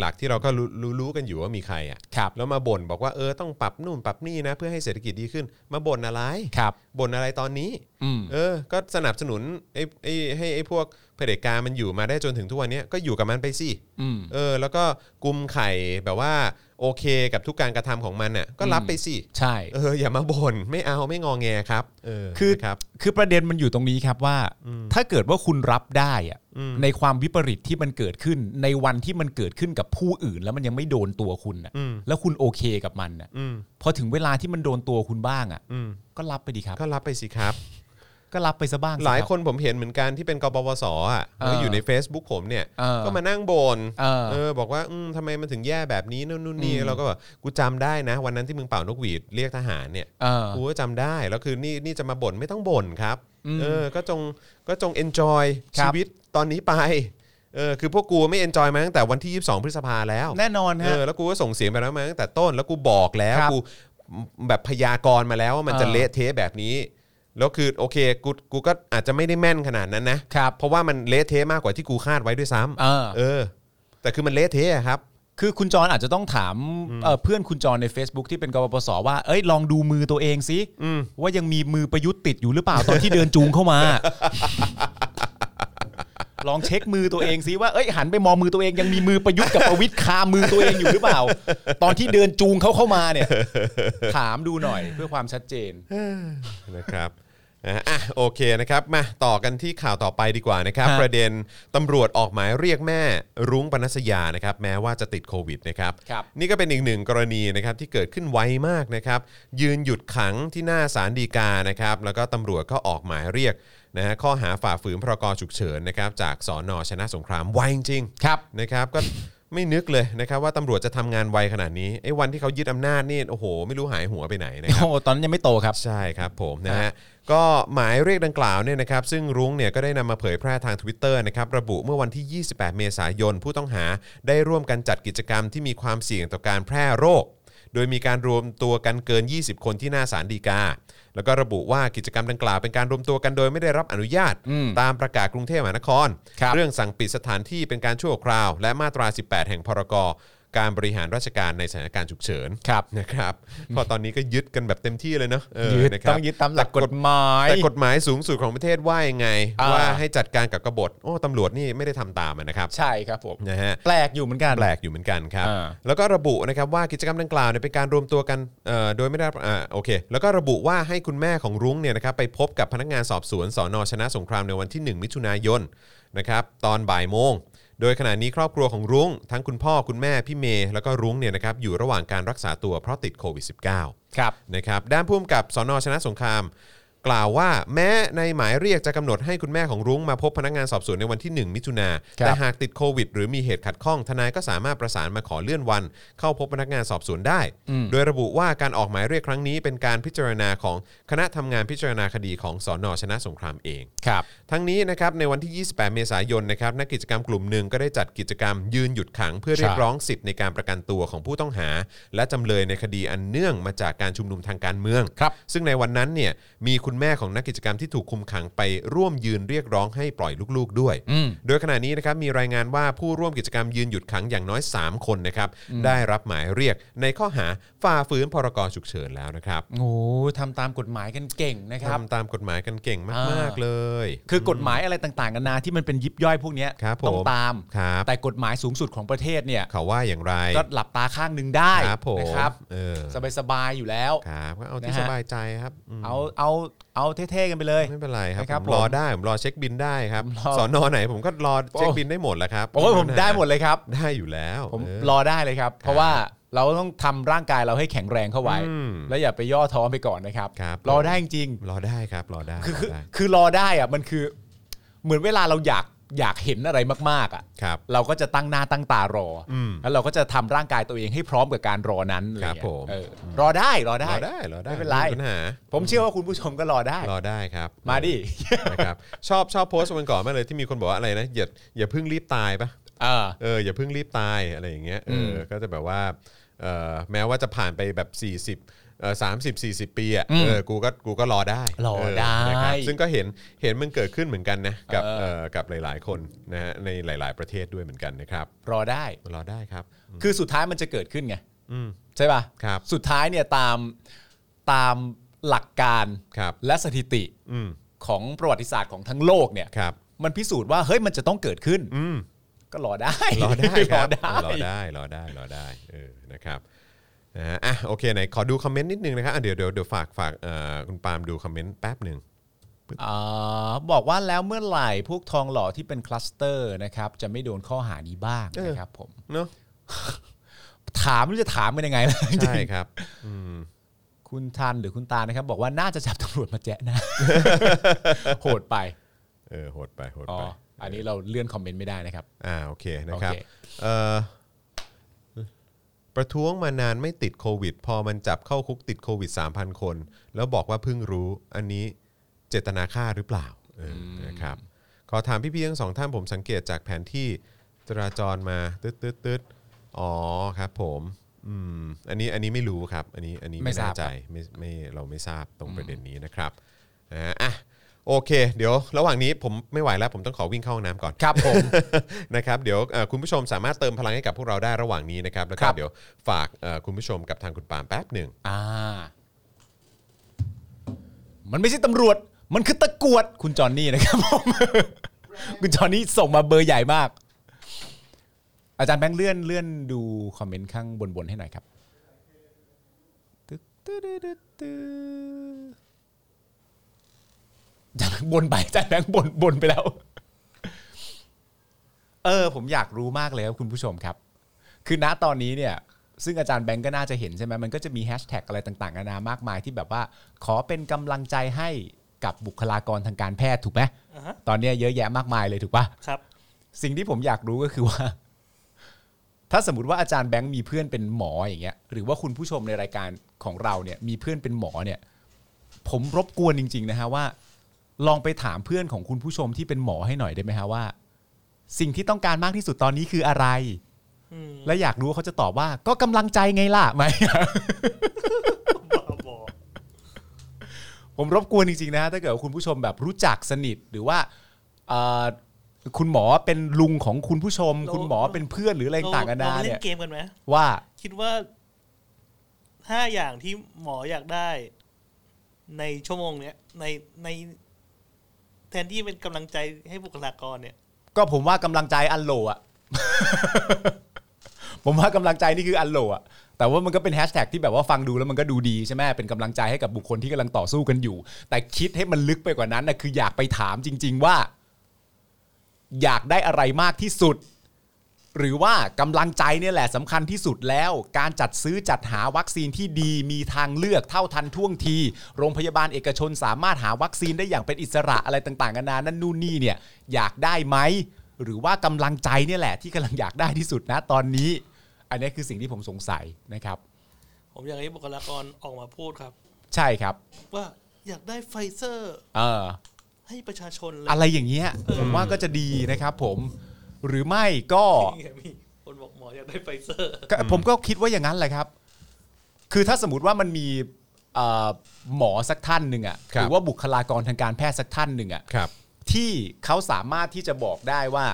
หลักๆ ที่เราก็รู้รู้รู้กันอยู่ว่ามีใครอ่ะ ครับ แล้วมาบ่นบอกว่าเออต้องปรับนู่นปรับนี่นะ เพื่อให้เศรษฐกิจดีขึ้น มาบ่นอะไร ครับ บ่นอะไรตอนนี้ อืม เออ ก็สนับสนุนไอ้ไอ้ให้ไอ้พวกเผด็จการมันอยู่มาได้จนถึงทุกวันเนี้ยก็อยู่กับมันไปสิ อืม เออ แล้วก็กลุมไข่แบบว่าโอเคกับทุกการกระทำของมันน่ะก็รับไปสิ ใช่ เออ อย่ามาบ่นไม่เอาไม่งอแงครับ เออ คือ นะครับ คือประเด็นมันอยู่ตรงนี้ครับว่า ถ้าเกิดว่าคุณรับได้อะในความวิปริตที่มันเกิดขึ้น ในวันที่มันเกิดขึ้นกับผู้อื่น แล้วมันยังไม่โดนตัวคุณน่ะ อืม แล้วคุณโอเคกับมันน่ะ อืม พอถึงเวลาที่มันโดนตัวคุณบ้างอ่ะ อืม ก็รับไปดีครับ ก็รับไปสิครับ ก็รับไปซะบ้างสิรับ หลายคนผมเห็นเหมือนกันที่เป็นกบวสอ่ะแล้วอยู่ใน Facebook ผมเนี่ย เออ ก็มานั่งบ่น เออ เออบอกว่าอืมทำไมมันถึงแย่แบบนี้นู่นนู่นนี่ อืม เราก็แบบกูจำได้นะ วันนั้นที่มึงเป่านกหวีดเรียกทหารเนี่ย เออ กูก็จำได้ แล้วคือนี่นี่จะมาบ่นไม่ต้องบ่นครับ อืม เออ ก็จงก็จง enjoy คชีรับ วิตตอนนี้ไป เออ คือพวกกูไม่ enjoy มาตั้งแต่วันที่ 22 พฤษภาแล้ว แน่นอน เอ ฮะ อ แล้วกูก็ส่งเสียงไปแล้วมาตั้งแต่ต้น แล้วกูบอกแล้ว ครับ กูแบบพยากรณ์มาแล้วว่ามันจะ เออ เละเทะแบบนี้ แล้วคือโอเค กู กูก็อาจจะไม่ได้แม่นขนาดนั้นนะ ครับ เพราะว่ามันเละเทะมากกว่าที่กูคาดไว้ด้วยซ้ำ เออ เออ แต่คือมันเละเทะอะครับ คือคุณจรอาจจะต้องถามเอ่อเพื่อนคุณจรใน Facebook ที่เป็นกบปสว่า เอ้ยลองดูมือตัวเองสิ อืม ว่ายังมีมือประยุทธ์ติดอยู่หรือเปล่าตอนที่เดินจูงเข้า [LAUGHS] มา ลองเช็คมือตัวเองสิว่าเอ้ยหันไปมองมือตัวเองยังมีมือประยุทธ์กับประวิทย์คามือตัวเองอยู่หรือเปล่า ตอนที่เดินจูงเขาเข้ามาเนี่ย ถามดูหน่อยเพื่อความชัดเจน นะครับอ่ะอ่ะโอเคนะครับ มาต่อกันที่ข่าวต่อไปดีกว่านะครับ ฮะ ประเด็นตำรวจออกหมายเรียกแม่รุ้งปนัสยานะครับ แม้ว่าจะติดโควิดนะครับ ครับ นี่ก็เป็นอีกหนึ่งกรณีนะครับที่เกิดขึ้นไวมากนะครับ ยืนหยุดขังที่หน้าศาลฎีกานะครับ แล้วก็ตำรวจก็ออกหมายเรียกนะฮะข้อหาฝ่าฝืนพรกฉุกเฉินนะครับ จากสอนอชนะสงครามไวจริงๆ ครับ นะครับ ก็ไม่นึกเลยนะครับ ว่าตำรวจจะทำงานไวขนาดนี้ไอ้วันที่เขายึดอำนาจนี่โอ้โห ไม่รู้หายหัวไปไหนนะครับ โอ้ตอนนั้นยังไม่โตครับ ใช่ครับผมนะฮะก็หมายเรียกดังกล่าวเนี่ยนะครับซึ่งรุ้งเนี่ยก็ได้นำมาเผยแพร่ทาง Twitter นะครับระบุเมื่อวันที่ 28 เมษายน ผู้ต้องหาได้ร่วมกันจัดกิจกรรมที่มีความเสี่ยงต่อการแพร่โรค โดยมีการรวมตัวกันเกิน 20 คนที่หน้าศาลฎีกา แล้วก็ระบุว่ากิจกรรมดังกล่าวเป็นการรวมตัวกันโดยไม่ได้รับอนุญาต ตามประกาศกรุงเทพมหานคร ครับ เรื่องสั่งปิดสถานที่เป็นการชั่วคราว และมาตรา 18 แห่งพรก การบริหารราชการในสถานการณ์ฉุกเฉิน ครับ นะครับ [LAUGHS] เพอตอนนี้ก็ยึดกันแบบเต็มที่เลยเนาะเออ ยึด นะครับ ต้องยึดตามหลักกฎหมาย แต่กฎหมายสูงสุดของประเทศว่ายังไง อ่า ว่าให้จัดการกับกบฏโอ้ตำรวจนี่ไม่ได้ทำตามอะนะครับ ใช่ครับผม นะฮะ แปลกอยู่เหมือนกัน แปลกอยู่เหมือนกันครับ อ่า แล้วก็ระบุนะครับว่ากิจกรรมดังกล่าวเนี่ยเป็นการรวมตัวกันเอ่อโดยไม่ได้รับอ่าโอเค แล้วก็ระบุว่าให้คุณแม่ของรุ้งเนี่ยนะครับไปพบกับพนักงานสอบสวนสอนอชนะสงครามในวันที่ 1 มิถุนายนนะครับตอนบ่ายโมง โดยขณะนี้ครอบครัวของรุ้ง ทั้งคุณพ่อคุณแม่พี่เมย์แล้วก็รุ้งเนี่ยนะครับอยู่ระหว่างการรักษาตัวเพราะติดโควิด -19 ครับ นะครับด้านผู้กำกับสอนอชนะสงคราม กล่าวว่าแม้ในหมายเรียกจะกำหนดให้คุณแม่ของรุ้งมาพบพนักงานสอบสวนในวันที่ 1 มิถุนา ครับ แต่หากติดโควิด หรือมีเหตุขัดข้องทนายก็สามารถประสานมาขอเลื่อนวัน เข้าพบพนักงานสอบสวนได้ โดยระบุว่าการออกหมายเรียกครั้งนี้เป็นการพิจารณาของคณะทำงานพิจารณาคดีของสอนอชนะสงครามเอง ครับ ทั้งนี้นะครับในวันที่ 28 เมษายนนะครับนักกิจกรรมกลุ่มหนึ่งก็ได้จัดกิจกรรมยืนหยุดขัง เพื่อเรียกร้องสิทธิ์ในการประกันตัวของผู้ต้องหา และจำเลยในคดีอันเนื่องมาจากการชุมนุมทางการเมือง ครับ ซึ่งในวันนั้นเนี่ยมีคุณแม่ของนักกิจกรรมที่ถูกคุมขังไปร่วมยืนเรียกร้องให้ปล่อยลูกๆด้วย อืม โดยขณะนี้นะครับมีรายงานว่าผู้ร่วมกิจกรรมยืนหยุดขังอย่างน้อย 3 คนนะครับได้รับหมายเรียกในข้อหาฝ่าฝืนพรกฉุกเฉินแล้วนะครับ โอ้ทำตามกฎหมายกันเก่งนะครับ ทำตามกฎหมายกันเก่งมาก อ่า ๆเลย คือกฎหมายอะไรต่างๆกันานาที่มันเป็นยิบย่อยพวกเนี้ย ครับผม ต้องตาม ครับ แต่กฎหมายสูงสุดของประเทศเนี่ย เขาว่าอย่างไร ก็หลับตาข้างหนึงได้ ครับผม นะครับ เออ สบายๆอยู่แล้ว ครับก็เอาที่ นะฮะ สบายใจครับม เอาเอาเอาเท่ๆกันไปเลย ไม่เป็นไรครับ นะครับ ผมรอ ผม ได้ผมรอเช็คบินได้ครับ รอ สอนอไหนผมก็รอเช็ค โอ้ บินได้หมดแหล้วครับ โอ้ยผมได้หมดเลยครับ ได้อยู่แล้ว ผม เ รอได้เลยครับ เพราะว่าเราต้องทำร่างกายเราให้แข็งแรงเข้าไว้ อืม แล้วอย่าไปย่อท้อไปก่อนนะครับ ครับ รอ ผม ได้จริง รอได้ครับรอได้ ๆคือคือ รอได้ คือรอได้อะมันคือ เหมือนเวลาเราอยากอยากเห็นอะไรมากๆอ่ะ ครับ เราก็จะตั้งหน้าตั้งตารออ ม แล้วเราก็จะทำร่างกายตัวเองให้พร้อมกับการรอนั้นอะไเงี้ย ครับผม เออรอได้รอได้ รอได้รอได้ ไม่เป็นไร ปัญหา ผมเชื่อว่าคุณผู้ชมก็รอได้ รอได้ครับ มาดิ นะครับชอบชอบโพสต์วันก่อนมากเลยที่มีคนบอกว่าอะไรนะอย่าอย่าเพิ่งรีบตายปะ เออ เอออย่าเพิ่งรีบตายอะไรอย่างเงี้ยเออ ม อก็จะแบบว่าเออแม้ว่าจะผ่านไปแบบ40เออสามสิบสี่สิบปีอ่ะ อืม เออกูก็กูก็รอได้ รอได้ เนะครับซึ่งก็เห็นเห็นมันเกิดขึ้นเหมือนกันนะกับ เออ เออกับหลาย ๆ คนนะฮะในหลาย ๆ ประเทศด้วยเหมือนกันนะครับ รอได้ รอได้ครับ คือสุดท้ายมันจะเกิดขึ้นไง อืม ใช่ป่ะ ครับ สุดท้ายเนี่ยตามตามหลักการ ครับ และสถิติ อืม ของประวัติศาสตร์ของทั้งโลกเนี่ย ครับ มันพิสูจน์ว่าเฮ้ยมันจะต้องเกิดขึ้น อืม ก็รอได้ รอได้ครับ [LAUGHS] รอรอได้ได้รอได้รอได้เออนะครับนะฮะอ่ะโอเคไหนขอดูคอมเมนต์นิดนึงนะครับอ่ะเดี๋ยวเดี๋ยวเดี๋ยวฝากฝากเอ่อคุณปาล์มดูคอมเมนต์แป๊บหนึ่ง อ่าบอกว่าแล้วเมื่อไหร่พวกทองหล่อที่เป็นคลัสเตอร์นะครับจะไม่โดนข้อหานี้บ้างนะครับผม เนาะ ถามไม่รู้จะถามเป็นยังไงแล้ว [LAUGHS] จริ ใช่ ง ครับอืม ๆคุณทันหรือคุณตานะครับ บอกว่าน่าจะจับตำรวจมาแจ้นะ [LAUGHS] โหดไป เออโหดไปโหด อ๋อ ไป อันนี้เราเลื่อนคอมเมนต์ไม่ได้นะครับ อ่าโอเคนะครับ โอเค เอ่อประท้วงมานานไม่ติดโควิด พอมันจับเข้าคุกติดโควิด 3,000 คน แล้วบอกว่าเพิ่งรู้อันนี้เจตนาฆ่าหรือเปล่าเอออนะครับขอถามพี่ๆทั้งสองท่านผมสังเกตจากแผนที่ จราจรมาตึ๊ดตึ๊ดตึ๊ดอ๋อครับผมอืมอันนี้อันนี้ไม่รู้ครับ อันนี้อันนี้ ไม่ ไม่ ทรา แน่ บ ใจไม่ไม่เราไม่ทราบตรงประเด็นนี้นะครับนะฮะอ่ะโอเค เดี๋ยวระหว่างนี้ผมไม่ไหวแล้วผมต้องขอวิ่งเข้าห้องน้ำก่อน ครับผม [LAUGHS] นะครับเดี๋ยวเอ่อคุณผู้ชมสามารถเติมพลังให้กับพวกเราได้ระหว่างนี้นะครับแล้วก็ ครับ เดี๋ยวฝากเอ่อคุณผู้ชมกับทางคุณปาล์มแป๊บหนึ่ง อ่า มันไม่ใช่ตำรวจ มันคือตะกรวด คุณจอนนี่นะครับผม คุณจอนนี่ส่งมาเบอร์ใหญ่มาก อาจารย์แบงค์เลื่อนเลื่อนดูคอมเมนต์ข้างบนบนๆให้หน่อยครับตึ๊ดตึ๊ดตึ๊ดตึ๊ดอาจารย์แบงค์บนไปอาจารย์แบงค์บนบนไปแล้ว เออ ผมอยากรู้มากเลยครับคุณผู้ชมครับ คือณตอนนี้เนี่ย ซึ่งอาจารย์แบงก์ก็น่าจะเห็นใช่ไหมมันก็จะมีแฮชแท็กอะไรต่างๆนานามากมายที่แบบว่า ขอเป็นกำลังใจให้กับบุคลากรทางการแพทย์ถูกไหม อ่าฮะ ตอนเนี้ยเยอะแยะมากมายเลยถูกปะ ครับ สิ่งที่ผมอยากรู้ก็คือว่า [LAUGHS] ถ้าสมมติว่าอาจารย์แบงค์มีเพื่อนเป็นหมออย่างเงี้ย หรือว่าคุณผู้ชมในรายการของเราเนี่ย มีเพื่อนเป็นหมอเนี่ย ผมรบกวนจริง ๆ นะฮะว่า ลองไปถามเพื่อนของคุณผู้ชมที่เป็นหมอให้หน่อยได้ไหมฮะว่า สิ่งที่ต้องการมากที่สุดตอนนี้คืออะไร อืม แล้วอยากรู้ว่าเขาจะตอบว่าก็กำลังใจไงล่ะไหม บ้าบอ ผมรบกวนจริงๆนะ ถ้าเกิดว่าคุณผู้ชมแบบรู้จักสนิทหรือว่าเอ่อ คุณหมอเป็นลุงของคุณผู้ชม เรา คุณหมอเป็นเพื่อนหรืออะไรต่างกันา เรา นา ไปเล่ เนี่ย นเกมกันไหม ว่า คิดว่าห้าอย่างที่หมออยากได้ ในชั่วโมงเนี้ยในใน แทนที่เป็นกำลังใจให้บุคลากรเนี่ย ก็ผมว่ากำลังใจอันโหลอะ [LAUGHS] ผมว่ากำลังใจนี่คืออันโหลอะแต่ว่ามันก็เป็นแฮชแท็กที่แบบว่าฟังดูแล้วมันก็ดูดีใช่ไหมเป็นกำลังใจให้กับบุคคลที่กำลังต่อสู้กันอยู่ แต่คิดให้มันลึกไปกว่านั้นนะคืออยากไปถามจริง ๆ ว่า อยากได้อะไรมากที่สุด หรือว่ากำลังใจเนี่ยแหละสำคัญที่สุดแล้ว การจัดซื้อจัดหาวัคซีนที่ดี มีทางเลือกเท่าทันท่วงที โรงพยาบาลเอกชนสามารถหาวัคซีนได้อย่างเป็นอิสระอะไรต่างๆกันานานั่นนู่นนี่เนี่ย อยากได้ไหมหรือว่ากำลังใจเนี่ยแหละที่กำลังอยากได้ที่สุดนะตอนนี้ อันนี้คือสิ่งที่ผมสงสัยนะครับ ผมอยากให้บุคลากรออกมาพูดครับ ใช่ครับ ว่าอยากได้ไฟเซอร์ เออ ให้ประชาชนเลย อะไรอย่างเงี้ยผมว่าก็จะดีนะครับ ผม หรือไม่ก็ นี่ไงพี่คนบอกหมออยากได้ไฟเซอร์ ก็ผมก็คิดว่าอย่างนั้นแหละครับ คือถ้าสมมติว่ามันมีเอ่อหมอสักท่านหนึ่งอะ ครั ห บ รือว่าบุคลากรทางการแพทย์สักท่านหนึ่งอะ ครับ ที่เขาสามารถที่จะบอกได้ว่า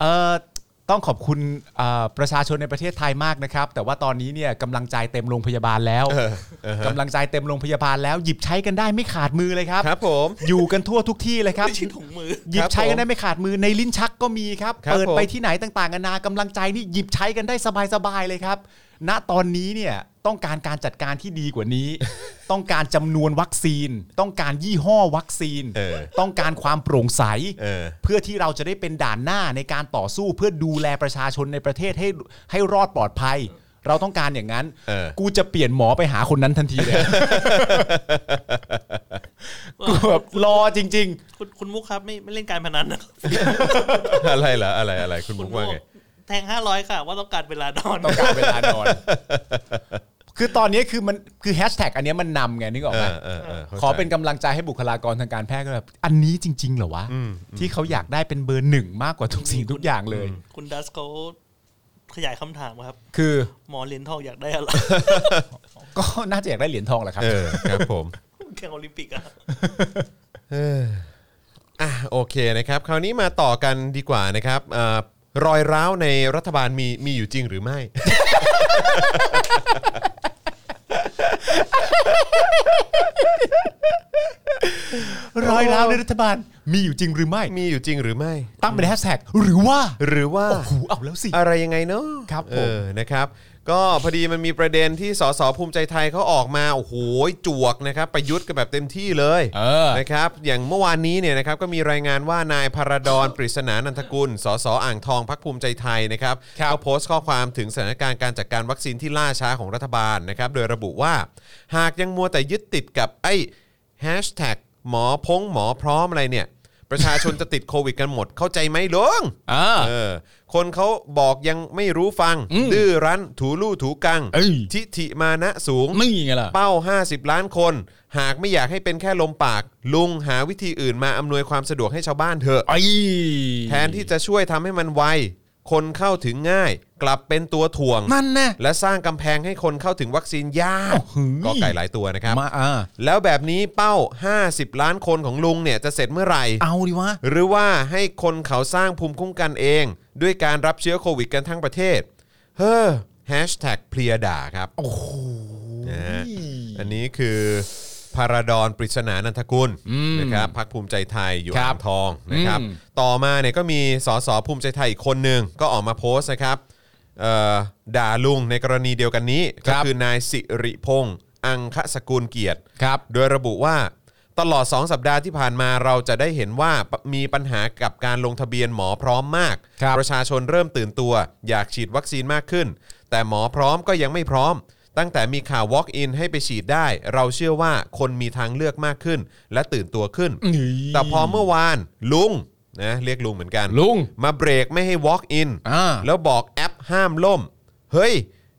เออต้องขอบคุณเอ่อประชาชนในประเทศไทยมากนะครับ แต่ว่าตอนนี้เนี่ยกำลังใจเต็มโรงพยาบาลแล้ว เออเออฮะ กำลังใจเต็มโรงพยาบาลแล้ว หยิบใช้กันได้ไม่ขาดมือเลยครับ ครับผม อยู่กันทั่วทุกที่เลยครับ ไม่ใช่ถุงมือ หยิ ครับ บ ใช้ผกัน ม ได้ไม่ขาดมือในลิ้นชักก็มีครับ ครับ เปิดไป ผม ที่ไหนต่างๆนานากำลังใจนี่หยิบใช้กันได้สบายๆเลย [LAUGHS] ครับ ณตอนนี้เนี่ยต้องการการจัดการที่ดีกว่านี้ [LAUGHS] ต้องการจำนวนวัคซีน ต้องการยี่ห้อวัคซีน เออ ต้องการความโปร่งใส เออ เพื่อที่เราจะได้เป็นด่านหน้าในการต่อสู้เพื่อดูแลประชาชนในประเทศให้ให้รอดปลอดภัย เราต้องการอย่างนั้น เออ กูจะเปลี่ยนหมอไปหาคนนั้นทันทีเลย [LAUGHS] [LAUGHS] กูแบบรอจริง ๆ คุณคุณมุกครับไม่ไม่เล่นการพนันนะ อะไรเหรออะไรอะไรคุณ คุ มุ ณ ก มุ ว่าก ไง แทงห้าร้อยค่ะ ว่าต้องการเวลานอน ต้องการเวลานอน [LAUGHS] คือตอนนี้คือมันคือแฮชแท็กอันเนี้ยมันนำไงนึกออก เอ ไหม อเออเออข้าใจ ขอเป็นกำลังใจให้บุคลากรทางการแพทย์ก็แบบอันนี้จริง ๆเหรอวะ ที่เขาอยากได้เป็นเบอร์หนึ่งมากกว่าทุกสิ่งทุกอย่างเลย คุณดัสเขาขยายคำถามครับ คือ หมอเหรียญทองอยากได้อะไร [LAUGHS] ก็น่าจะอยากได้เหรียญทองแหละครับ เออครับผม แข่งโอลิมปิกอะ อ่ะโอเคนะครับ คราวนี้มาต่อกันดีกว่านะครับเอ่อรอยร้าวในรัฐบาลมีมีอยู่จริงห [LAUGHS] รือไม่ รอยร้าวในรัฐบาลมีอยู่จริงหรือไม่ มีอยู่จริงหรือไม่ ตั้งเป็นแฮชแท็กหรือว่า หรือว่า โอ้โหเอาแล้วสิ อะไรยังไงเนาะ ครับผม เออนะครับ ก็พอดีมันมีประเด็นที่สสภูมิใจไทยเขาออกมาโอ้โหจวกนะครับ ประยุทธ์กันแบบเต็มที่เลย เออ นะครับ อย่างเมื่อวานนี้เนี่ยนะครับก็มีรายงานว่านายพาราดอนปริศนานันทกุลสสอ่างทองพักภูมิใจไทยนะครับ ครับ เขาโพสต์ข้อความถึงสถานการณ์การจัดการวัคซีนที่ล่าช้าของรัฐบาลนะครับ โดยระบุว่า หากยังมัวแต่ยึดติดกับไอ้แฮชแท็กหมอพงหมอพร้อมอะไรเนี่ย ประชาชนจะติดโควิดกันหมดเข้าใจไหมลุง อ่า เออคนเขาบอกยังไม่รู้ฟัง ดื้อรั้น ถูลู่ถูกัง เอ้ย ทิฐิมานะสูง นี่ไงล่ะ เป้า 50 ล้านคน หากไม่อยากให้เป็นแค่ลมปาก ลุงหาวิธีอื่นมาอำนวยความสะดวกให้ชาวบ้านเถอะ ไอ้ แทนที่จะช่วยทำให้มันไว คนเข้าถึงง่าย กลับเป็นตัวถ่วง นั่นแน่ และสร้างกำแพงให้คนเข้าถึงวัคซีนยาก โอ้โห ก็ไก่หลายตัวนะครับ มาอ่า แล้วแบบนี้เป้า 50 ล้านคนของลุงเนี่ยจะเสร็จเมื่อไหร่ เอาดิวะ หรือว่าให้คนเขาสร้างภูมิคุ้มกันเอง ด้วยการรับเชื้อโควิดกันทั้งประเทศ เฮ้อแฮชแท็กเพลียด่าครับ โอ้โห นะฮะ อันนี้คือพาราดอนปริศนานันทกุล อืม นะครับพักภูมิใจไทยอยู่ ครั อ่า บ งทองนะครับ อืม ต่อมาเนี่ยก็มีสสภูมิใจไทยอีกคนหนึ่งก็ออกมาโพสต์นะครับเอ่อด่าลุงในกรณีเดียวกันนี้ ก็คือนายสิริพงษ์อังคสกุลเกียรติ ครับ โดยระบุว่าตลอด 2 สัปดาห์ที่ผ่านมาเราจะได้เห็นว่าปมีปัญหากับการลงทะเบียนหมอพร้อมมาก ครับ ประชาชนเริ่มตื่นตัว อยากฉีดวัคซีนมากขึ้น แต่หมอพร้อมก็ยังไม่พร้อม ตั้งแต่มีข่าว Walk-in ให้ไปฉีดได้ เราเชื่อว่าคนมีทางเลือกมากขึ้น และตื่นตัวขึ้น นี่ แต่พอเมื่อวานลุงนะเรียกลุงเหมือนกัน ลุง มาเบรกไม่ให้ walk in อ่า แล้วบอกแอปห้ามล่ม เฮ้ย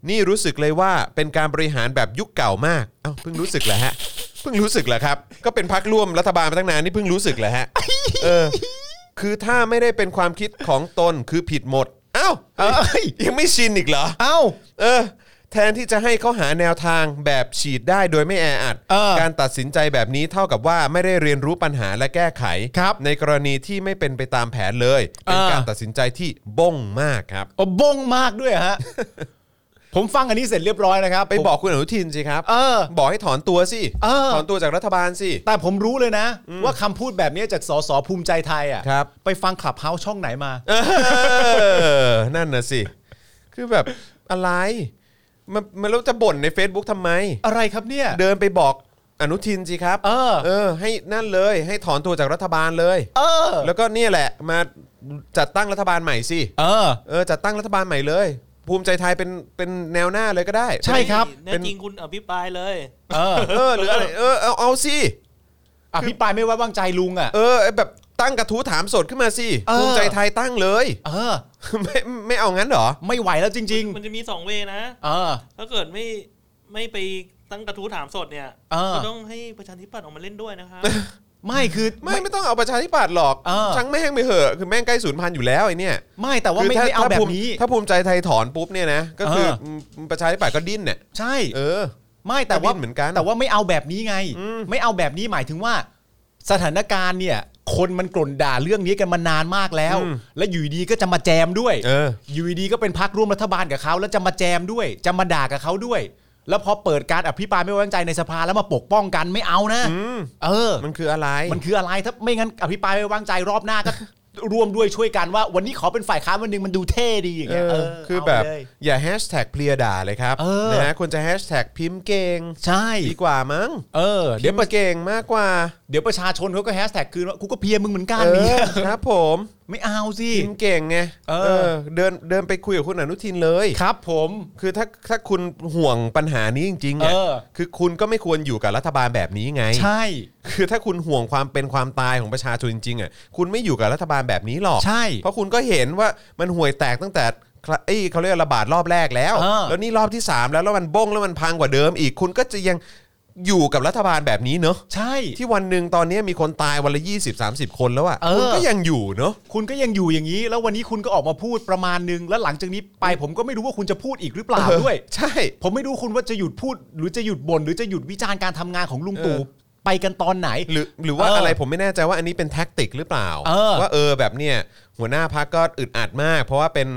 นี่รู้สึกเลยว่าเป็นการบริหารแบบยุคเก่ามาก เอ้าเพิ่งรู้สึกเหรอฮะ เพิ่งรู้สึกเหรอครับ ก็เป็นพักร่วมรัฐบาลมาตั้งนานนี่เพิ่งรู้สึกเหรอฮะ เออ คือถ้าไม่ได้เป็นความคิดของตนคือผิดหมด เอ้า เอ้ย ยังไม่ชินอีกเหรอ เอ้า เออ แทนที่จะให้เขาหาแนวทางแบบฉีดได้โดยไม่แออัด เออ การตัดสินใจแบบนี้เท่ากับว่าไม่ได้เรียนรู้ปัญหาและแก้ไข ครับ ในกรณีที่ไม่เป็นไปตามแผนเลย เป็น เออ การตัดสินใจที่บ้งมากครับ โอ้บงมากด้วย [LAUGHS] ฮะ ผมฟังอันนี้เสร็จเรียบร้อยนะครับ ไป ผม บอกคุณอนุทินสิครับ เออ บอกให้ถอนตัวสิ เออ ถอนตัวจากรัฐบาลสิ แต่ผมรู้เลยนะ ว่าคำพูดแบบนี้จากสสภูมิใจไทยอ่ะ ครับ ไปฟังขับเฮาช่องไหนมา เออ นั่นน่ะสิ คือแบบอะไร มันมันแล้วจะบ่นใน Facebook ทำไม อะไรครับเนี่ย เดินไปบอกอนุทินสิครับ เออ เออ ให้นั่นเลย ให้ถอนตัวจากรัฐบาลเลย เออ แล้วก็เนี่ยแหละมาจัดตั้งรัฐบาลใหม่สิ เออ เออ จัดตั้งรัฐบาลใหม่เลย ภูมิใจไทยเป็นเป็นแนวหน้าเลยก็ได้ ใช่ครับ แน่จริงคุณอภิปรายเลย เออ เออหรืออะไรเออเอาเอาสิ อภิปรายไม่ไว้วางใจลุงอ่ะ เออแบบตั้งกระทู้ถามสดขึ้นมาสิ เออ ภูมิใจไทยตั้งเลย [LAUGHS] เออ ไม่ไม่เอางั้นเหรอ ไม่ไหวแล้วจริง มันจะมีสองเวนะ ๆ เออ ถ้าเกิดไม่ไม่ไปตั้งกระทู้ถามสดเนี่ย เออ ก็ต้องให้ประชาธิปัตย์ออกมาเล่นด้วยนะครับ [LAUGHS] ไม่คือ ไม่ไม่ต้องเอาประชาธิปัตย์หรอก เออ ช่างแม่งไปเหอะคือแม่งใกล้ศูนย์พันอยู่แล้วไอ้เนี่ย ไม่แต่ว่า คื ไม่ไม่เอาแบ ถ้ภู บนี้ ถ้าภูมิใจไทยถอนปุ๊บเนี่ยนะก็คือ เออ มประชาธิปัตย์ก็ดิ้นเนี่ย ใช่ เออ ไม่แต่ว่า ก็ดิ้นเหมือนกัน แต่ว่าไม่เอาแบบนี้ไง ไม่เอาแบบนี้หมายถึงว่า สถานการณ์เนี่ย คนมันกล่นด่าเรื่องนี้กันมานานมากแล้ว อืม และอยู่ดีก็จะมาแจมด้วย เออ อยู่ดีก็เป็นพักร่วมรัฐบาลกับเขาแล้วจะมาแจมด้วย จะมาด่ากับเขาด้วย แล้วพอเปิดการอภิปรายไม่ไว้วางใจในสภาแล้วมาปกป้องกันไม่เอานะ อืม เออ มันคืออะไร มันคืออะไรถ้าไม่งั้นอภิปรายไม่ไว้วางใจรอบหน้าก็ ร่วมด้วยช่วยกันว่า วันนี้ขอเป็นฝ่ายค้านวันหนึ่งมันดูเท่ดีอย่างเงี้ย เอ เอ อ อ คือ เา แบบ เลย อย่าแฮชแท็กเพลียด่าเลยครับ เออ นะฮะควรจะแฮชแท็กพิมพ์เก่ง ใช่ ดีกว่ามั้ง เออ เดี๋ เดี๋ ย ยว ว ประ เก่งมากกว่า เดี๋ยวประชาชนเขาก็แฮชแท็กคือว่ากูก็เพลียมึงเหมือนกัน เอ นี่ อครับผม ไม่เอาสิ พิมพ์เก่งไง เออ เดินเดินไปคุยกับคุณอนุทินเลย ครับผม คือถ้าถ้าคุณห่วงปัญหานี้จริงๆเนี่ย เออ คือคุณก็ไม่ควรอยู่กับรัฐบาลแบบนี้ไง ใช่ คือถ้าคุณห่วงความเป็นความตายของประชาชนจริงๆอ่ะคุณไม่อยู่กับรัฐบาลแบบนี้หรอก ใช่ เพราะคุณก็เห็นว่ามันห่วยแตกตั้งแต่คลไอ้เขาเรียกระบาดรอบแรกแล้ว เออ แล้วนี่รอบที่ 3 แล้วแล้วมันบ้งแล้วมันพังกว่าเดิมอีก คุณก็จะยังอยู่กับรัฐบาลแบบนี้เนอะ ใช่ ที่วันหนึ่งตอนนี้มีคนตายวันละ 20-30 คนแล้วอ่ะ เออ คุณก็ยังอยู่เนอะ คุณก็ยังอยู่อย่างนี้ แล้ววันนี้คุณก็ออกมาพูดประมาณนึง แล้วหลังจากนี้ไปผมก็ไม่รู้ว่าคุณจะพูดอีกหรือเปล่า เออ ด้วย ใช่ ผมไม่รู้คุณว่าจะหยุดพูด หรือจะหยุดบ่นหรือจะหยุดวิจารณ์การทำงานของลุงตู่ เออ ไปกันตอนไหน หรือหรือว่า เอออ อะไรผมไม่แน่ใจว่าอันนี้เป็นแท็กติกหรือเปล่า เออ ว่าเออแบบเนี่ยหัวหน้าพักก็อึดอัดมาก เพราะว่าเป็น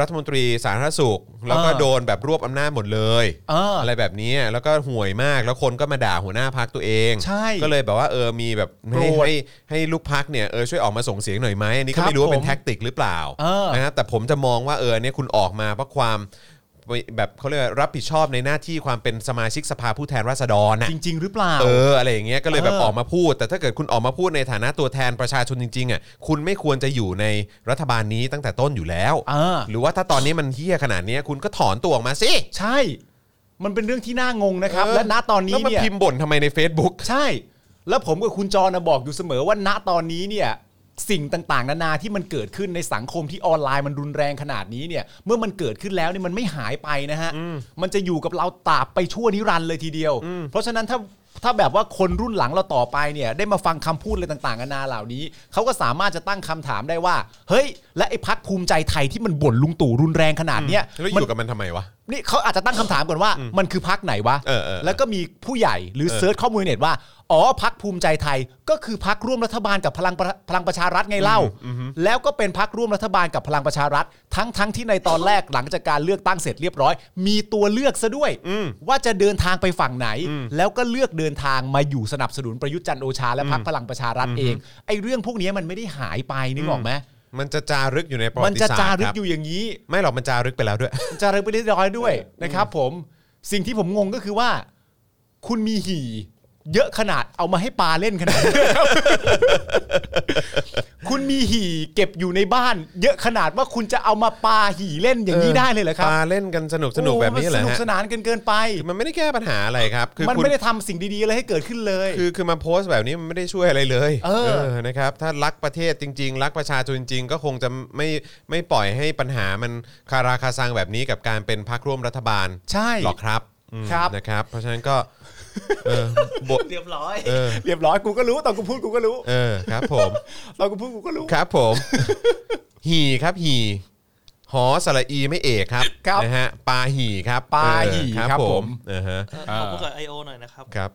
รัฐมนตรีสาธารณสุข แล้วก็ เออ โดนแบบรวบอำนาจหมดเลย เอออ ไรแบบนี้แล้วก็ห่วยมากแล้วคนก็มาด่าหัวหน้าพักตัวเอง ใช่ ก็เลยแบบว่าเออมีแบบให้ โกรธ ให้ให้ลูกพักเนี่ยเออช่วยออกมาส่งเสียงหน่อยไหมอันนี้ก็ ครับ ไม่รู้ว่าเป็น ผม แท็กติกหรือเปล่า เออ นะครับแต่ผมจะมองว่าเออเนี่ยคุณออกมาเพราะความแบบเขาเรียกว่ารับผิดชอบในหน้าที่ความเป็นสมาชิกสภาผู้แทนราษฎรน่ะ จริง ๆ หรือเปล่า เอออะไรอย่างเงี้ยก็เลยแบบ เออ ออกมาพูด แต่ถ้าเกิดคุณออกมาพูดในฐานะตัวแทนประชาชนจริงๆอ่ะคุณไม่ควรจะอยู่ในรัฐบาลนี้ตั้งแต่ต้นอยู่แล้ว เออ หรือว่าถ้าตอนนี้มันเฮี้ยขนาดเนี้ยคุณก็ถอนตัวออกมาสิ ใช่ มันเป็นเรื่องที่น่างงนะครับ เออ และณตอนนี้ แล้วมา เนี่ย พิมพ์บ่นทำไมใน Facebook ใช่ แล้วผมกับคุณจรนะบอกอยู่เสมอว่าณตอนนี้เนี่ย สิ่งต่างๆ นานาที่มันเกิดขึ้นในสังคมที่ออนไลน์มันรุนแรงขนาดนี้เนี่ย เมื่อมันเกิดขึ้นแล้วเนี่ยมันไม่หายไปนะฮะ มันจะอยู่กับเราตราบไปชั่วนิรันดร์เลยทีเดียว เพราะฉะนั้นถ้าถ้าแบบว่าคนรุ่นหลังเราต่อไปเนี่ย ได้มาฟังคำพูดอะไรต่างๆนานาเหล่านี้เขาก็สามารถจะตั้งคำถามได้ว่า เฮ้ย และไอ้พักภูมิใจไทยที่มันบ่นลุงตู่รุนแรงขนาดเนี้ย แล้วอ มัน ยู่กับมันทำไมวะ นี่เขาอาจจะตั้งคำถามก่อนว่ามันคือพักไหนวะ เออเออเออ แล้วก็มีผู้ใหญ่หรือ เออ เซิร์ชข้อมูลในเน็ตว่า อ๋อพักภูมิใจไทยก็คือพักร่วมรัฐบาลกับพลังประพลังประชารัฐไงเล่า แล้วก็เป็นพักร่วมรัฐบาลกับพลังประชารัฐ ทั้งทั้งที่ในตอนแรกหลังจากการเลือกตั้งเสร็จเรียบร้อย มีตัวเลือกซะด้วย ว่าจะเดินทางไปฝั่งไหน แล้วก็เลือกเดินทางมาอยู่สนับสนุนประยุทธ์จันทร์โอชาและพักพลังประชารัฐเองไอ้เรื่องพวกนี้มันไม่ได้หายไปนึกออกไหม มันจะจารึกอยู่ในประวั มัน ติ จะ ศาสตร์ จารึ ค ก บ อยู่อย่างนี้ ไม่หรอกมันจารึกไปแล้วด้วย จารึกไปเรียบร้อยด้วยนะครับผมสิ่งที่ผมงงก็คือว่า คุณมีหี่ เยอะขนาดเอามาให้ปลาเล่นขนาดนี้ [LAUGHS] คุณมีหี่เก็บอยู่ในบ้าน เยอะขนาดว่าคุณจะเอามาปลาหี่เล่นอย่างนี้ได้เลยเหรอครับ มาเล่นกันสนุกสนุก โอ้ แบบนี้เหรอ มัสนุก ฮะ สนานเกินเกินไป มันไม่ได้แก้ปัญหาอะไรครับคือ มัน คุณ ไม่ได้ทำสิ่งดีๆอะไรให้เกิดขึ้นเลย คือคือมาโพสต์แบบนี้มันไม่ได้ช่วยอะไรเลย เออ นะครับถ้ารักประเทศจริง ๆ รักประชาชนจริง ๆ ก็คงจะไม่ไม่ปล่อยให้ปัญหามันคาราคาซังแบบนี้กับการเป็นพรรคร่วมรัฐบาล ใช่ หรอกครับอืม ครับ นะครับ เพราะฉะนั้นก็เออบ่น เรียบร้อย เออ เรียบร้อยกูก็รู้ตอนกูพูดกูก็รู้ เออครับผม ตอนกูพูดกูก็รู้ ครับผม หีครับหี หอสระอีไม่เอกครับ ครับ นะฮะปาหี่ครับ ปาหี่ เออ ครับผม นะฮะ อ่า ขอบคุณกับไอโอหน่อยนะครับ ครับ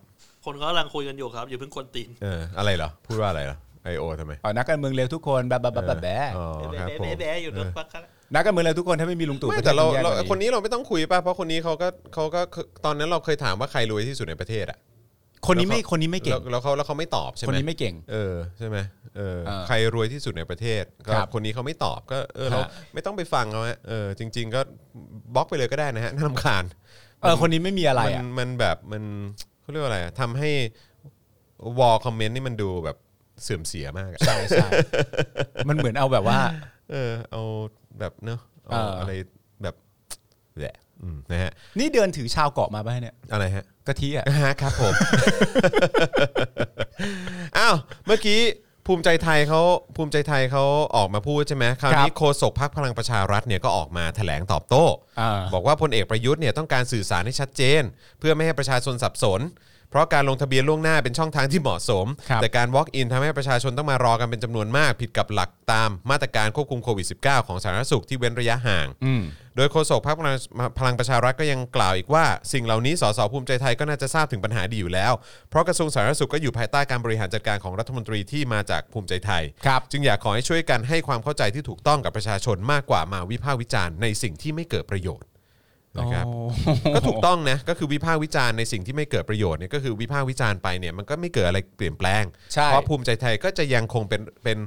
คนเขากำลังคุยกันอยู่ครับ อย่าเพิ่งกวนตีน เอออะไรเหรอพูดว่าอะไรเหรอไอโอทำไม อ๋อนักการเมืองเลวทุกคนแบบแบบแบบแบบแบบ อ๋อครับผม แบ๊ะแบ๊ะอยู่เนอะปักครับ นักการเมืองเลวทุกคนถ้าไม่มีลุงตู่ ไม่แต่เรา ประทศ เรา แย่กว่ คนนี้เราไม่ต้องคุยป่ะเพราะคนนี้เขาก็เขาก็คือตอนนั้นเราเคยถามว่าใครรวยที่สุดในประเทศอ่ะ คนนี้ไม่คนนี้ไม่เก่ง แล้วแล้วเขาแล้วเขาไม่ตอบใช่ไหม คนนี้ไม่เก่ง เออใช่ไหมเออ เออ ใครรวยที่สุดในประเทศก็ ครับ คนนี้เขาไม่ตอบก็เออเรา ฮะ ไม่ต้องไปฟังเขาฮะเออจริง ๆ ก็บล็อกไปเลยก็ได้นะ [LAUGHS] ฮะน่ารำคาญ เออคนนี้ไม่มีอะไร มัน อ่ะ มันแบบมันเขาเรียกว่าอะไรอะทำให้วอลคอมเมนต์นี่มันดูแบบเสื่อมเสียมากอะ ใช่ใช่มันเหมือนเอาแบบว่า เออเอาแบบเนอะเอา เอออ อะไรแบบแหละอืมนะฮะ นี่เดินถือชาวเกาะมาป่ะเนี่ย อะไรฮะ กะทิอ่ะ ฮะครับผม [LAUGHS] อ้าวเมื่อกี้ภูมิใจไทยเขาภูมิใจไทยเขาออกมาพูดใช่ไหมคราวนี้ ครับ โฆษกพักพลังประชารัฐเนี่ยก็ออกมาแถลงตอบโต้ อ่า บอกว่าพลเอกประยุทธ์เนี่ยต้องการสื่อสารให้ชัดเจน เพื่อไม่ให้ประชาชนสับสน เพราะการลงทะเบียนล่วงหน้าเป็นช่องทางที่เหมาะสม ครับ แต่การ walk in ทำให้ประชาชนต้องมารอกันเป็นจำนวนมาก ผิดกับหลักตามมาตรการควบคุมโควิด -19 ของสาธารณสุขที่เว้นระยะห่าง อืม โดยโฆษกพรรคพลังพลังประชารัฐก็ยังกล่าวอีกว่า สิ่งเหล่านี้สสภูมิใจไทยก็น่าจะทราบถึงปัญหาดีอยู่แล้ว เพราะกระทรวงสาธารณสุขก็อยู่ภายใต้การบริหารจัดการของรัฐมนตรีที่มาจากภูมิใจไทย ครับ จึงอยากขอให้ช่วยกันให้ความเข้าใจที่ถูกต้องกับประชาชนมากกว่ามาวิพากษ์วิจารณ์ในสิ่งที่ไม่เกิดประโยชน์นะครับ โอ้ [LAUGHS] ก็ถูกต้องนะก็คือวิพากษ์วิจารณ์ในสิ่งที่ไม่เกิดประโยชน์เนี่ยก็คือวิพากษ์วิจารณ์ไปเนี่ยมันก็ไม่เกิดอะไรเปลี่ยนแปลง ใช่ เพราะภูมิใจไทยก็จะยังคงเป็นเป็น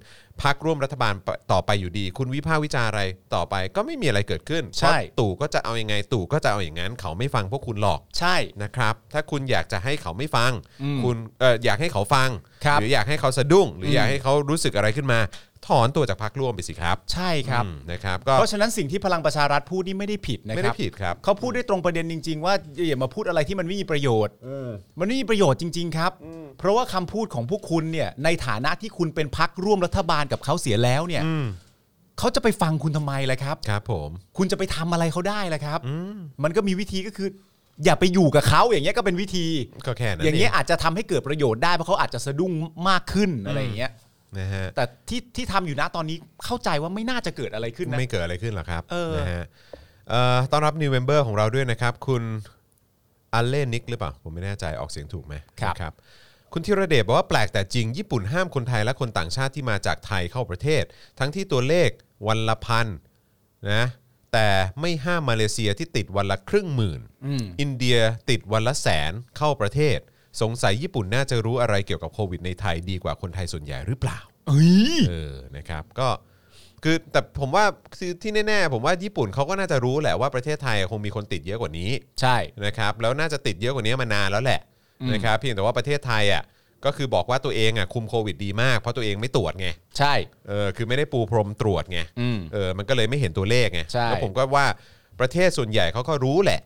พักร่วมรัฐบาลต่อไปอยู่ดี คุณวิพากษ์วิจารณ์อะไรต่อไปก็ไม่มีอะไรเกิดขึ้นเพใช่ราะตู่ก็จะเอายังไงตู่ก็จะเอาอย่างนั้น เขาไม่ฟังพวกคุณหรอก ใช่ นะครับ ถ้าคุณอยากจะให้เขาไม่ฟัง อืม คุณเอออยากให้เขาฟัง ครับ หรืออยากให้เขาสะดุ้ง หรืออ ม อยากให้เขารู้สึกอะไรขึ้นมา ถอนตัวจากพักร่วมไปสิครับ ใช่ครับ อืมนะครับก็ เพราะฉะนั้นสิ่งที่พลังประชารัฐพูดนี่ไม่ได้ผิดนะ ไม่ ค ได้ รับ ผิดครับ เขาพูดได้ตรงประเด็นจริง ๆ ว่าอย่ามาพูดอะไรที่มันไม่มีประโยชน์มันไม่มีประโยชน์จริง ๆ ครับ เพราะว่าคำพูดของพวกคุณเนี่ยในฐานะที่คุณเป็นพักร่วมรัฐบาลกับเขาเสียแล้วเนี่ย อืม เขาจะไปฟังคุณทำไมล่ะครับ ครับผม คุณจะไปทำอะไรเขาได้ล่ะครับ มันก็มีวิธีก็คือ อย่าไปอยู่กับเขาอย่างเงี้ยก็เป็นวิธี ก็แค่นั้น อย่าง เอ เงี้ย ง อาจจะทำให้เกิดประโยชน์ได้เพราะเขาอาจจะสะดุ้งมากขึ้นอะไรอย่างเงี้ย นะฮะ แต่ที่ที่ทำอยู่นะตอนนี้เข้าใจว่าไม่น่าจะเกิดอะไรขึ้นนะ ไม่เกิดอะไรขึ้นหรอกครับ เออ นะฮะเอ่อต้อนรับ new member ของเราด้วยนะครับ คุณอเลนิกหรือเปล่า ผมไม่แน่ใจออกเสียงถูกไหมนะครับ คุณธีรเดชบอกว่าแปลกแต่จริง ญี่ปุ่นห้ามคนไทยและคนต่างชาติที่มาจากไทยเข้าประเทศ ทั้งที่ตัวเลขวันละพันนะแต่ไม่ห้ามมาเลเซียที่ติดวันละครึ่งหมื่น อินเดียติดวันละแสนเข้าประเทศ สงสัยญี่ปุ่นน่าจะรู้อะไรเกี่ยวกับโควิดในไทยดีกว่าคนไทยส่วนใหญ่หรือเปล่า เอ้ย เออ นะครับ ก็ คือ แต่ผมว่าคือที่แน่ๆ ผมว่าญี่ปุ่นเขาก็น่าจะรู้แหละว่าประเทศไทยคงมีคนติดเยอะกว่านี้ ใช่ นะครับ แล้วน่าจะติดเยอะกว่านี้มานานแล้วแหละ อืม นะครับ เพียงแต่ว่าประเทศไทยอ่ะ ก็คือบอกว่าตัวเองอ่ะคุมโควิดดีมาก เพราะตัวเองไม่ตรวจไง ใช่ เออ คือไม่ได้ปูพรมตรวจไง อืม เออ มันก็เลยไม่เห็นตัวเลขไง ใช่ แล้วผมก็ว่าประเทศส่วนใหญ่เขาก็รู้แหละ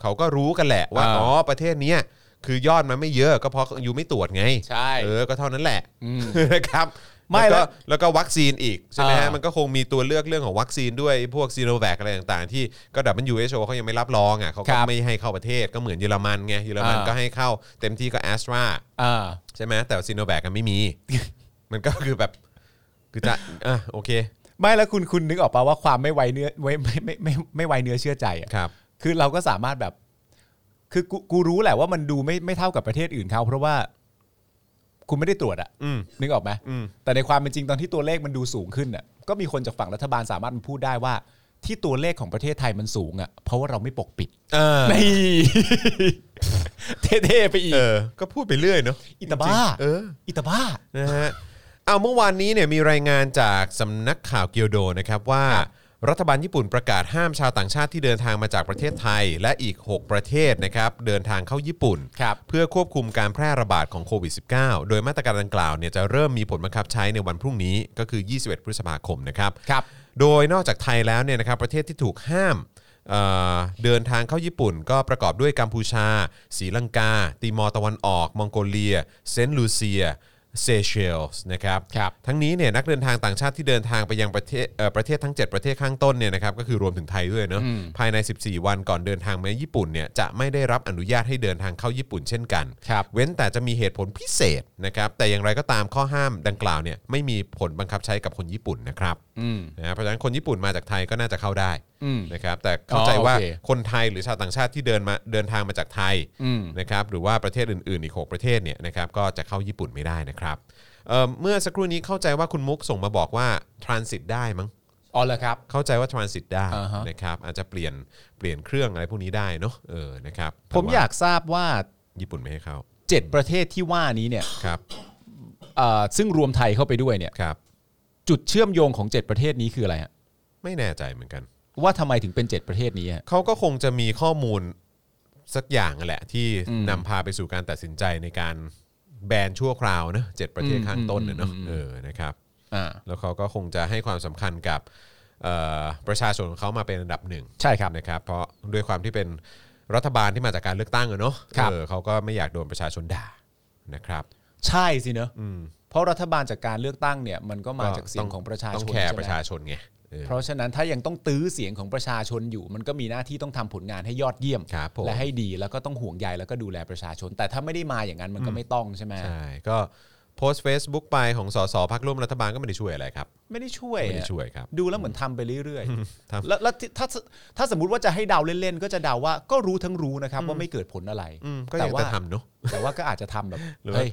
เขาก็รู้กันแหละว่า อ่า อ๋อ ประเทศเนี้ย คือยอดมันไม่เยอะก็เพราะอยู่ไม่ตรวจไง ใช่ เออ ก็เท่านั้นแหละ อืม นะครับ ไม่ แล้วก็ แล้ว แล้วก็วัคซีนอีกใช่ไหมฮะ อ่ามั มันก็คงมีตัวเลือกเรื่องของวัคซีนด้วยพวกซีโนแวคอะไรต่างๆ ที่ก็ดับมันยูเอชโอเขายังไม่รับรองอ่ะเขา ค ก็ รับ ไม่ให้เข้าประเทศก็เหมือนเยอรมันไง เยอรมัน อ่า ก็ให้เข้าเต็มที่ก็แอสตรา อ่า ใช่ไหมแต่ซีโนแวคกันไม่มี [LAUGHS] มันก็คือแบบคือจะอ่ะโอเค ไม่แล้วคุณคุณนึกออกปะว่าความไม่ไวเนื้อไว้ไม่ไม่ไม่ไม่ไม่ไวเนื้อเชื่อใจอ่ะ ครับ คือเราก็สามารถแบบ คือกูกูรู้แหละว่ามันดูไม่ไม่เท่ากับประเทศอื่นเขาเพราะว่า คุณไม่ได้ตรวจอ่ะ อืม นึกออกไหม อืม แต่ในความเป็นจริงตอนที่ตัวเลขมันดูสูงขึ้นอ่ะ ก็มีคนจากฝั่งรัฐบาลสามารถมาพูดได้ว่า ที่ตัวเลขของประเทศไทยมันสูงอ่ะเพราะว่าเราไม่ปกปิด เออ นี่ เท่ [LAUGHS] ๆไปอีก เออ ก็พูดไปเรื่อยเนาะ อิตาบ้า เออ อิตาบ้า นะฮะเอาเมื่อวานนี้เนี่ยมีรายงานจากสำนักข่าวเกียวโดนะครับว่า รัฐบาลญี่ปุ่นประกาศห้ามชาวต่างชาติที่เดินทางมาจากประเทศไทย และอีก 6 ประเทศนะครับเดินทางเข้าญี่ปุ่น ครับ เพื่อควบคุมการแพร่ระบาดของโควิด -19 โดยมาตรการดังกล่าวเนี่ยจะเริ่มมีผลบังคับใช้ในวันพรุ่งนี้ก็คือ 21 พฤษภาคมนะครับ ครับ โดยนอกจากไทยแล้วเนี่ยนะครับประเทศที่ถูกห้ามเอ่อเดินทางเข้าญี่ปุ่น ก็ประกอบด้วยกัมพูชาศรีลังกา ติมอร์ตะวันออก มองโกเลีย เซนต์ลูเซีย เซเชลส์นะครับ ครับ ทั้งนี้เนี่ยนักเดินทางต่างชาติที่เดินทางไปยังประเทศเอ่อประเทศทั้ง 7 ประเทศข้างต้นเนี่ยนะครับก็คือรวมถึงไทยด้วยเนอะภายใน 14 วันก่อนเดินทางมาญี่ปุ่นเนี่ยจะไม่ได้รับอนุญาตให้เดินทางเข้าญี่ปุ่นเช่นกัน ครับ เว้นแต่จะมีเหตุผลพิเศษนะครับแต่อย่างไรก็ตามข้อห้ามดังกล่าวเนี่ยไม่มีผลบังคับใช้กับคนญี่ปุ่นนะครับ อืม นะฮะเพราะฉะนั้นคนญี่ปุ่นมาจากไทยก็น่าจะเข้าได้ อืม นะครับแต่เข้าใจว่า อ๋อโอเค คนไทยหรือชาวต่างชาติที่เดินมาเดินทางมาจากไทย อืม นะครับหรือว่าประเทศอื่นๆ อีก 6 ประเทศเนี่ยนะครับก็จะเข้าญี่ปุ่นไม่ได้นะครับเอ่อเมื่อสักครู่นี้เข้าใจว่าคุณมุกส่งมาบอกว่าทรานสิตได้มั้ง อ๋อเหรอครับ เข้าใจว่าทรานสิตได้ อ่าฮะ นะครับอาจจะเปลี่ยนเปลี่ยนเครื่องอะไรพวกนี้ได้เนาะเออนะครับแต่ ผม ว่ อยากทราบว่า ญี่ปุ่นไม่ให้เข้า 7 ประเทศที่ว่านี้เนี่ย ครับ เอ่อซึ่งรวมไทยเข้าไปด้วยเนี่ย ครับ จุดเชื่อมโยงของ 7 ประเทศนี้คืออะไรฮะ ไม่แน่ใจเหมือนกัน ว่าทำไมถึงเป็น 7 ประเทศนี้ฮะ เขาก็คงจะมีข้อมูลสักอย่างแหละที่ อืม นำพาไปสู่การตัดสินใจในการแบนชั่วคราวนะเจ็ดประเทศข้างต้นน่ะเนาะ อืมอืม เออนะครับ อ่า แล้วเขาก็คงจะให้ความสำคัญกับเอ่อประชาชนของเขามาเป็นอันดับหนึ่ง ใช่ครับ นะครับ เพราะด้วยความที่เป็นรัฐบาลที่มาจากการเลือกตั้งอะเนาะ ครับ เออเขาก็ไม่อยากโดนประชาชนด่านะครับ ใช่สิเนอะ อืม เพราะรัฐบาลจากการเลือกตั้งเนี่ยมันก็มาจากเสียงของประชา ต้ ช อง น แคร์ ใช่ไหม ประชาชนไงเออ เพราะฉะนั้นถ้ายังต้องตื้อเสียงของประชาชนอยู่ มันก็มีหน้าที่ต้องทำผลงานให้ยอดเยี่ยม ครับผม และให้ดีแล้วก็ต้องห่วงใยแล้วก็ดูแลประชาชน แต่ถ้าไม่ได้มาอย่างนั้นมันก็ไม่ต้องใช่ไหม ใช่ก็โพสต์ Facebook ไปของสสพักร่วมรัฐบาลก็ไม่ได้ช่วยอะไรครับ ไม่ได้ช่วย ไม่ได้ อะ ช่วยครับ ดูแล้วเหมือนทำไปเรื่อย ทำ ๆแล้วแล้วที่ถ้าถ้าสมมติว่าจะให้เดาเล่นๆก็จะเดาว่าก็รู้ทั้งรู้นะครับว่าไม่เกิดผลอะไร อืมก็อ แต่ ยาก ว่า จะทำเนาะ แต่ว่าก็อาจจะทำแบบ หรือว่า เฮ้ย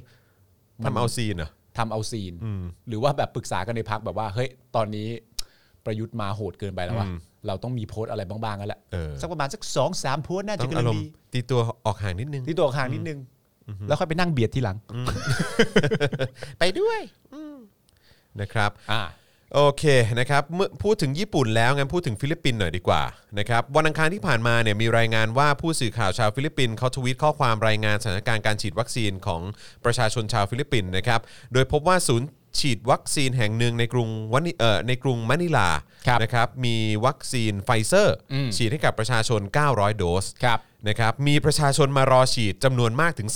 ทำเอาซีนเหรอ ทำเอาซีน อืม หรือว่าแบบปรึกษากันในพักแบบว่า เฮ้ย ตอนนี้ประยุทธ์มาโหดเกินไปแล้วว่ะ อืม เราต้องมีโพสต์อะไรบ้างๆแล้วแหละ เออ สักประมาณสักสองสามโพสต์น่า ต้ จะ องอากำลัง รม ดี ณ์ตีตัวออกห่างนิดนึง ที่ตัวห่างนิดนึง แล้วค่อยไปนั่งเบียดทีหลัง [LAUGHS] ไปด้วยอืมนะครับ อ่า โอเคนะครับเมื่อพูดถึงญี่ปุ่นแล้วงั้นพูดถึงฟิลิปปินส์หน่อยดีกว่านะครับวันอังคารที่ผ่านมาเนี่ยมีรายงานว่าผู้สื่อข่าวชาวฟิลิปปินส์เขาทวีตข้อความรายงานสถานการณ์การฉีดวัคซีนของประชาชนชาวฟิลิปปินส์นะครับโดยพบว่าศูนย์ฉีดวัคซีนแห่งหนึ่งในกรุงวะนิเอ่อในกรุงมะนิลา ครับ นะครับมีวัคซีนไฟเซอร์ อืม ฉีดให้กับประชาชน 900 โดส ครับ นะครับมีประชาชนมารอฉีดจำนวนมากถึง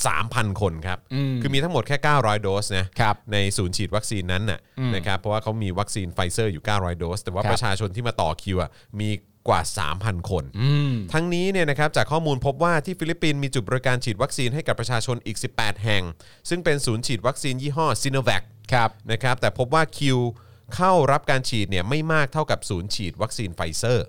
3,000 คนครับ อืม คือมีทั้งหมดแค่ 900 โดสนะครับ ในศูนย์ฉีดวัคซีนนั้นน่ะนะครับเพราะว่าเขามีวัคซีนไฟเซอร์อยู่ 900 โดส แต่ว่า ครับ ประชาชนที่มาต่อคิวอ่ะมีกว่า 3,000 คน ทั้งนี้เนี่ยนะครับจากข้อมูลพบว่าที่ฟิลิปปินส์มีจุดบริการฉีดวัคซีนให้กับประชาชนอีก 18 แห่ง ซึ่งเป็นศูนย์ฉีดวัคซีนยี่ห้อซิโนแวค ครับ นะครับแต่พบว่าคิวเข้ารับการฉีดเนี่ยไม่มากเท่ากับศูนย์ฉีดวัคซีนไฟเซอร์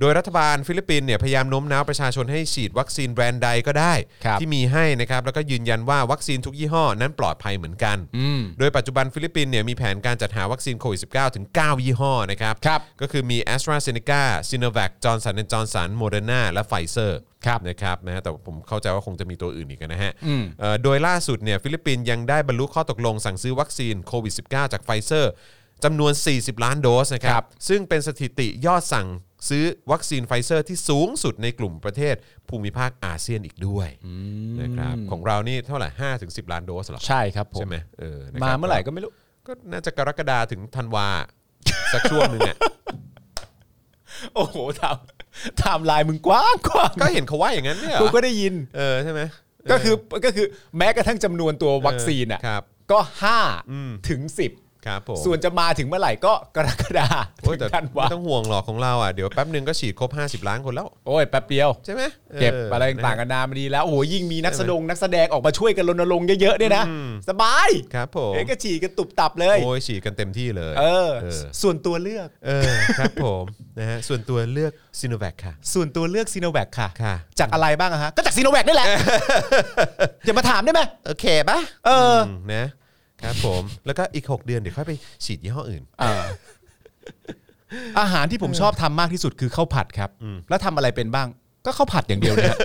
โดยรัฐบาลฟิลิปปินส์เนี่ยพยายามโน้มน้าวประชาชนให้ฉีดวัคซีนแบรนด์ใดก็ได้ ครับ ที่มีให้นะครับแล้วก็ยืนยันว่าวัคซีนทุกยี่ห้อนั้นปลอดภัยเหมือนกัน อืม โดยปัจจุบันฟิลิปปินส์เนี่ยมีแผนการจัดหาวัคซีนโควิด -19 ถึง 9 ยี่ห้อนะครับ ครับ ก็คือมี a s t r a z เซ e c a s i n o v a c j o h n s o n j o h n s o n Moderna และ Pfizer ครับ นะครับนะฮะแต่ผมเข้าใจว่าคงจะมีตัวอื่นอีกนะฮะ อืม เอ่อโดยล่าสุดเนี่ยฟิลิปปินส์ยังได้บรรลุข้อตกลงสั่งซื้อวัคซีนโควิด -19 จากไฟเซอร์จำนวน 40 ล้านโดสนะค ค รั รับ บ ซึ่งเป็นสถิติยอดสั่งซื้อวัคซีนไฟเซอร์ที่สูงสุดในกลุ่มประเทศภูมิภาคอาเซียนอีกด้วยนะครับของเรานี่เท่าไหร่5ถึง10 ล้านโดสเหรอ ใช่ครับผม ใช่ไหมเออนะค มา บ เมื่อไหร่ก็ไม่รู้ ก็น่าจะกรกฎาถึงธันวา สักช่วงหนึ่งอ่ะ [LAUGHS] โอ้โหทำทำลายมึงกว้างกว้าง ก็เห็นเขาว่าอย่างนั้นเนี่ยเหร กู อ ก็ได้ยิน เออใช่ไหมเ ก็คือก็คือแม้กระทั่งจำนวนตัววัคซีนอ่ะ ครับ ก็ห้า อืม ถึงสิบ ครับผม ส่วนจะมาถึงเมื่อไหร่ก็กรกฎา โอ้ย ถึ แต่ งธันวา ไม่ต้องห่วงหรอกของเราอ่ะ เดี๋ยวแป๊บหนึ่งก็ฉีดครบ 50 ล้านคนแล้ว โอ้ยแป๊บเดียว ใช่ไหม เก็บอะไรต่างๆกั กัน นนามาดีแล้ว โอ้โหยิ่งมีนัก ใช่ แส ไห ด ม งนักแสดงออกมาช่วยกันรณรงค์เยอะๆเนี่ยนะ อืม สบาย ครับผม เอ็กฉี่กันตุบตับเลย โอ้ยฉีดกันเต็มที่เลย เออ เออ ส่วนตัวเลือก เออครับผมนะฮะส่วนตัวเลือกซีโนแวคค่ะ ส่วนตัวเลือกซีโนแวคค่ะ ค่ะ จากอะไรบ้างอะฮะ ก็จากซีโนแวคนี่แหละ อย่ามาถามได้ไหม โอเคป่ะ เออ มนะครับผม แล้วก็อีก 6 เดือนเดี๋ยวค่อยไปฉีดยี่ห้ออื่น อ อาหารที่ผมชอบทำมากที่สุดคือข้าวผัดครับ แล้วทำอะไรเป็นบ้าง ก็ข้าวผัดอย่างเดียวเนี่ย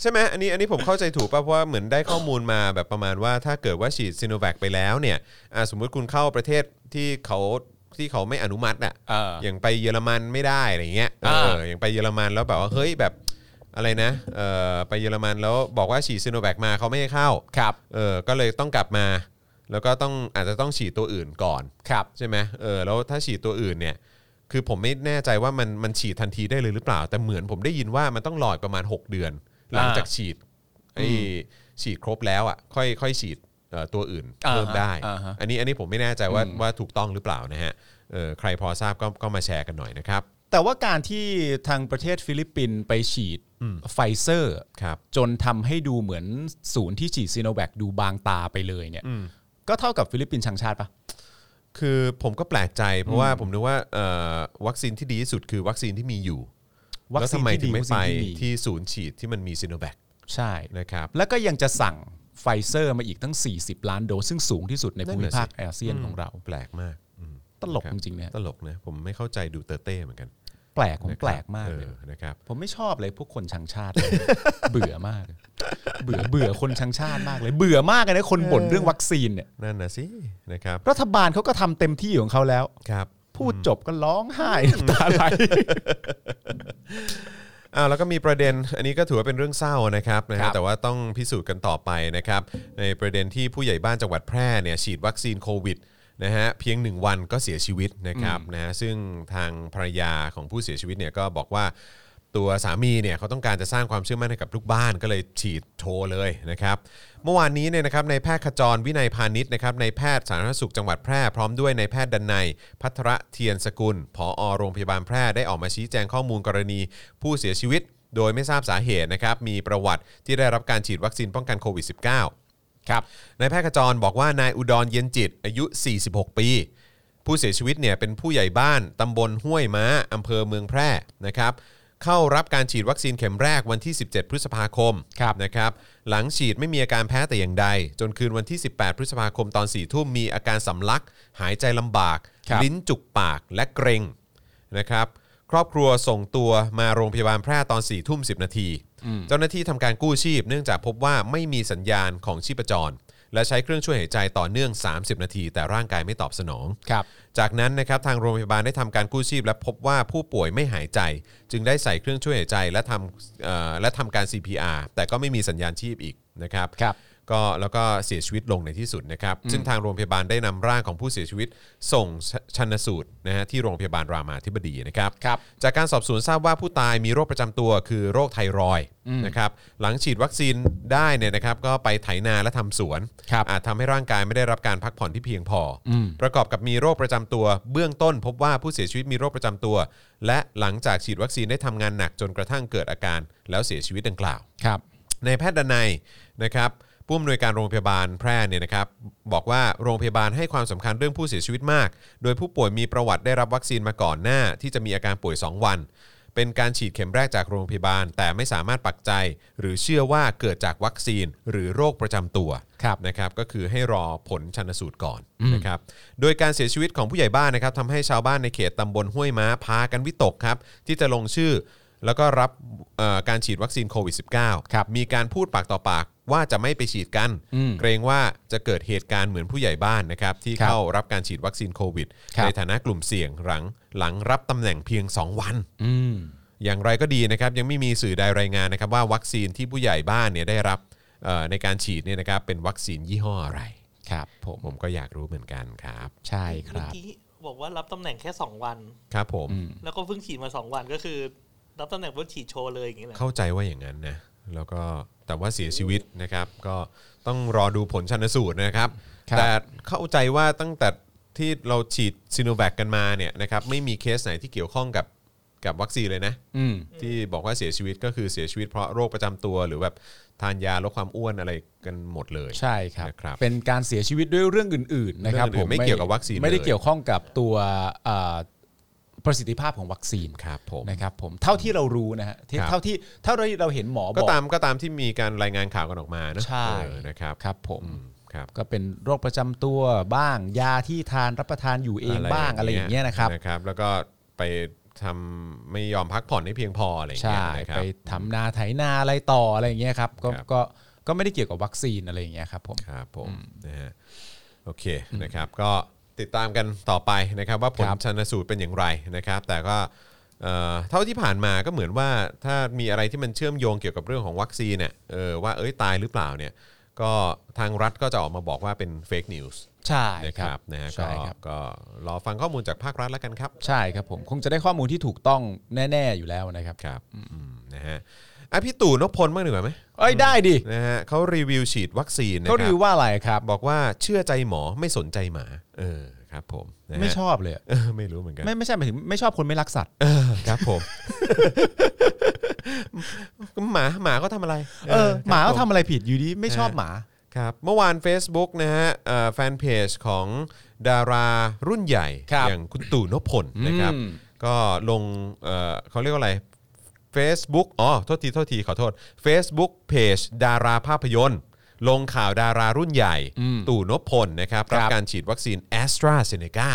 ใช่ไหมอันนี้อันนี้ผมเข้าใจถูกป่ะเพราะว่าเหมือนได้ข้อมูลมาแบบประมาณว่าถ้าเกิดว่าฉีดซีโนแวคไปแล้วเนี่ยอ่าสมมุติคุณเข้าประเทศที่เขาที่เขาไม่อนุมัติอ่ะ เอออ อย่างไปเยอรมันไม่ได้อะไรเงี้ยเอ อ่า ออย่างไปเยอรมันแล้วแบบว่าเฮ้ยแบบอะไรนะเออไปเยอรมันแล้วบอกว่าฉีดซีโนแวคมาเขาไม่ให้เข้า ครับ เออก็เลยต้องกลับมา แล้วก็ต้องอาจจะต้องฉีดตัวอื่นก่อน ครับ ใช่ไหมเออแล้วถ้าฉีดตัวอื่นเนี่ยคือผมไม่แน่ใจว่ามันมันฉีดทันทีได้เลยหรือเปล่า แต่เหมือนผมได้ยินว่ามันต้องรออีกประมาณ 6 เดือน หลังจากฉีดไอ้ ฉีดครบแล้วอ่ะค่อยค่อยฉีดเอ่อตัวอื่น อ่าฮะ เพิ่มได้ อ่าฮะ อันนี้อันนี้ผมไม่แน่ใจว่าว่าถูกต้องหรือเปล่านะฮะเออใครพอทราบก็ก็มาแชร์กันหน่อยนะครับ แต่ว่าการที่ทางประเทศฟิลิปปินส์ไปฉีดไฟเซอร์ ครับ จนทำให้ดูเหมือนศูนย์ที่ฉีดซีโนแวคดูบางตาไปเลยเนี่ย ก็เท่ากับฟิลิปปินส์ชังชาติปะ คือผมก็แปลกใจเพราะว่าผมนึกว่าเอ่อวัคซีนที่ดีที่สุดคือวัคซีนที่มีอยู่ วัค แล้ว ซีน ทำไมถึที่ดี งไม่ วัคซี ไป นที่มี ที่ศูนย์ฉีดที่มันมีซีโนแ a ค ใช่ นะครับ แล้วก็ยังจะสั่งไฟเซอร์มาอีกทั้ง 40 ล้านโดส ซึ่งสูงที่สุดใน นั่น ภูมิ น่ะสิ ภาคอาเซียนของเรา แปลกมากอืม ตลก คบ จริงๆเนี่ย ตลกนะผมไม่เข้าใจดูเตอร์เต้เหมือนกัน แปลกผม นะครับ แปลกมากเลย ออนะครับ ผมไม่ชอบเลยพวกคนชังชาติ เบื่อมาก เบื่อเบื่อคนชังชาติมากเลย เบื่อมากเลยนะคนบ่นเรื่องวัคซีนเนี่ย นั่นนะสินะครับ รัฐบาลเขาก็ทำเต็มที่ของเขาแล้ว ครับ พูดจบก็ร้องไห้น้ำตาไหล อ้าวแล้วก็มีประเด็น อันนี้ก็ถือว่าเป็นเรื่องเศร้านะครับนะ ครั ฮะ บ แต่ว่าต้องพิสูจน์กันต่อไปนะครับ ในประเด็นที่ผู้ใหญ่บ้านจังหวัดแพร่เนี่ยฉีดวัคซีนโควิดนะฮะเพียง 1 วันก็เสียชีวิตนะครับนะฮะซึ่งทางภรรยาของผู้เสียชีวิตเนี่ยก็บอกว่า ตัวสามีเนี่ยเขาต้องการจะสร้างความเชื่อมั่นให้กับลูกบ้านก็เลยฉีดโชว์เลยนะครับเมื่อวานนี้เนี่ยนะครับในายแพทย์ขจรวินัยพาณิชย์นะครับในายแพทย์สาธารณสุขจังหวัดแพร่พร้อมด้วยในายแพทย์ดันในยพัทระเทียนสกุลผอโรงพยาบาลแพร่ได้ออกมาชี้แจงข้อมูลกรณีผู้เสียชีวิต โดยไม่ทราบสาเหตุนะครับมีประวัติที่ได้รับการฉีดวัคซีนป้องกันโควิด -19 ครับนายแพทย์ขจรบอกว่านายอุดรเย็นจิตอายุ 46 ปี ผู้เสียชีวิตเนี่ยเป็นผู้ใหญ่บ้านตำบลห้วยม้าอำเภอเมืองแพร่นะครับเข้ารับการฉีดวัคซีนเข็มแรกวันที่ 17 พฤษภาคม ครับ นะครับหลังฉีดไม่มีอาการแพ้แต่อย่างใด จนคืนวันที่ 18 พฤษภาคมตอน 4 ทุ่มมีอาการสำลัก หายใจลำบาก ครับ ลิ้นจุกปากและเกรงนะครับครอบครัวส่งตัวมาโรงพยาบาลแพร่ตอน4ี่ทุ่ม10 นาที เจ้าหน้าที่ทำการกู้ชีพ เนื่องจากพบว่าไม่มีสัญญาณของชีพจร และใช้เครื่องช่วยหายใจต่อเนื่อง 30 นาที แต่ร่างกายไม่ตอบสนอง ครับ จากนั้นนะครับทางโรงพยาบาลได้ทำการกู้ชีพ และพบว่าผู้ป่วยไม่หายใจ จึงได้ใส่เครื่องช่วยหายใจและทำเอ่อและทำการ CPR แต่ก็ไม่มีสัญญาณชีพอีกนะครับ ครับ ก็แล้วก็เสียชีวิตลงในที่สุดนะครับ ซึ่งทางโรงพยาบาลได้นำร่างของผู้เสียชีวิต ส่งชชันสูตรนะฮะที่โรงพยาบาลรามาธิบดีนะครับ ครับ จากการสอบสวนทราบว่าผู้ตายมีโรคประจำตัวคือโรคไทรอยด์นะครับหลังฉีดวัคซีนได้เนี่ยนะครับก็ไปไถนาและทำสวน ครับ อาจทำให้ร่างกายไม่ได้รับการพักผ่อนที่เพียงพออ ม ประกอบกับมีโรคประจำตัว เบื้องต้น พบว่าผู้เสียชีวิตมีโรคประจำตัว และหลังจากฉีดวัคซีนได้ทำงานหนักจนกระทั่งเกิดอาการ แล้วเสียชีวิตดังกล่าว ครับ ในายแพทย์ดนัยนะครับผู้อำนวยการโรงพยาบาลแพร่เนี่ยนะครับบอกว่าโรงพยาบาลให้ความสำคัญเรื่องผู้เสียชีวิตมาก โดยผู้ป่วยมีประวัติได้รับวัคซีนมาก่อนหน้า ที่จะมีอาการป่วย 2 วัน เป็นการฉีดเข็มแรกจากโรงพยาบาล แต่ไม่สามารถปักใจ หรือเชื่อว่าเกิดจากวัคซีนหรือโรคประจำตัว ครับ นะครับก็คือให้รอผลชันสูตรก่อนนะครับโดยการเสียชีวิตของผู้ใหญ่บ้านนะครับทำให้ชาวบ้านในเขตตำบลห้วยม้าพากันวิตกครับที่จะลงชื่อ แล้วก็รับเอ่อการฉีดวัคซีนโควิด ครับ -19 มีการพูดปากต่อปากว่าจะไม่ไปฉีดกัน เกรงว่าจะเกิดเหตุการณ์เหมือนผู้ใหญ่บ้านนะครับที่ ครับ เข้ารับการฉีดวัคซีนโควิด ครับ ในฐานะกลุ่มเสี่ยงหลังหลังรับตำแหน่งเพียง 2 วัน อืม อย่างไรก็ดีนะครับยังไม่มีสื่อใดรายงานนะครับว่าวัคซีนที่ผู้ใหญ่บ้านเนี่ยได้รับเอ่อในการฉีดเนี่ยนะครับเป็นวัคซีนยี่ห้ออะไร ครับผม ผมก็อยากรู้เหมือนกันครับ ใช่ค เมื่อ รับ กี้บอกว่ารับตำแหน่งแค่สองวัน ครับผม แล้วก็เพิ่งฉีดมาสองวันก็คือ รับตำแหน่งเพิ่งฉีดโชว์เลยอย่างนี้แหละ เข้าใจว่าอย่างนั้นนะแล้วก็แต่ว่าเสียชีวิตนะครับก็ต้องรอดูผลชันสูตรนะครับ ครับ แต่เข้าใจว่าตั้งแต่ที่เราฉีดซีโนแวคกันมาเนี่ยนะครับไม่มีเคสไหนที่เกี่ยวข้องกับกับวัคซีนเลยนะ อืม ที่บอกว่าเสียชีวิตก็คือเสียชีวิตเพราะโรคประจำตัว หรือแบบทานยาลดความอ้วนอะไรกันหมดเลย ใช่ครับ นะครับ เป็นการเสียชีวิตด้วยเรื่องอื่นๆนะครับ เอง ผ อื่ ม นไม่เกี่ยวกับวัคซีน ไม่ได้ ล เกี่ยวข้องกับตัวเอ่อประสิทธิภาพของวัคซีน ครับผม นะครับผมเท่าที่เรารู้นะฮะที่ ครับ เท่าที่เท่าที่เราเห็นหมอบอก ก็ตามก็ตามที่มีการรายงานข่าวกันออกมาเนอะ ใช่ เออนะครับ ครับผม อืมครับ ก็เป็นโรคประจำตัวบ้าง ยาที่ทานรับประทานอยู่เองบ้างอะไรอย่างเงี้ยนะครับ นะครับ แล้วก็ไปทำไม่ยอมพักผ่อนให้เพียงพออะไรอย่างเงี้ ใช่ ยนะครับ ไปทำนาไถนาอะไรต่ออะไรอย่างเงี้ยครับก็ ครับ ก็ก็ไม่ได้เกี่ยวกับวัคซีนอะไรอย่างเงี้ยครับผม ครับผมนะฮะโอเคนะครับก็ติดตามกันต่อไปนะครับ ว่าผล ครับ ชันสูตรเป็นอย่างไรนะครับ แต่ก็เอ่อเท่าที่ผ่านมาก็เหมือนว่าถ้ามีอะไรที่มันเชื่อมโยงเกี่ยวกับเรื่องของวัคซีนเนี่ยเออว่าเอ้ยตายหรือเปล่าเนี่ยก็ทางรัฐก็จะออกมาบอกว่าเป็นเฟกนิวส์ ใช่ นะ ค ค รั รั บบ นะฮะ ใช่ ก็ ครับ ก็รอฟังข้อมูลจากภาครัฐแล้วกันครับ ใช่ครับผมคงจะได้ข้อมูลที่ถูกต้องแน่ ๆอยู่แล้วนะครับ ครับอืมนะฮะอ่ะพี่ตู่นพพลบ้างดีกว่าไหม เอ้ยได้ดิ [LAUGHS] นะฮะเขารีวิวฉีดวัคซีนนะค เขารี รั วิบวว่าอะไรครับ บอกว่าเชื่อใจหมอไม่สนใจหมา เออครับผมนะฮะ ไม่ชอบเลยอะ เออไม่รู้เหมือนกัน ไม่ไม่ใช่หมายถึงไม่ชอบคนไม่รักสัตว์ เออครับผม [LAUGHS] หมาหมาก็ทำอะไร เออหมา ครับ เขา ผ ทำอะไรผิดอยู่ดีไม่ชอบหมา ครับเมื่อวาน Facebook นะฮะเอ่อแฟนเพจของดารารุ่นใหญ่ ครับ อย่างคุณตู่นพพลนะครับ อืม ก็ลงเอ่อเขาเรียกว่าอะไร Facebook อ๋อโทษทีโทษทีขอโทษ Facebook เพจดาราภาพยนตร์ ลงข่าวดารารุ่นใหญ่ ตู่นพพลนะครับ ครับ รับการฉีดวัคซีน a s t r a z เซ e c a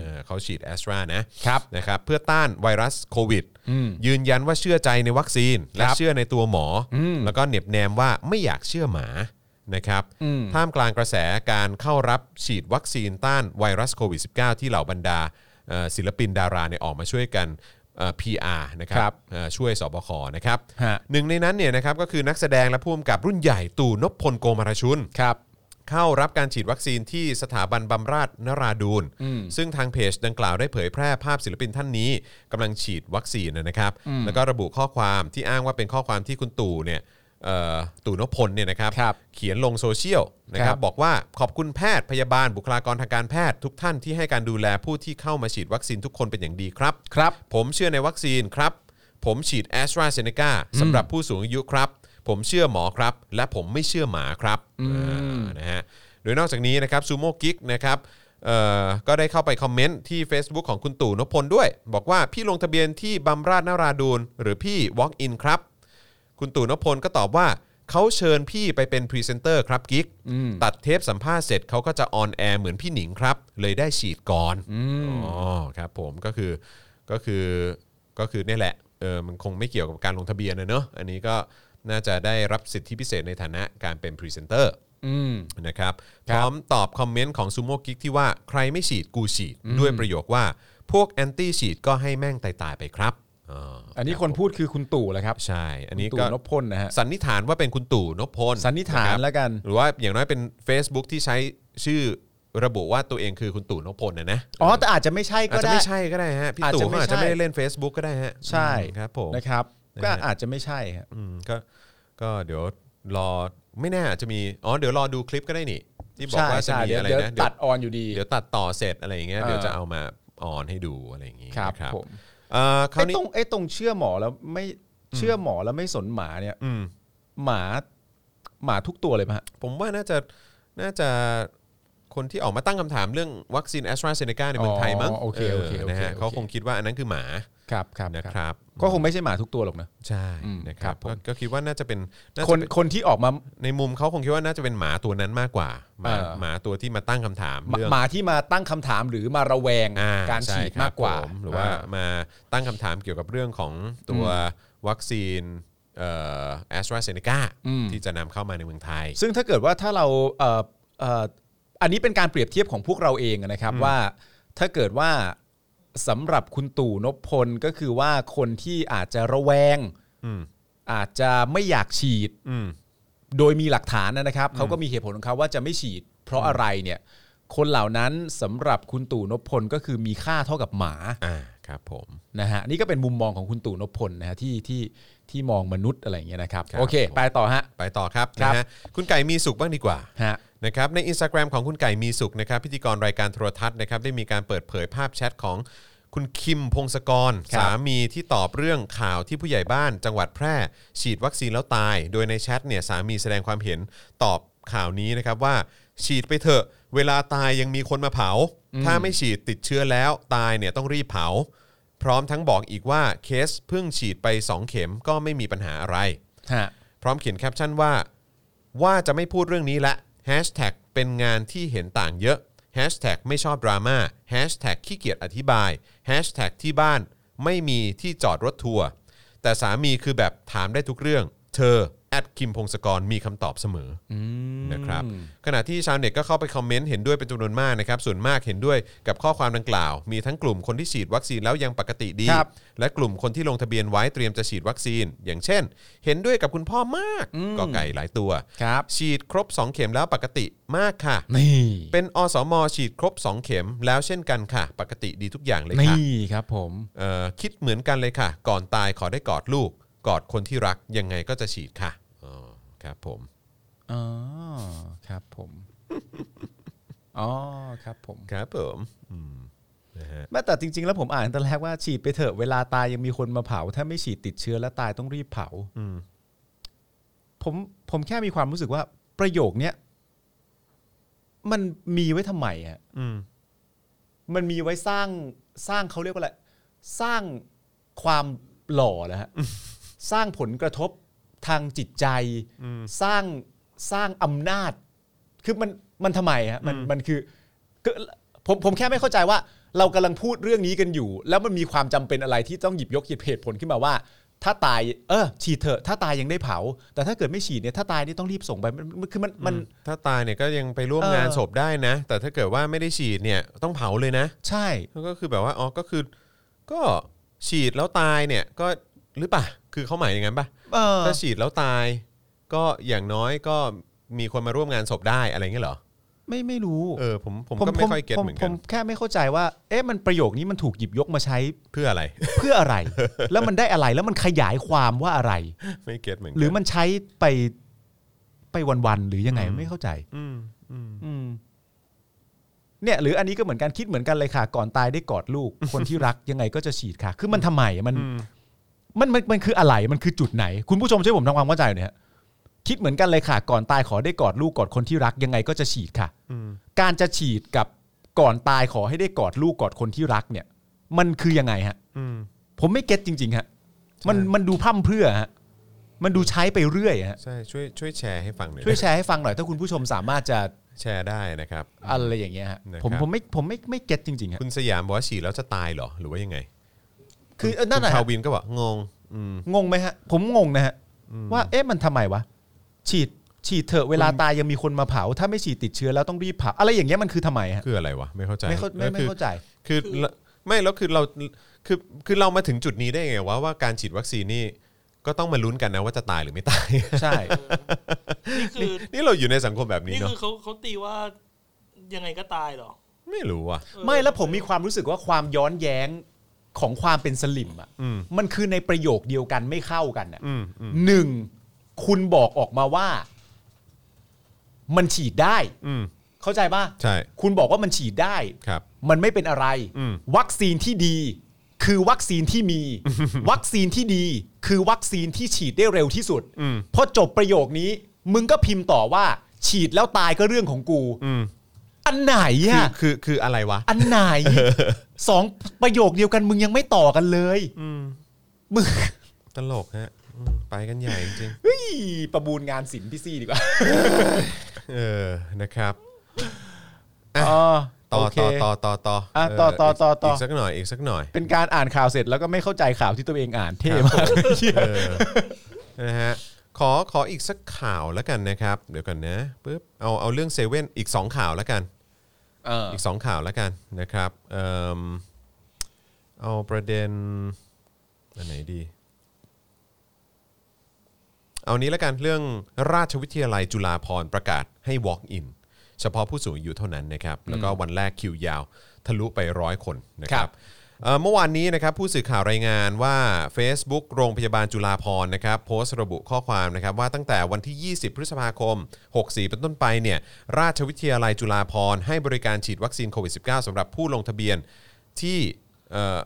เออเขาฉีด a s t r a นะครับ นะครับเพื่อต้านไวรัสโควิด อืม ยืนยันว่าเชื่อใจในวัคซีน และ ครับ เชื่อในตัวหมออ ม แล้วก็เหน็บแนมว่าไม่อยากเชื่อหมานะครับ อืม ท่ามกลางกระแสการเข้ารับฉีดวัคซีนต้านไวรัสโควิด -19 ที่เหล่าบรรดาเอ่อศิลปินดาราเนี่ยออกมาช่วยกันเอ่อ PR นะค ครั รับบ เอ่อช่วยสบคนะครับ ฮะ หนึ่งในนั้นเนี่ยนะครับก็คือนักแสดงและผู้กำกับรุ่นใหญ่ตู่นพพลโกมารชุน ครับ เข้ารับการฉีดวัคซีนที่สถาบันบำราศนราดูนซึ่งทางเพจดังกล่าวได้เผยแพร่ภาพศิลปินท่านนี้กำลังฉีดวัคซีนนะครับ แล้วก็ระบุข้อความที่อ้างว่าเป็นข้อความที่คุณตู่เนี่ยเอ่อตู่นพพลเนี่ยนะครับ ครับ เขียนลงโซเชียลนะค ครั รับบ บอกว่าขอบคุณแพทย์พยาบาลบุคลากรทางการแพทย์ทุกท่านที่ให้การดูแลผู้ที่เข้ามาฉีดวัคซีนทุกคนเป็นอย่างดีครับ ครับ ผมเชื่อในวัคซีนครับ ผมฉีดแอสตราเซเนกาสำหรับผู้สูงอายุครับ ผมเชื่อหมอครับ และผมไม่เชื่อหมาครับอ่านะฮะโดยนอกจากนี้นะครับซูโม่กิกนะครับเอ่อก็ได้เข้าไปคอมเมนต์ที่ Facebook ของคุณตู่นพพลด้วย บอกว่าพี่ลงทะเบียนที่บำราชนาราดูนหรือพี่ Walk in ครับ คุณตู่นพพลก็ตอบว่าเขาเชิญพี่ไปเป็นพรีเซนเตอร์ครับกิ๊กตัดเทปสัมภาษณ์เสร็จเขาก็จะออนแอร์เหมือนพี่หนิงครับ เลยได้ฉีดก่อนอ๋อครับผมก็คือก็คือก็คือเนี่ยแหละเออมันคงไม่เกี่ยวกับการลงทะเบียนนะเนอะอันนี้ก็น่าจะได้รับสิทธิพิเศษในฐานะการเป็นพรีเซนเตอร์ อืม นะครับ ค พ รับ ร้อมตอบคอมเมนต์ของซูโม่กิ๊กที่ว่าใครไม่ฉีดกูฉีด ด้วยประโยคว่าพวกแอนตี้ฉีดก็ให้แม่งตายตายๆไปครับ อันนี้คนพูดคือคุณตู่แหละครับ ใช่ อันนี้ คุณ ก็ ตู่นพพลนะฮะ สันนิษฐานว่าเป็นคุณตู่นพพล สันนิษฐานะครับแล้วกัน หรือว่าอย่างน้อยเป็น Facebook ที่ใช้ชื่อระบุว่าตัวเองคือคุณตู่นพพลนะนะ อ๋อแต่อาจจะไม่ใช่ อาจ ก็ จะ ได้ ไม่ใช่ก็ได้ฮะพี่ อาจ ตู่ จะ เขาอาจ ไม่จะใช่ไม่ได้เล่น Facebook ก็ได้ฮะ ใช่ อืมครับผม นะครับ นะฮะ ก็อาจจะไม่ใช่ฮะ อืมก็ก็เดี๋ยวรอไม่แน่อาจจะมีอ๋อเดี๋ยวรอดูคลิปก็ได้นี่ที่บอก ใช่ ว่าจะ ใช่ มี เดี๋ยว อะไร เดี๋ยว นะ ตัดออนอยู่ดี เดี๋ยวตัดต่อเสร็จอะไรอย่างเงี้ย เออ เดี๋ยวจะเอามาออนให้ดูอะไรอย่างงี้ ครับ นะ ผม เอ่อครา ไอ้ วนี้ ตรงไอ้ตรงเชื่อหมอแล้วไม่เชื่อหมอแล้วไม่สนหมาเนี่ย อืม หมาหมาทุกตัวเลยป่ะฮะ ผมว่าน่าจะน่าจะคนที่ออกมาตั้งคำถามเรื่องวัคซีนแอสตราเซเนกาในเมืองไทยมั้ง อ๋อโอเคโอเคโอเค นะฮะ โอเค เขาคงคิดว่าอันนั้นคือหมา ครับครับ นะ ค ครับ รับ ก็คงไม่ใช่หมาทุกตัวหรอกนะ ใช่ อืม นะครับ ครับผม ก็ก็คิดว่าน่าจะเป็นน่าจะ คน เป็น คนที่ออกมา ในมุมเขาคงคิดว่าน่าจะเป็นหมาตัวนั้นมากกว่าหมา เออ หมาตัวที่มาตั้งคำถาม หมา เรื่อง หมาที่มาตั้งคำถามหรือมาระแวง อ่ การฉีด ใช่คบ มากกว่า ผหรือว่ามาตั้งคำถามเกี่ยวกับเรื่องของตัววัคซีนแอสตราเซเนกาที่จะนำเข้ามาในเมืองไทย ซึ่งถ้าเกิดว่าถ้าเราเอ่อเอ่ออันนี้เป็นการเปรียบเทียบของพวกเราเองนะครับว่า ถ้าเกิดว่าสำหรับคุณตู่นพพลก็คือว่าคนที่อาจจะระแวง อืม อาจจะไม่อยากฉีด อืม โดยมีหลักฐานนะครับเขาก็มีเหตุผลของเขาว่าจะไม่ฉีด เพราะอะไรเนี่ย คนเหล่านั้นสำหรับคุณตู่นพพลก็คือมีค่าเท่ากับหมา อ่าครับผม นะฮะนี่ก็เป็นมุมมองของคุณตู่นพพลนะฮะที่ที่ที่มองมนุษย์อะไรอย่างเงี้ยนะครับ ครับ โอเค ไปต่อฮะ ไปต่อครับ ครั นะ บ ฮะคุณไก่มีสุขบ้างดีกว่า ฮะ นะครับใน Instagram ของคุณไก่มีสุขนะครับพิธีกรรายการโทรทัศน์นะครับได้มีการเปิดเผยภาพแชทของคุณคิมพงศกร ครับ สามีที่ตอบเรื่องข่าวที่ผู้ใหญ่บ้านจังหวัดแพร่ ฉีดวัคซีนแล้วตาย โดยในแชทเนี่ยสามีแสดงความเห็นตอบข่าวนี้นะครับว่า ฉีดไปเถอะเวลาตายยังมีคนมาเผา ถ้าไม่ฉีดติดเชื้อแล้วตายเนี่ยต้องรีบเผา พร้อมทั้งบอกอีกว่าเคสเพิ่งฉีดไปสองเข็มก็ไม่มีปัญหาอะไร ฮะ พร้อมเขียนแคปชั่นว่า ว่าจะไม่พูดเรื่องนี้ละแฮชแท็กเป็นงานที่เห็นต่างเยอะแฮชแท็กไม่ชอบดราม่าแฮชแท็กขี้เกียจอธิบายแฮชแท็กที่บ้านไม่มีที่จอดรถทัวร์แต่สามีคือแบบถามได้ทุกเรื่อง เธอ แอดคิมพงศกรมีคำตอบเสมออนะครับขณะที่ชาวเน็ตก็เข้าไปคอมเมนต์เห็นด้วยเป็นจำนวนมากนะครับ ส่วนมากเห็นด้วยกับข้อความดังกล่าว มีทั้งกลุ่มคนที่ฉีดวัคซีนแล้วยังปกติดี ครับ และกลุ่มคนที่ลงทะเบียนไว้เตรียมจะฉีดวัคซีน อย่างเช่น เห็นด้วยกับคุณพ่อมากก็ไก่หลายตัว ครับ ฉีดครบ 2 เข็มแล้วปกติมากค่ะ นี่ เป็นอสม ฉีดครบ 2 เข็มแล้วเช่นกันค่ะ ปกติดีทุกอย่างเลยค่ะ นี่ครับผม เอ่อคิดเหมือนกันเลยค่ะ ก่อนตายขอได้กอดลูก กอดคนที่รักยังไงก็จะฉีดค่ะอ๋อ ครับผม อ๋อครับผม [LAUGHS] อ๋อครับผม ครับผมอืมนะฮะ แม้แต่จริง ๆ แล้วผมอ่านตั้งแต่แรกว่าฉีดไปเถอะเวลาตายยังมีคนมาเผา ถ้าไม่ฉีดติดเชื้อและตายต้องรีบเผา อืม ผมผมแค่มีความรู้สึกว่าประโยคเนี้ยมันมีไว้ทำไมอะ อืม มันมีไว้สร้างสร้างเขาเรียกว่าอะไรสร้างความหล่อนะฮ [LAUGHS] ะสร้างผลกระทบทางจิตใจ อืม สร้างสร้างอำนาจ คือมันมันทำไมฮะมัน อืม มันคือก็ผมผมแค่ไม่เข้าใจว่า เรากำลังพูดเรื่องนี้กันอยู่ แล้วมันมีความจำเป็นอะไรที่ต้องหยิบยกหยิบเหตุผลขึ้นมาว่า ถ้าตายเออฉีดเถอะถ้าตายยังได้เผา แต่ถ้าเกิดไม่ฉีดเนี่ยถ้าตายนี่ต้องรีบส่งไปมันมันคือมันมัน ถ้าตายเนี่ยก็ยังไปร่วม เออ งานศพได้นะ แต่ถ้าเกิดว่าไม่ได้ฉีดเนี่ยต้องเผาเลยนะ ใช่ ก็คือแบบว่าอ๋อก็คือก็ฉีดแล้วตายเนี่ยก็หรือเปะคือเขาหมายอย่างนั้นปะ เออ ถ้าฉีดแล้วตาย ก็อย่างน้อยก็มีคนมาร่วมงานศพได้อะไรเงี้ยเหรอ ไม่ไม่รู้ เออผมผมก็ไม่ค่อยเก็ต ผ เหมือน ผ กัน มแค่ไม่เข้าใจว่า เอ๊ะมันประโยคนี้มันถูกหยิบยกมาใช้ [LAUGHS] เพื่ออะไร [LAUGHS] เพื่ออะไร แล้วมันได้อะไรแล้วมันขยายความว่าอะไร ไม่เก็ตเหมือนกั หรือมันใช้ไปไปวันๆหรือยังไงไม่เข้าใจ อืมอืม อืมเนี่ย หรืออันนี้ก็เหมือนกันคิดเหมือนกันเลยค่ะ ก่อนตายได้กอด [LAUGHS] ลูก คนที่รักยังไงก็จะฉีดค่ะ คือมันทำไมมัน อืม มันมันมันคืออะไรมันคือจุดไหน คุณผู้ชมช่วยผมทำความเข้าใจหน่อยฮะคิดเหมือนกันเลยค่ะ ก่อนตายขอได้กอดลูกกอดคนที่รักยังไงก็จะฉีดค่ะ อืม การจะฉีดกับก่อนตายขอให้ได้กอดลูกกอดคนที่รักเนี่ย มันคือยังไงฮะ อืม ผมไม่เก็ตจริง ๆ ฮะ มัน ใช่ มันดูพร่ำเพรื่อฮะมันดูใช้ไปเรื่อยฮะ ใช่ช่วยช่วยแชร์ให้ฟังหน่อย ช่วย นะ แชร์ให้ฟังหน่อยถ้าคุณผู้ชมสามารถจะ แชร์ได้นะครับ อะไรอย่างเงี้ยฮะ นะครับ ผมผมไม่ผมไม่ไม่เก็ตจริงๆฮะ คุณสยามบอกว่าฉีดแล้วจะตายเหรอหรือว่ายังไง คือเออนั่นแหละ คุณทาวินก็บอกงงอืม งงไหมฮะ ผมงงนะฮะ ว่าเอ๊ะมันทำไมวะ ฉีดฉีดเถอะเวลาตายยังมีคนมาเผา ถ้าไม่ฉีดติดเชื้อแล้วต้องรีบเผา อะไรอย่างเงี้ยมันคือทำไมฮะ คืออะไรวะไม่เข้าใจ ไม่เข้าไม่ แล้ว ไม่ คือ เข้าใจ คือละไม่แล้วคือเราคือคือเรามาถึงจุดนี้ได้ไงวะว่าการฉีดวัคซีนนี่ก็ต้องมาลุ้นกันนะว่าจะตายหรือไม่ตาย [LAUGHS] ใช่ นี่คือ นี่เราอยู่ในสังคมแบบนี้ นี่ เนาะ คือเขาเขาตีว่ายังไงก็ตายเหรอ ไม่รู้อ่ะ เออ ไม่แล้วผมมีความรู้สึกว่าความย้อนแย้งของความเป็นสลิมอ่ะ อืม มันคือในประโยคเดียวกันไม่เข้ากันอ่ะ อืมอืม หนึ่งคุณบอกออกมาว่า มันฉีดได้ อืม เข้าใจป่ะ ใช่ คุณบอกว่ามันฉีดได้ ครับ มันไม่เป็นอะไร อืม วัคซีนที่ดี คือวัคซีนที่มี วัคซีนที่ดี คือวัคซีนที่ฉีดได้เร็วที่สุด อืม พอจบประโยคนี้ มึงก็พิมพ์ต่อว่า ฉีดแล้วตายก็เรื่องของกู อืม อันไหน คือ อะ คือคืออะไรวะ อันไหน สองประโยคเดียวกันมึงยังไม่ต่อกันเลย อืม มึง ตลกฮะอืมไปกันใหญ่จริง เฮ้ยประมูลงานศิลป์พี่ซี่ดีกว่า ๆเออนะครับ อ๋อ ต่อ โเค ต่อต่อต่อต่อ อ่ะ เ ต่อต่อต่อต่ออี กสักหน่อยอีกสักหน่อย เป็นการอ่านข่าวเสร็จแล้วก็ไม่เข้าใจข่าวที่ตัวเองอ่านเท่มากเหี้ย เออนะฮะขอขออีกสักข่าวแล้วกันนะครับ เดี๋ยวกันนะปึ๊บเอาเอาเรื่องเซเว่นอีก 2 ข่าวแล้วกัน เออ อีก 2 ข่าวแล้วกันนะครับเอิ่มเอาประเด็นอันไหนดี เอานี้แล้วกันเรื่องราชวิทยาลัยจุฬาภรณ์ประกาศให้ walk in เฉพาะผู้สูงอายุเท่านั้นนะครับ แล้วก็วันแรกคิวยาว ทะลุไปร้อยคนนะครับเอ่อเมื่อวานนี้นะครับผู้สื่อข่าวรายงานว่า Facebook โรงพยาบาลจุฬาภรณ์นะครับโพสต์ระบุข้อความนะครับว่าตั้งแต่วันที่ 20 พฤษภาคม 64 เป็นต้นไปเนี่ยราชวิทยาลัยจุฬาภรณ์ให้บริการฉีดวัคซีนโควิด -19 สำหรับผู้ลงทะเบียนที่เอ่อ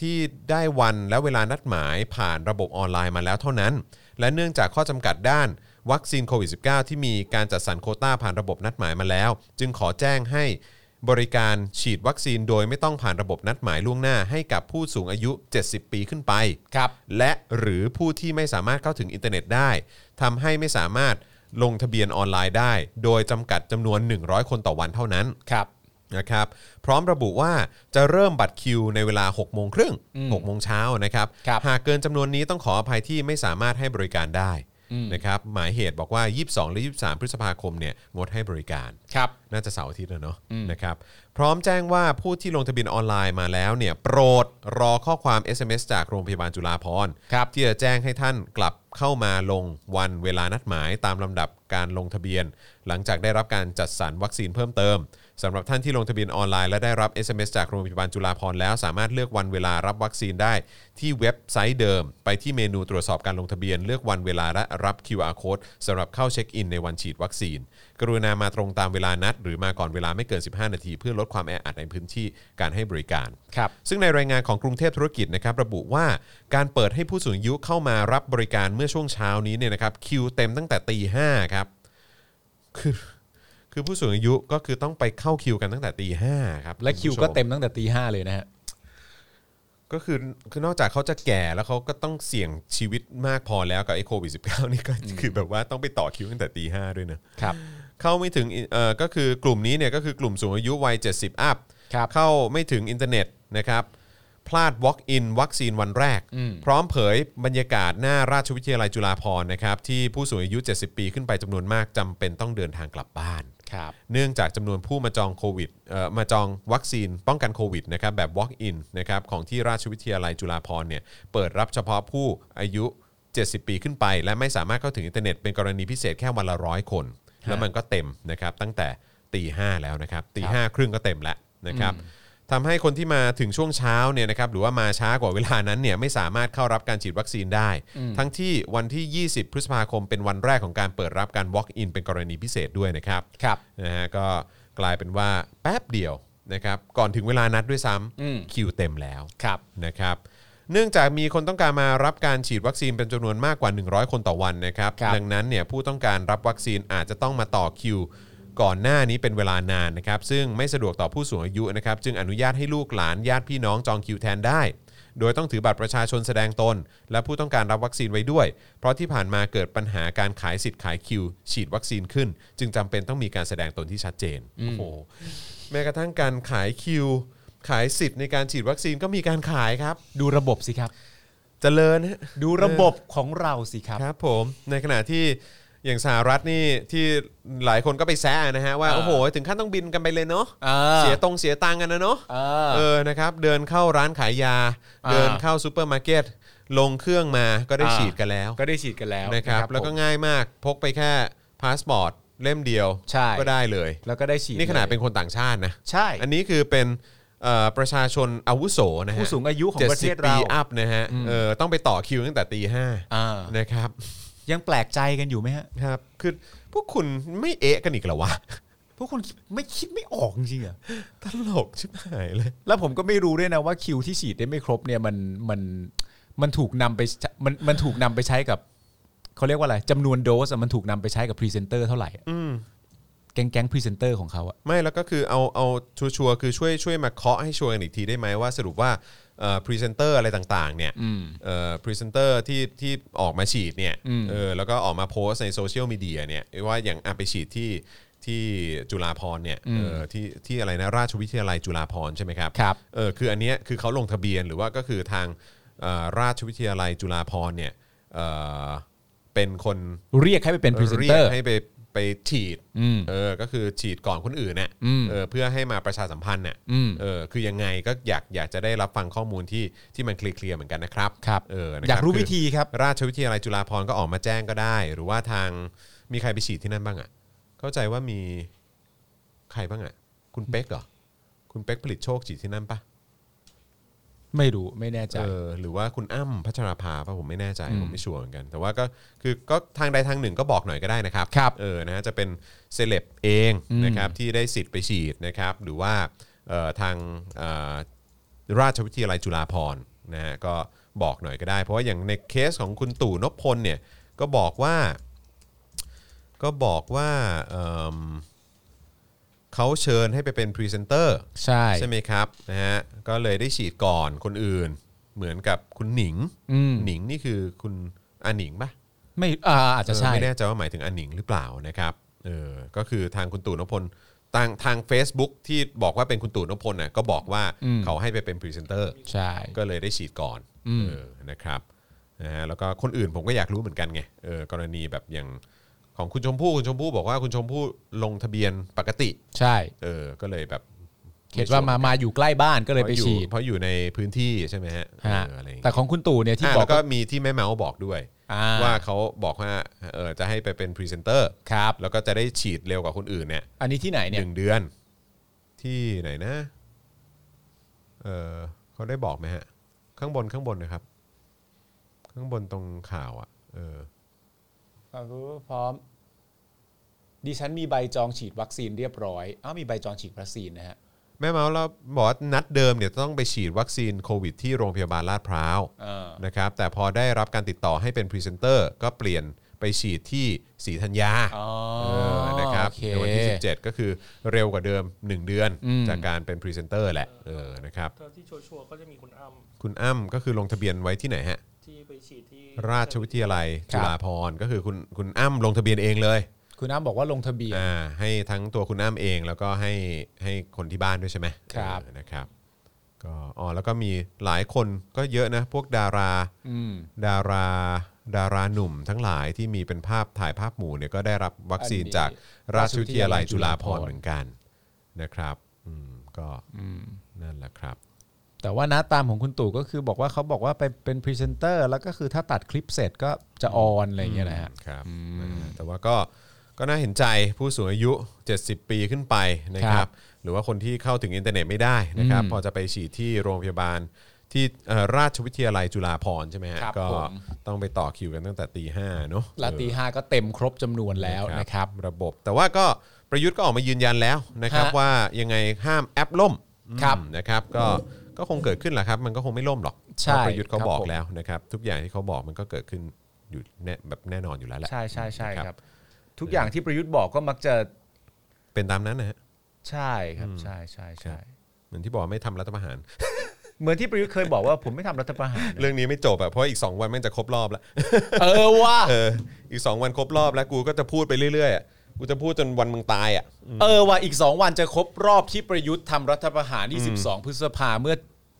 ที่ได้วันและเวลานัดหมายผ่านระบบออนไลน์มาแล้วเท่านั้น และเนื่องจากข้อจำกัดด้านวัคซีนโควิด -19 ที่มีการจัดสรรโควต้าผ่านระบบนัดหมายมาแล้ว จึงขอแจ้งให้บริการฉีดวัคซีนโดยไม่ต้องผ่านระบบนัดหมายล่วงหน้าให้กับผู้สูงอายุ 70 ปีขึ้นไป ครับ และหรือผู้ที่ไม่สามารถเข้าถึงอินเทอร์เน็ตได้ทำให้ไม่สามารถลงทะเบียนออนไลน์ได้ โดยจำกัดจำนวน 100 คนต่อวันเท่านั้น ครับ นะครับพร้อมระบุว่าจะเริ่มบัตรคิวในเวลา 6 โมงครึ่ง6โมงเช้านะครับ ครับ หากเกินจำนวนนี้ต้องขออภัยที่ไม่สามารถให้บริการได้นะครับหมายเหตุบอกว่า 22 และ 23 พฤษภาคมเนี่ยงดให้บริการ ครับ น่าจะเสาร์อาทิตย์แล้วเนาะนะครับพร้อมแจ้งว่าผู้ที่ลงทะเบียนออนไลน์มาแล้วเนี่ยโปรดรอข้อความ SMS จากโรงพยาบาลจุฬาภรณ์ ครับ ที่จะแจ้งให้ท่านกลับเข้ามาลงวันเวลานัดหมายตามลำดับการลงทะเบียน หลังจากได้รับการจัดสรรวัคซีนเพิ่มเติม สำหรับท่านที่ลงทะเบียนออนไลน์และได้รับ SMS จากโรงพยาบาลจุฬาภรณ์แล้วสามารถเลือกวันเวลารับวัคซีนได้ที่เว็บไซต์เดิม ไปที่เมนูตรวจสอบการลงทะเบียนเลือกวันเวลาและรับ QR code สำหรับเข้าเช็คอินในวันฉีดวัคซีน กรุณามาตรงตามเวลานัด หรือมาก่อนเวลาไม่เกิน 15 นาที เพื่อลดความแออัดในพื้นที่การให้บริการ ครับ ซึ่งในรายงานของกรุงเทพธุรกิจนะครับระบุว่าการเปิดให้ผู้สูงอายุเข้ามารับบริการเมื่อช่วงเช้านี้เนี่ยนะครับคิวเต็มตั้งแต่ตีห้าครับคือคือผู้สูงอายุก็คือต้องไปเข้าคิวกันตั้งแต่ตีห้าครับ และคิวก็ ณผู้ช เต็มตั้งแต่ตีห้าเลยนะฮะ ก็คือคือนอกจากเขาจะแก่แล้วเขาก็ต้องเสี่ยงชีวิตมากพอแล้วกับไอ้โควิด -19 นี่ก็คือแบบว่าต้องไปต่อคิวตั้งแต่ตีห้าด้วยนะ ครับ เข้าไม่ถึงเอ่อก็คือกลุ่มนี้เนี่ยก็คือกลุ่มสูงอายุวัย 70 อัพ ครับ เข้าไม่ถึงอินเทอร์เน็ตนะครับ พลาด Walk-in วัคซีนวันแรก อืม พร้อมเผยบรรยากาศหน้าราชวิทยาลัยจุฬาภรณ์นะครับ ที่ผู้สูงอายุ 70 ปีขึ้นไปจำนวนมากจำเป็นต้องเดินทางกลับบ้าน ครับ เนื่องจากจำนวนผู้มาจองโควิดเอ่อมาจองวัคซีนป้องกันโควิดนะครับแบบ Walk-in นะครับของที่ราชวิทยาลัยจุฬาภรณ์เนี่ยเปิดรับเฉพาะผู้อายุ 70 ปีขึ้นไป และไม่สามารถเข้าถึงอินเทอร์เน็ตเป็นกรณีพิเศษแค่วันละร้อยคน แล้วมันก็เต็มนะครับตั้งแต่ตีห้าแล้วนะครับตีห้าครึ่งก็เต็มแล้วนะครับทำให้คนที่มาถึงช่วงเช้าเนี่ยนะครับหรือว่ามาช้ากว่าเวลานั้นเนี่ยไม่สามารถเข้ารับการฉีดวัคซีนได้ ทั้งที่วันที่ 20 พฤษภาคมเป็นวันแรกของการเปิดรับการ Walk-in เป็นกรณีพิเศษด้วยนะครับ ครับ นะฮะก็กลายเป็นว่าแป๊บเดียวนะครับก่อนถึงเวลานัดด้วยซ้ อืม ำคิวเต็มแล้ว ครับ นะครับเนื่องจากมีคนต้องการมารับการฉีดวัคซีนเป็นจำนวนมากกว่า 100 คนต่อวันนะครับ ครับ ดังนั้นเนี่ยผู้ต้องการรับวัคซีนอาจจะต้องมาต่อคิว ก่อนหน้านี้เป็นเวลานานนะครับซึ่งไม่สะดวกต่อผู้สูงอายุนะครับจึงอนุญาตให้ลูกหลานญาติพี่น้องจองคิวแทนได้ โดยต้องถือบัตรประชาชนแสดงตน และผู้ต้องการรับวัคซีนไว้ด้วย เพราะที่ผ่านมาเกิดปัญหาการขายสิทธิ์ขายคิว ฉีดวัคซีนขึ้น จึงจำเป็นต้องมีการแสดงตนที่ชัดเจนโอ้โหแม้กระทั่งการขายคิว ขายสิทธิ์ในการฉีดวัคซีนก็มีการขายครับ ดูระบบสิครับ เจริญฮะ ดูระบบของเราสิครับ ครับผมในขณะที่อย่างสหรัฐนี่ที่หลายคนก็ไปแซะนะฮะว่า อ่า โอ้โหถึงขั้นต้องบินกันไปเลยเนาะ อ่า เสียตรงเสียตังค์กันนะเนาะ อ่า เออนะครับเดินเข้าร้านขายยา อ่า เดินเข้าซูเปอร์มาร์เก็ตลงเครื่องมาก็ได้ อ่า ฉีดกันแล้ว ก็ได้ฉีดกันแล้ว นะครับแล้วก็ ผม ง่ายมากพกไปแค่พาสปอร์ตเล่มเดียว ใช่ ก็ได้เลย แล้วก็ได้ฉีด นี่ขนาด ลย เป็นคนต่างชาตินะ ใช่ อันนี้คือเป็นเอ่อประชาชนอาวุโสนะฮะ ผู้สูงอายุของประเทศ ปี เรา อัพนะฮะ อืม เออต้องไปต่อคิวตั้งแต่ตีห้า อ่า นะครับ ยังแปลกใจกันอยู่ไหมฮะ ครับ คือพวกคุณไม่เอะกันอีกเหรอวะ [LAUGHS] พวกคุณคิดไม่คิดไม่ออกจริงๆเหรอ ตลกชิบหายเลย แล้วผมก็ไม่รู้ด้วยนะว่าคิวที่ฉีดได้ไม่ครบเนี่ยมันมันมันถูกนำไปใช้มันมันถูกนำไปใช้กับเขาเรียกว่าอะไรจำนวนโดสอะมันถูกนำไปใช้กับพรีเซนเตอร์เท่าไหร่อะ อืม แก๊งแก๊งพรีเซนเตอร์ของเขาอะ ไม่แล้วก็คือเอาเอาชัวร์ๆคือช่วยช่วยมาเคาะให้ชัวร์กันอีกทีได้ไหมว่าสรุปว่าเอ่อพรีเซนเตอร์อะไรต่าง ๆ เนี่ย อืม เอ่อพรีเซนเตอร์ที่ที่ออกมาฉีดเนี่ย อืม เออแล้วก็ออกมาโพสต์ในโซเชียลมีเดียเนี่ยว่าอย่างอ่ะไปฉีดที่ที่จุฬาพรณ์เนี่ยเออที่ที่อะไรนะราชวิทยาลัยจุฬาพรณ์ใช่ไหมครับ ครับ เออคืออันเนี้ยคือเขาลงทะเบียนหรือว่าก็คือทางเอ่อราชวิทยาลัยจุฬาภรณ์เนี่ยเอ่อเป็นคน เรียกให้ไปเป็นพรีเซน เรี เต ย อก ร์ ให้ไปไปฉีด อืม เออก็คือฉีดก่อนคนอื่นเนี่ย อืม เออเพื่อให้มาประชาสัมพันธ์เนี่ย อืม เออคือยังไงก็อยากอยากจะได้รับฟังข้อมูลที่ที่มันเคลียร์ๆเหมือนกันนะครับ ครับ เออนะคบ อยากรู้ คื วิธีครับ ราชวิทยาลัยจุฬาภรณ์ก็ออกมาแจ้งก็ได้ หรือว่าทางมีใครไปฉีดที่นั่นบ้างอ่ะเข้าใจว่ามีใครบ้างอ่ะคุณเป๊กเหรอคุณเป๊กผลิตโชคฉีดที่นั่นปะ ไม่รู้ไม่แน่ใจ เออหรือว่าคุณอ้ำพัชราภาป่ะผมไม่แน่ใจผมไม่ชัวร์เหมือนกัน แต่ว่าก็คือก็ทางใดทางหนึ่งก็บอกหน่อยก็ได้นะครับ ครับ เออนะฮะจะเป็นเซเลบเอง อืม นะครับที่ได้สิทธิ์ไปฉีดนะครับหรือว่าเอ่อทางเอ่อราชวิทยาลัยจุฬาภรณ์นะฮะก็บอกหน่อยก็ได้ เพราะว่าอย่างในเคสของคุณตู่นพพลเนี่ยก็บอกว่าก็บอกว่าเอิ่มเขาเชิญให้ไปเป็นพรีเซนเตอร์ ใช่ ใช่ไหมครับนะฮะก็เลยได้ฉีดก่อนคนอื่น เหมือนกับคุณหนิง อืม หนิงนี่คือคุณอาหนิงปะ ไม่อ่าอาจจะใช่ เออไม่แน่ใจว่าหมายถึงอาหนิงหรือเปล่านะครับเออก็คือทางคุณตู่นพพลทางทาง Facebook ที่บอกว่าเป็นคุณตู่นพพลน่ะก็บอกว่า อืม เขาให้ไปเป็นพรีเซนเตอร์ ใช่ ก็เลยได้ฉีดก่อน อืม เออนะครับนะฮะแล้วก็คนอื่นผมก็อยากรู้เหมือนกันไงเออกรณีแบบอย่างของคุณชมพู่คุณชมพู่บอกว่าคุณชมพู่ลงทะเบียนปกติ ใช่ เออก็เลยแบบ เข็ดว่ามามาอยู่ใกล้บ้านก็เลยไปฉีด เพราะอยู่ในพื้นที่ใช่ไหมฮะ ฮะ เอออะไรอย่าง แต่ เงี้ย ของคุณตู่เนี่ยที่ อ่ะ บอ แล้ ก วก็มีที่แม่เมาส์บอกด้วย อ่า ว่าเขาบอกว่าเออจะให้ไปเป็นพรีเซนเตอร์ ครับ แล้วก็จะได้ฉีดเร็วกว่าคนอื่นเนี่ย อันนี้ที่ไหนเนี่ ห ย นึ่งเดือน ที่ไหนนะ เออเขาได้บอกไหมฮะ ข้างบนข้างบนนะครับ ข้างบนตรงข่าวอะ่ะ เออ ความรู้พร้อม ดิฉันมีใบจองฉีดวัคซีนเรียบร้อยอ้าวมีใบจองฉีดวัคซีนนะฮะ แม่เมาส์เราบอกว่านัดเดิมเนี่ยต้องไปฉีดวัคซีนโควิดที่โรงพยาบาลลาดพร้าว เออ นะครับ แต่พอได้รับการติดต่อให้เป็นพรีเซนเตอร์ก็เปลี่ยนไปฉีดที่ศรีธัญญา อ๋อ เออนะครับ โอเค ในวันที่ 17 ก็คือเร็วกว่าเดิม 1 เดือน อืม จากการเป็นพรีเซนเตอร์แหละเออนะครับ ตอนที่ชัวร์ๆก็จะมีคุณอ้ำ คุณอ้ำก็คือลงทะเบียนไว้ที่ไหนฮะ ที่ไปฉีดที่ ราชวิทยาลัย ครั จุ บ ฬาภรณ์ก็คือคุณคุณอ้ำลงทะเบียนเองเลย คุณน้ำบอกว่าลงทะเบียน อ่าให้ทั้งตัวคุณอ้ำเองแล้วก็ให้ให้คนที่บ้านด้วยใช่ไหม ครับ เออนะครับก็อ๋อแล้วก็มีหลายคนก็เยอะนะ พวกดารา อืม ดาราดาราหนุ่มทั้งหลายที่มีเป็นภาพถ่ายภาพหมู่เนี่ยก็ได้รับวัคซีนจากราชวิทยาลัยจุฬาภรณ์เหมือนกันนะครับอืมก็นั่นแหละครับ แต่ว่านะตามของคุณตู่ก็คือบอกว่าเขาบอกว่าไปเป็นพรีเซนเตอร์แล้วก็คือถ้าตัดคลิปเสร็จก็จะออนอะไรอย่างเงี้ยนะฮะ ครับแต่ว่าก็ก็น่าเห็นใจผู้สูงอายุ 70 ปีขึ้นไปนะค ครั รับ บ หรือว่าคนที่เข้าถึงอินเทอร์เน็ตไม่ได้นะครับ อืม พอจะไปฉีดที่โรงพยาบาลที่เอ่อราชวิทยาลัยจุฬาภรณ์ใช่ไหมฮะ ครับ ก็ ผม ต้องไปต่อคิวกันตั้งแต่ตีห้าเนอะ ลาตีห้าก็เต็มครบจำนวนแล้วนะครับ ระบบ แต่ว่าก็ประยุทธ์ก็ออกมายืนยันแล้วนะครับ ฮะ ว่ายังไงห้ามแอปล่ม ครับ อืมนะครับก็ก็คงเกิดขึ้นแหละครับ มันก็คงไม่ล่มหรอก ใช่ เพราะประยุทธ์เขา ครับ บอก ผม แล้วนะครับ ทุกอย่างที่เขาบอกมันก็เกิดขึ้นอยู่แน่แบบแน่นอนอยู่แล้วแหละ ใช่ใช่ใช่ นะครับ ครับ ทุกอย่างที่ประยุทธ์บอกก็มักจะ เป็นตามนั้นนะฮะ ใช่ครับใช่ใช่ใช่ ครับ เหมือนที่บอกไม่ทำรัฐประหาร เหมือนที่ประยุทธ์เคยบอกว่าผมไม่ทำรัฐประหาร เรื่องนี้ไม่จบอะเพราะอีก 2 วันแม่งจะครบรอบแล้ว เออว่ะ เอออีก 2 วันครบรอบแล้วกูก็จะพูดไปเรื่อยๆอะกูจะพูดจนวันมึงตายอะ เออว่ะอีก 2 วันจะครบรอบที่ประยุทธ์ทำรัฐประหาร 22 พฤษภาเมื่อ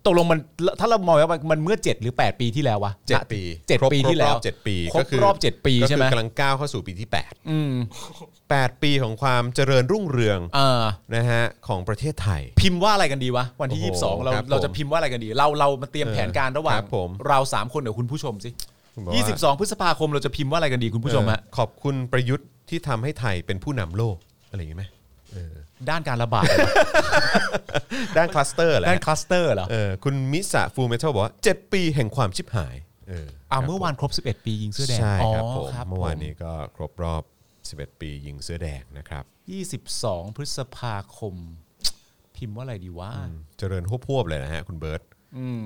ตกลงมันถ้าเรามองว่ามันเมื่อ 7 หรือ 8 ปีที่แล้ววะ เจ็ดปี เจ็ด ครบ ปีที่ ครบร แล้ อ ว บเจ็ดปี ครบรอบเจ็ดปีใช่ไหม ก็คือกำลังก้าวเข้าสู่ปีที่ 8 อืม 8 ปีของความเจริญรุ่งเรือง เออ นะฮะของประเทศไทย พิมพ์ว่าอะไรกันดีวะ วันที่ โอ้โห 22 เรา ครับผม เราจะพิมพ์ว่าอะไรกันดี เราเรามาเตรียมแผนการระหว่า ค ง รับผม เราสามคนเดี๋ยวคุณผู้ชมสิ ผมบอกว่า 22 พฤษภาคมเราจะพิมพ์ว่าอะไรกันดีคุณผู้ชมฮะ เออขอบคุณประยุทธ์ที่ทำให้ไทยเป็นผู้นำโลกอะไรอย่างงี้ไหม ด้านการระบาด [LAUGHS] ด้านคลัสเตอร์แหละ ด้านคลัสเตอร์เหรอ เออคุณมิสะฟูเมทัลบอกว่าเจ็ดปีแห่งความชิบหายเออ เอา ครับ เมื่อ ผ วานครบ 11 ปียิงเสื้อแดง ใช่ อ๋อ ครับผม ครับ เมื่อวาน ผ นี้ก็ครบรอบ 11 ปียิงเสื้อแดงนะครับ 22 พฤษภาคม พิมพ์ว่าอะไรดีวะ เจริญควบๆเลยนะฮะคุณเบิร์ต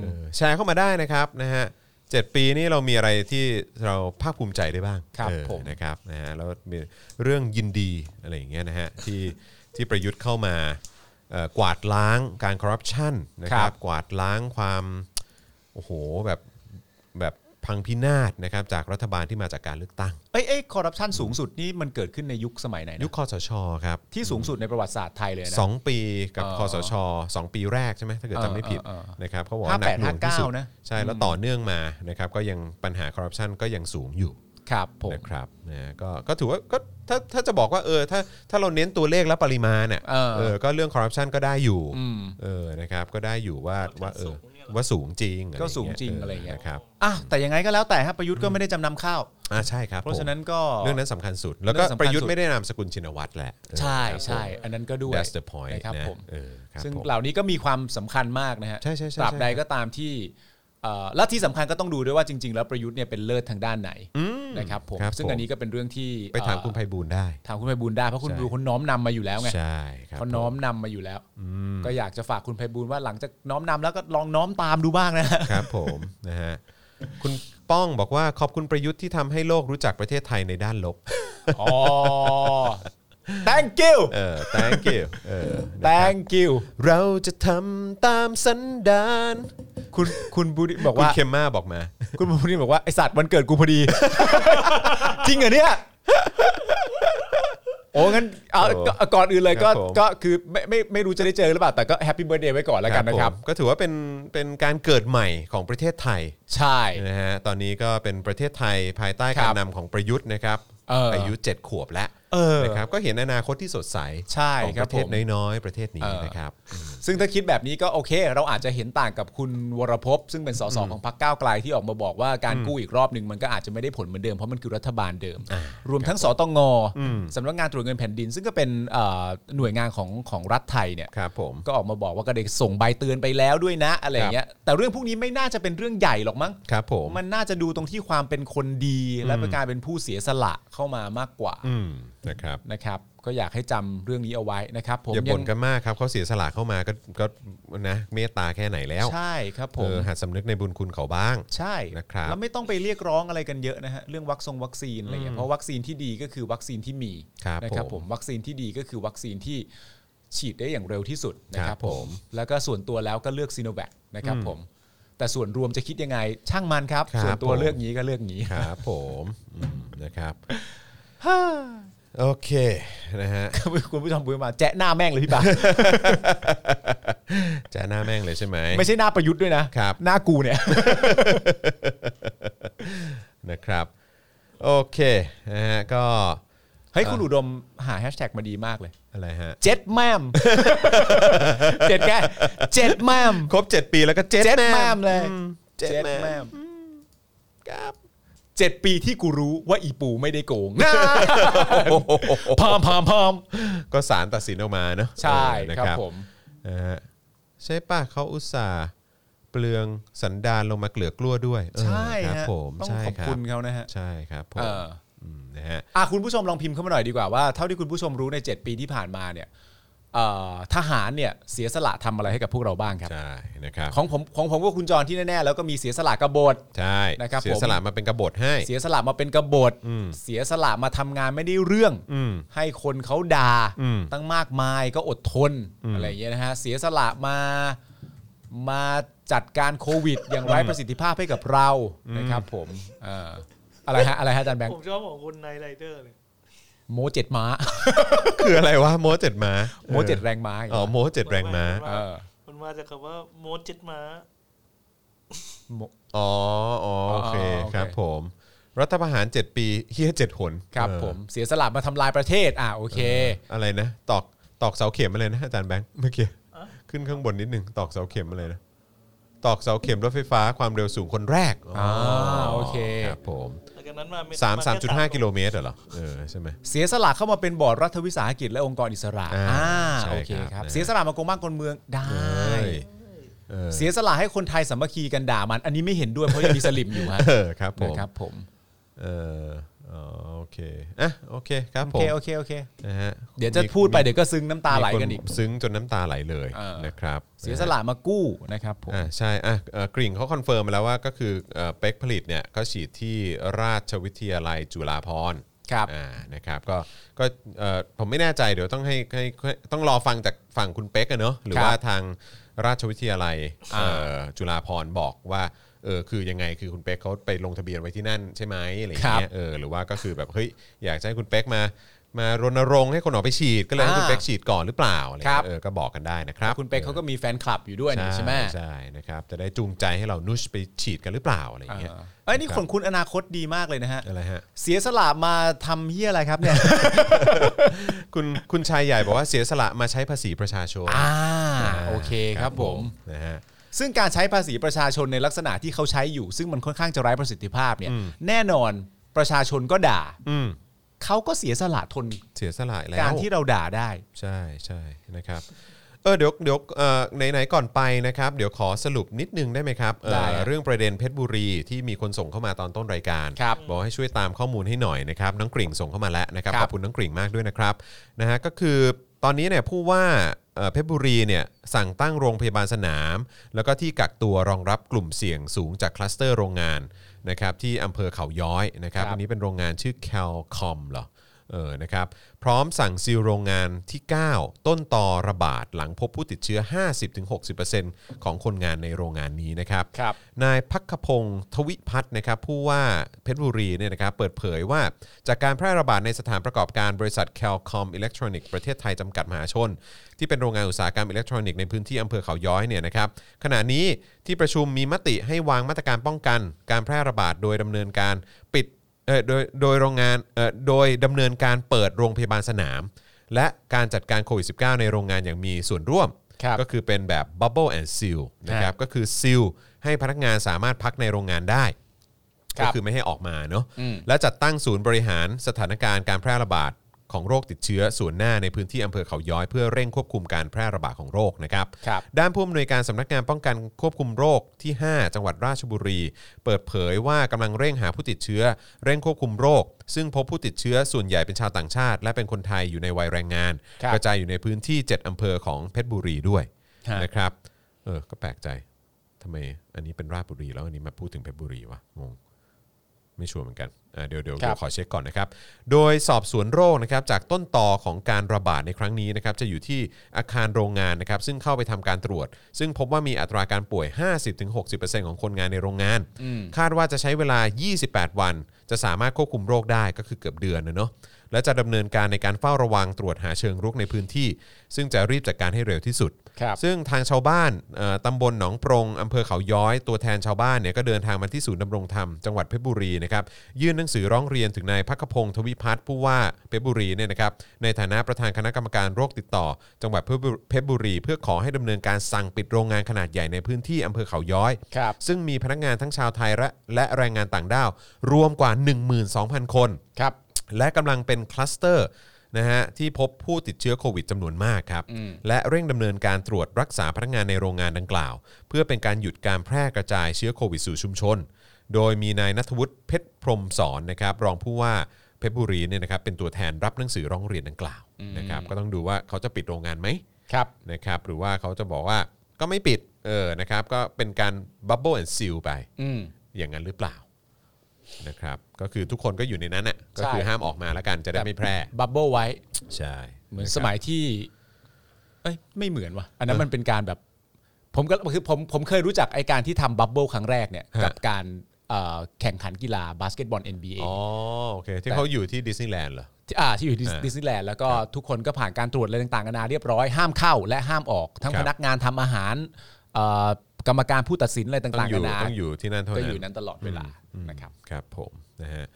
เออแชร์เข้ามาได้นะครับนะฮะเจ็ดปีนี้เรามีอะไรที่เราภาคภูมิใจได้บ้างเออนะครับนะฮะแล้วมีเรื่องยินดีอะไรอย่างเงี้ยนะฮะที่ที่ประยุทธ์เข้ามาเอ่อกวาดล้างการคอร์รัปชันนะครับกวาดล้างความโอ้โหแบบแบบพังพินาศนะครับจากรัฐบาลที่มาจากการเลือกตั้ง เอ้ยเอ้ยคอร์รัปชันสูงสุดนี่มันเกิดขึ้นในยุคสมัยไหนนะ ยุคคอสชครับ ที่สูงสุดในประวัติศาสตร์ไทยเลยนะ สองปีกับ เออ คอสชสองปีแรกใช่ไหมถ้าเกิด เออ จำไม่ผิด เออเออ นะครับเขาบอกว่าหนัก 58 หน่วงที่สุด 59นะ ใช่แล้วต่อเนื่องมานะครับก็ยังปัญหาคอร์รัปชันก็ยังสูงอยู่ ครับผม นะครับนะก็ก็ถือว่าก็ถ้าถ้าจะบอกว่าเออถ้าถ้าเราเน้นตัวเลขและปริมาณเนี่ย เออ เออก็เรื่องคอร์รัปชันก็ได้อยู่ อืม เออนะครับก็ได้อยู่ว่าว่าเออว่าสูงจริงอะไรอย่าเย ก็สูงจริงอะไรอย่างเงี้ย นะครับ อ่ะแต่ยังไงก็แล้วแต่ฮะประยุทธ์ก็ไม่ได้จำนำข้าว อ่าใช่ครับ เพราะฉะนั้นก็ ผมเรื่องนั้นสำคัญสุด แล้วก็ เรื่องสำคัญสุด ประยุทธ์ไม่ได้นามสกุลชินวัตรแหละ ใช่ ครับ ใช่ ผม อันนั้นก็ด้วย That's the point นะครับ นะ ผม เออครับ ซึ่ง ผม เหล่านี้ก็มีความสำคัญมากนะฮะ ใช่ใช่ใช่ ตราบใด ใช่ ก็ตามที่เอ่อและที่สำคัญก็ต้องดูด้วยว่าจริง ๆ แล้วประยุทธ์เนี่ยเป็นเลิศทางด้านไหนนะครับผม ครับ ซึ่ง ผม อันนี้ก็เป็นเรื่องที่ ไปถาม เอ่อ คุณไพบูลย์ได้ ถามคุณไพบูลย์ได้เพราะคุณ ใช่ ไพบูลย์คนน้อมนำมาอยู่แล้วไง ใช่ครับ เขาน้อมนำมาอยู่แล้ว ก็อยากจะฝากคุณไพบูลย์ว่าหลังจากน้อมนำแล้วก็ลองน้อมตามดูบ้างนะ ครับผมนะฮะคุณป้องบอกว่าขอบคุณประยุทธ์ที่ทำให้โลกรู้จักประเทศไทยในด้านลบ อ๋อ thank you เออ thank you เออ thank you เราจะทำตามสันดาน คุณคุณบูดีบอก คุณ ว่า เคมมาบอกมา คุณบูดีบอกว่า ไอสัตว์วันเกิดกูพอดี จริงเหรอเนี่ย โอ้งั้นเอาก็ก่อนอื่นเลยก็ก็คือไม่ไม่ไม่รู้จะได้เจอหรือเปล่า แต่ก็แฮปปี้เบ t ร์ a เดย์ไว้ก่อนแล้วกันนะครับ ผมก็ถือว่าเป็นเป็นการเกิดใหม่ของประเทศไทย ใช่ นะฮะตอนนี้ก็เป็นประเทศไทยภายใต้การคั ร บ นำของประยุทธ์นะครับ เอออ ยุ7ขวบแล้ว เออ นะครับก็เห็นอนาคตที่สดใส ใช่ ของ ค ป รับ ระเทศ ผม น้อยๆประเทศนี้นะครับ ซึ่งถ้าคิดแบบนี้ก็โอเค เราอาจจะเห็นต่างกับคุณวรพซึ่งเป็นสสของพรรคก้าวไกลที่ออกมาบอกว่าการกู้อีกรอบหนึ่งมันก็อาจจะไม่ได้ผลเหมือนเดิมเพราะมันคือรัฐบาลเดิม รวมทั้งสตงสำนักงานตรวจเงินแผ่นดิน ซึ่งก็เป็นเอ่อหน่วยงานของของรัฐไทยเนี่ย ครับผม ก็ออกมาบอกว่าก็ได้ส่งใบเตือนไปแล้วด้วยนะอะไรอย่างเงี้ยแต่เรื่องพวกนี้ไม่น่าจะเป็นเรื่องใหญ่หรอกมั้ง ครับผม มันน่าจะดูตรงที่ความเป็นคนดีและเป็นการเป็นผู้เสียสละเข้ามามากกว่า อืมนะครับ นะครับ ก็อยากให้จำเรื่องนี้เอาไว้นะครับ ผม อย่าบ่น ยั กันมากครับเขาเสียสละเข้ามาก็ก็นะเมตตาแค่ไหนแล้ว งใช่ครับผ เอ ม อหัดสำนึกในบุญคุณเขาบ้าง ใช่ นะครับ แล้วไม่ต้องไปเรียกร้องอะไรกันเยอะนะฮะเรื่องวัคซงวัคซีนอะไรอย่างเงี้ยเพราะวัคซีนที่ดีก็คือวัคซีนที่มี ครับ นะครับ ผ ผม มวัคซีนที่ดีก็คือวัคซีนที่ฉีดได้อย่างเร็วที่สุดนะค ครั รั บบ ผ ผม มแล้วก็ส่วนตัวแล้วก็เลือกซีโนแวคนะครับผมแต่ส่วนรวมจะคิดยังไงช่างมันครับ ส่วนตัวเลือกงี้ก็เลือกงี้ ครับผมอืม [SIGHS] นะครับโอเคนะฮะ คุณผู้ชมพูดมาแจ๊ะหน้าแม่งเลยพี่ปา แจะหน้าแม่งเลยใช่ไหม ไม่ใช่หน้าประยุทธ์ด้วยนะ ครับ หน้ากูเนี่ย นะครับ โอเคนะฮะก็ เฮ้ยคุณอุดมหาแฮชแท็กมาดีมากเลย อะไรฮะ เจ็ดแม่ [LAUGHS] ม เจ็ดแกเจ็ดแม่ม ครบ 7 ปีแล้วก็เจ็ด เจ็ด แม่ แม่มเลย เจ็ดแม่ม ครับเจ็ดปีที่กูรู้ว่าอีปูไม่ได้โกง โอ้โห [LAUGHS] พามพามพาม ก็สารตัดสินออกมาเนอะ ใช่ เออนะครับ ผม นะฮะใช่ป่ะเขาอุตส่าห์เปลืองสันดานลงมาเกลือกลัวด้วยเออ ใช่ ครับ ฮะ ผม ต้อง ใช่ ขอบ รับ คุณเขานะฮะ ใช่ครับผ เอ ม อ มนะฮะ อ่ะคุณผู้ชมลองพิมพ์เข้ามาหน่อยดีกว่าว่าเท่าที่คุณผู้ชมรู้ใน 7 ปีที่ผ่านมาเนี่ยเอ่อทหารเนี่ยเสียสละทำอะไรให้กับพวกเราบ้างครับ ใช่นะครับ ของผมของผมก็คุณจรที่แน่ๆแล้วก็มีเสียสละกบฏ ใช่ นะครับ เสีย ผม สละมาเป็นกบฏให้ เสียสละมาเป็นกบฏเสียสละมาทำงานไม่ได้เรื่อง อืม [LAUGHS] ให้คนเขาด่า อืม ตั้งมากมายก็อดทนอะไรอย่างเงี้ยนะฮะเสียสละมามาจัดการโควิด อย่างไร้ประสิทธิภาพให้กับเรานะครับผมเอ่ออะไรฮะอะไรฮะอาจารย์แบง ผม ค์ ชอบของคุณนายไรเดอร์เลย โมเจ็ดม้า คืออะไรวะโมเจ็ดม้า โมเจ็ดแรงม้าอย่าง อ๋อ เงี้ย โมเจ็ดแรงม้า เออ มันมาจากคำว่าโมดเจ็ดม้า โม อ๋ออ๋อโอเค อ๋อโอเค ครับผม รัฐประหาร 7 ปีเฮียเจ็ดหน ครับ เออ ผมเสียสละมาทำลายประเทศอ่ะโอเค อะไรนะตอกตอกเสาเข็มอะไรนะอาจารย์แบงค์เมื่อกี้ขึ้นข้างบนนิดนึงตอกเสาเข็มอะไรนะตอกเสาเข็มรถไฟฟ้าความเร็วสูงคนแรก อ่าโอเค ครับผม หลังจากนั้นมาเด สาม แค่ สามจุดห้ากิโลเมตรเหรอเออใช่ไหม เสียสละเข้ามาเป็นบอร์ดรัฐวิสาหกิจและองค์กรอิสระ อ่า อ่า ใช่ โอเค ค ค รั รับ บเสียสละมากงบ้านกลเมืองได้ เออ เสียสละให้คนไทยสามัคคีกันด่ามัน อันนี้ไม่เห็นด้วยเพราะยังมีสลิมอยู่ฮะ เออครับผม นะครับผม เอออ๋อโอเคอ่ะโอเคครับ โอ ผม เคโอเคโอเค นะฮะ เดี๋ยวจะพูดไปเดี๋ยวก็ซึ้งน้ำตาไหลกันอีก มีคซึ้งจนน้ำตาไหลเลย เออ นะครับ เสียสละมากู้นะครับผม อ่าใช่อ่ะเอ่อกริ่งเขาคอนเฟิร์มมาแล้วว่าก็คือเอ่อเป็กผลิตเนี่ยเขาฉีดที่ราชวิทยาลัยจุฬาภรณ์ ครับ อ่านะครับก็ก็เอ่อผมไม่แน่ใจเดี๋ยวต้องให้ให้ให้ต้องรอฟังจากฝั่งคุณเป็กอะเนอะหรือ ครับ ว่าทางราชวิทยาลัยเอ่อจุฬาภรณ์บอกว่าเออคือยังไงคือคุณเป็กเขาไปลงทะเบียนไว้ที่นั่นใช่ไหมอะไรอย่าง ครั เงี้ย บ เออหรือว่าก็คือแบบเฮ้ยอยากจะให้คุณเป็กมามารณรงค์ให้คนออกไปฉีดก็เลยให้คุณเป็ก ฉีดก่อนหรือเปล่าอะไร คเงี้รับ ยเออก็บอกกันได้นะครับ คุณเป็กเขาก็มีแฟนคลับอยู่ด้วยนี่ใช่ไหม ใช่นะครับจะได้จูงใจให้เรานุชไปฉีดกันหรือเปล่าอะไรอย่างเงี้ย เออเอ้ยนี่คนคุณอนาคตดีมากเลยนะฮะ อะไรฮะ เสียสละมาทำเฮียอะไรครับเนี่ย คุณคุณชายใหญ่บอกว่าเสียสละมาใช้ภาษีประชาชน อ่าโอเคครับผม นะฮะ ซึ่งการใช้ภาษีประชาชนในลักษณะที่เขาใช้อยู่ ซึ่งมันค่อนข้างจะไร้ประสิทธิภาพเนี่ย อืม แน่นอนประชาชนก็ด่า อืม เขาก็เสียสละทน เสียสละแล้ว การที่เราด่าได้ ใช่ใช่นะครับเออเดี๋ยวเดี๋ยวเอ่อไหนๆก่อนไปนะครับ เดี๋ยวขอสรุปนิดนึงได้ไหมครับเอ่อ ได้ครับ เรื่องประเด็นเพชรบุรีที่มีคนส่งเข้ามาตอนต้นรายการ ครับ บอกให้ช่วยตามข้อมูลให้หน่อยนะครับน้องกริ่งส่งเข้ามาแล้วนะครับ ครั ข บ อบคุณน้องกริ่งมากด้วยนะครับนะฮะก็คือตอนนี้เนี่ยผู้ว่าเอ่อเพชรบุรีเนี่ยสั่งตั้งโรงพยาบาลสนาม แล้วก็ที่กักตัวรองรับกลุ่มเสี่ยงสูงจากคลัสเตอร์โรงงานนะครับที่อำเภอเขาย้อยนะครับ ครับ อันนี้เป็นโรงงานชื่อ Calcom เหรอ เออ นะครับ พร้อมสั่งซีลโรงงานที่ 9 ต้นต่อระบาดหลังพบผู้ติดเชื้อ 50-60%ของคนงานในโรงงานนี้นะครับ ครับ นายพักขพงศ์ทวิพัฒน์นะครับผู้ว่าเพชรบุรีเนี่ยนะครับเปิดเผยว่าจากการแพร่ระบาดในสถานประกอบการบริษัท Calcom Electronic ประเทศไทยจำกัดมหาชน ที่เป็นโรงงานอุตสาหกรรมอิเล็กทรอนิกส์ในพื้นที่อำเภอเขาย้อยเนี่ยนะครับขณะนี้ที่ประชุมมีมติให้วางมาตรการป้องกัน การแพร่ระบาดโดยดำเนินการปิด เอ่อโดยโดยโรงงานเอ่อโดยดำเนินการเปิดโรงพยาบาลสนาม และการจัดการโควิด -19 ในโรงงานอย่างมีส่วนร่วม ครับ ก็คือเป็นแบบ Bubble and Seal นะครับก็คือซิลให้พนักงานสามารถพักในโรงงานได้ ครั ก็ บ คือไม่ให้ออกมาเนาะ อืม และจัดตั้งศูนย์บริหารสถานการณ์การแพร่ระบาดของโรคติดเชื้อส่วนหน้าในพื้นที่อำเภอเขาย้อยเพื่อเร่งควบคุมการแพร่ระบาดของโรคนะครับ ครับ ด้านผู้อำนวยการสำนักงานป้องกันควบคุมโรคที่ 5 จังหวัดราชบุรี เปิดเผยว่ากำลังเร่งหาผู้ติดเชื้อ เร่งควบคุมโรค ซึ่งพบผู้ติดเชื้อส่วนใหญ่เป็นชาวต่างชาติ และเป็นคนไทยอยู่ในวัยแรงงาน ครับ กระจายอยู่ในพื้นที่ 7อำเภอของเพชรบุรีด้วย ฮะ นะครับเออก็แปลกใจทำไมอันนี้เป็นราชบุรีแล้วอันนี้มาพูดถึงเพชรบุรีวะงง ไม่ชัวร์เหมือนกันอ่าเดี๋ยวเดี๋ยว ครับ เดี๋ยวขอเช็คก่อนนะครับ โดยสอบสวนโรคนะครับจากต้นต่อของการระบาดในครั้งนี้นะครับจะอยู่ที่อาคารโรงงานนะครับซึ่งเข้าไปทำการตรวจ ซึ่งพบว่ามีอัตราการป่วย 50-60%ของคนงานในโรงงาน อืม คาดว่าจะใช้เวลา 28 วัน จะสามารถควบคุมโรคได้ก็คือเกือบเดือนนะเนาะ และจะดำเนินการในการเฝ้าระวังตรวจหาเชิงรุกในพื้นที่ ซึ่งจะรีบจัดการให้เร็วที่สุด ครับ ซึ่งทางชาวบ้านเอ่อตำบลหนองปรงอำเภอเขาย้อย ตัวแทนชาวบ้านเนี่ยก็เดินทางมาที่ศูนย์ดำรงธรรมจังหวัดเพชรบุรีนะครับยื่นหนังสือร้องเรียนถึงนายพักขพงศ์ทวิพัฒน์ผู้ว่าเพชรบุรีเนี่ยนะครับในฐานะประธานคณะกรรมการโรคติดต่อ จังหวัดเพชรบุเพชรบุรี เพื่อขอให้ดำเนินการสั่งปิดโรงงานขนาดใหญ่ในพื้นที่อำเภอเขาย้อย ครับ ซึ่งมีพนักงานทั้งชาวไทยและและแรงงานต่างด้าว รวมกว่า 12,000 คน ครับ และกำลังเป็นคลัสเตอร์นะฮะที่พบผู้ติดเชื้อโควิดจำนวนมากครับ และเร่งดำเนินการตรวจรักษาพนักงานในโรงงานดังกล่าว เพื่อเป็นการหยุดการแพร่กระจายเชื้อโควิดสู่ชุมชน โดยมีนายนัทวุฒิเพชรพรหมสอนนะครับรองผู้ว่าเพชรบุรีเนี่ยนะครับเป็นตัวแทนรับหนังสือร้องเรียนดังกล่าวนะครับก็ต้องดูว่าเขาจะปิดโรงงานไหม ครับ นะครับหรือว่าเขาจะบอกว่าก็ไม่ปิดเออนะครับก็เป็นการบับเบิลแอนด์ซิลไป อืม อย่างนั้นหรือเปล่านะครับก็คือทุกคนก็อยู่ในนั้นน่ะก็ ใช่ คือห้ามออกมาแล้วกันจะได้ไม่แพร่ บับเบิลไว้ ใช่ เหมือนสมัยที่ เอ้ย ไม่เหมือนว่ะ อันนั้นมันเป็นการแบบ ผมก็คือผมผมเคยรู้จักไอการที่ทำบับเบิลครั้งแรกเนี่ย กับการเอ่อแข่งขันกีฬาบาสเกตบอล NBA อ๋อโอเคที่เขาอยู่ที่ดิสนีย์แลนด์เหรอ ที่อ่าที่อยู่ดิส อ่า ดิสนีย์แลนด์แล้วก็ทุกคนก็ผ่านการตรวจอะไรต่างๆนานาเรียบร้อยห้ามเข้าและห้ามออก ทั้ง ครับ พนักงานทำอาหารเอ่อกรรมการผู้ตัดสินอะไร ต้อ ต่างองๆนา ยู่ นา ต้องอยู่ที่นั่นเท่า ก็ นั้ อยู่ น นั้นตลอดเวลานะครับ ครับผมนะฮะ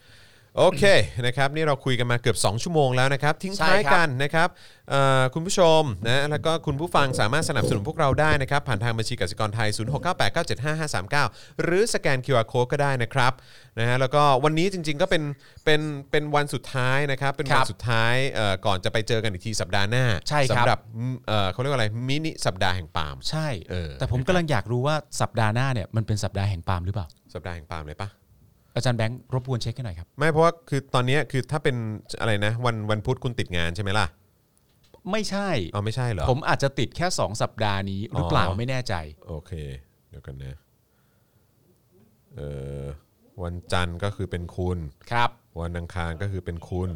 โอเคนะครับนี่เราคุยกันมาเกือบ 2 ชั่วโมงแล้วนะครับ ทิ้งท้าย ใช่ครับ กันนะครับเอ่อคุณผู้ชมนะแล้วก็คุณผู้ฟังสามารถสนับสนุนพวกเราได้นะครับ ผ่านทางบัญชีกสิกรไทย 0698975539 หรือสแกน QR Code ก็ได้นะครับนะฮะแล้วก็วันนี้จริงๆก็เป็นเป็นเป็นวันสุดท้ายนะครับ เป็น ค วันรับ สุดท้ายเอ่อก่อนจะไปเจอกันอีกทีสัปดาห์หน้า ใช่ครับ สำหรับเอ่อเขาเรียกว่าอะไรมินิสัปดาห์แห่งปาล์ม ใช่ เออ แต่ผมกำลังอยากรู้ว่าสัปดาห์หน้าเนี่ยมันเป็นสัปดาห์แห่งปาล์มหรือเปล่า สัปดาห์แห่งปาล์มเลยปะ อาจารย์แบงค์รบกวนเช็คให้หน่อยครับ ไม่เพราะว่าคือตอนเนี้ยคือถ้าเป็นอะไรนะ วันวันพุธคุณติดงานใช่ไหมล่ะ ไม่ใช่ เอาไม่ใช่เหรอ ผมอาจจะติดแค่ 2 สัปดาห์นี้หรือเปล่า อ๋อ ไม่แน่ใจ โอเค เดี๋ยวกันนะเออวันจันทร์ก็คือเป็นคุณ ครับ วันอังคารก็คือเป็นคุณ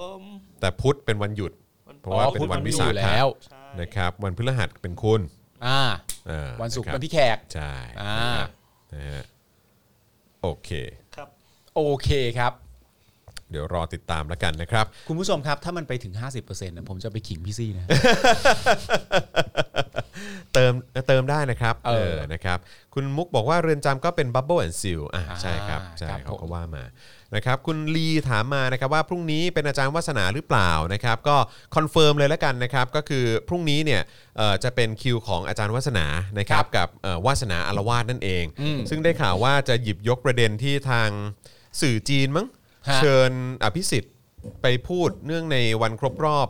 ผม แต่พุธเป็นวันหยุด เพราะว่าเป็นวันวิสา อยู่ ขะ แล้ว ใช่ นะครับ วันพฤหัสเป็นคุณ อ่า อ่า วันศุกร์ ะคบ เป็นพี่แขก ใช่ อ่า นะฮะโอเค ครับ โอเคครับ เดี๋ยวรอติดตามแล้วกันนะครับ คุณผู้ชมครับ ถ้ามันไปถึง 50%นะผมจะไปขิงพี่ [LAUGHS] ซี่นะ เติมเติมได้นะครับ เออ นะครับ คุณมุกบอกว่าเรือนจำก็เป็นบับเบิลแอนด์ซิลอ่ะ อ่า ใช่ครับใช่ ครับ เขา ผม ก็ว่ามานะครับคุณลีถามมานะครับว่าพรุ่งนี้เป็นอาจารย์วาสนาหรือเปล่านะครับ ก็คอนเฟิร์มเลยแล้วกันนะครับ ก็คือพรุ่งนี้เนี่ยเอ่อจะเป็นคิวของอาจารย์วาสนานะครับกับเอ่อวาสนาอารวาสนั่นเอง อืม ซึ่งได้ข่าวว่าจะหยิบยกประเด็นที่ทางสื่อจีนมั้ง ฮะ เชิญอภิสิทธิ์ไปพูดเนื่องในวันครบรอบ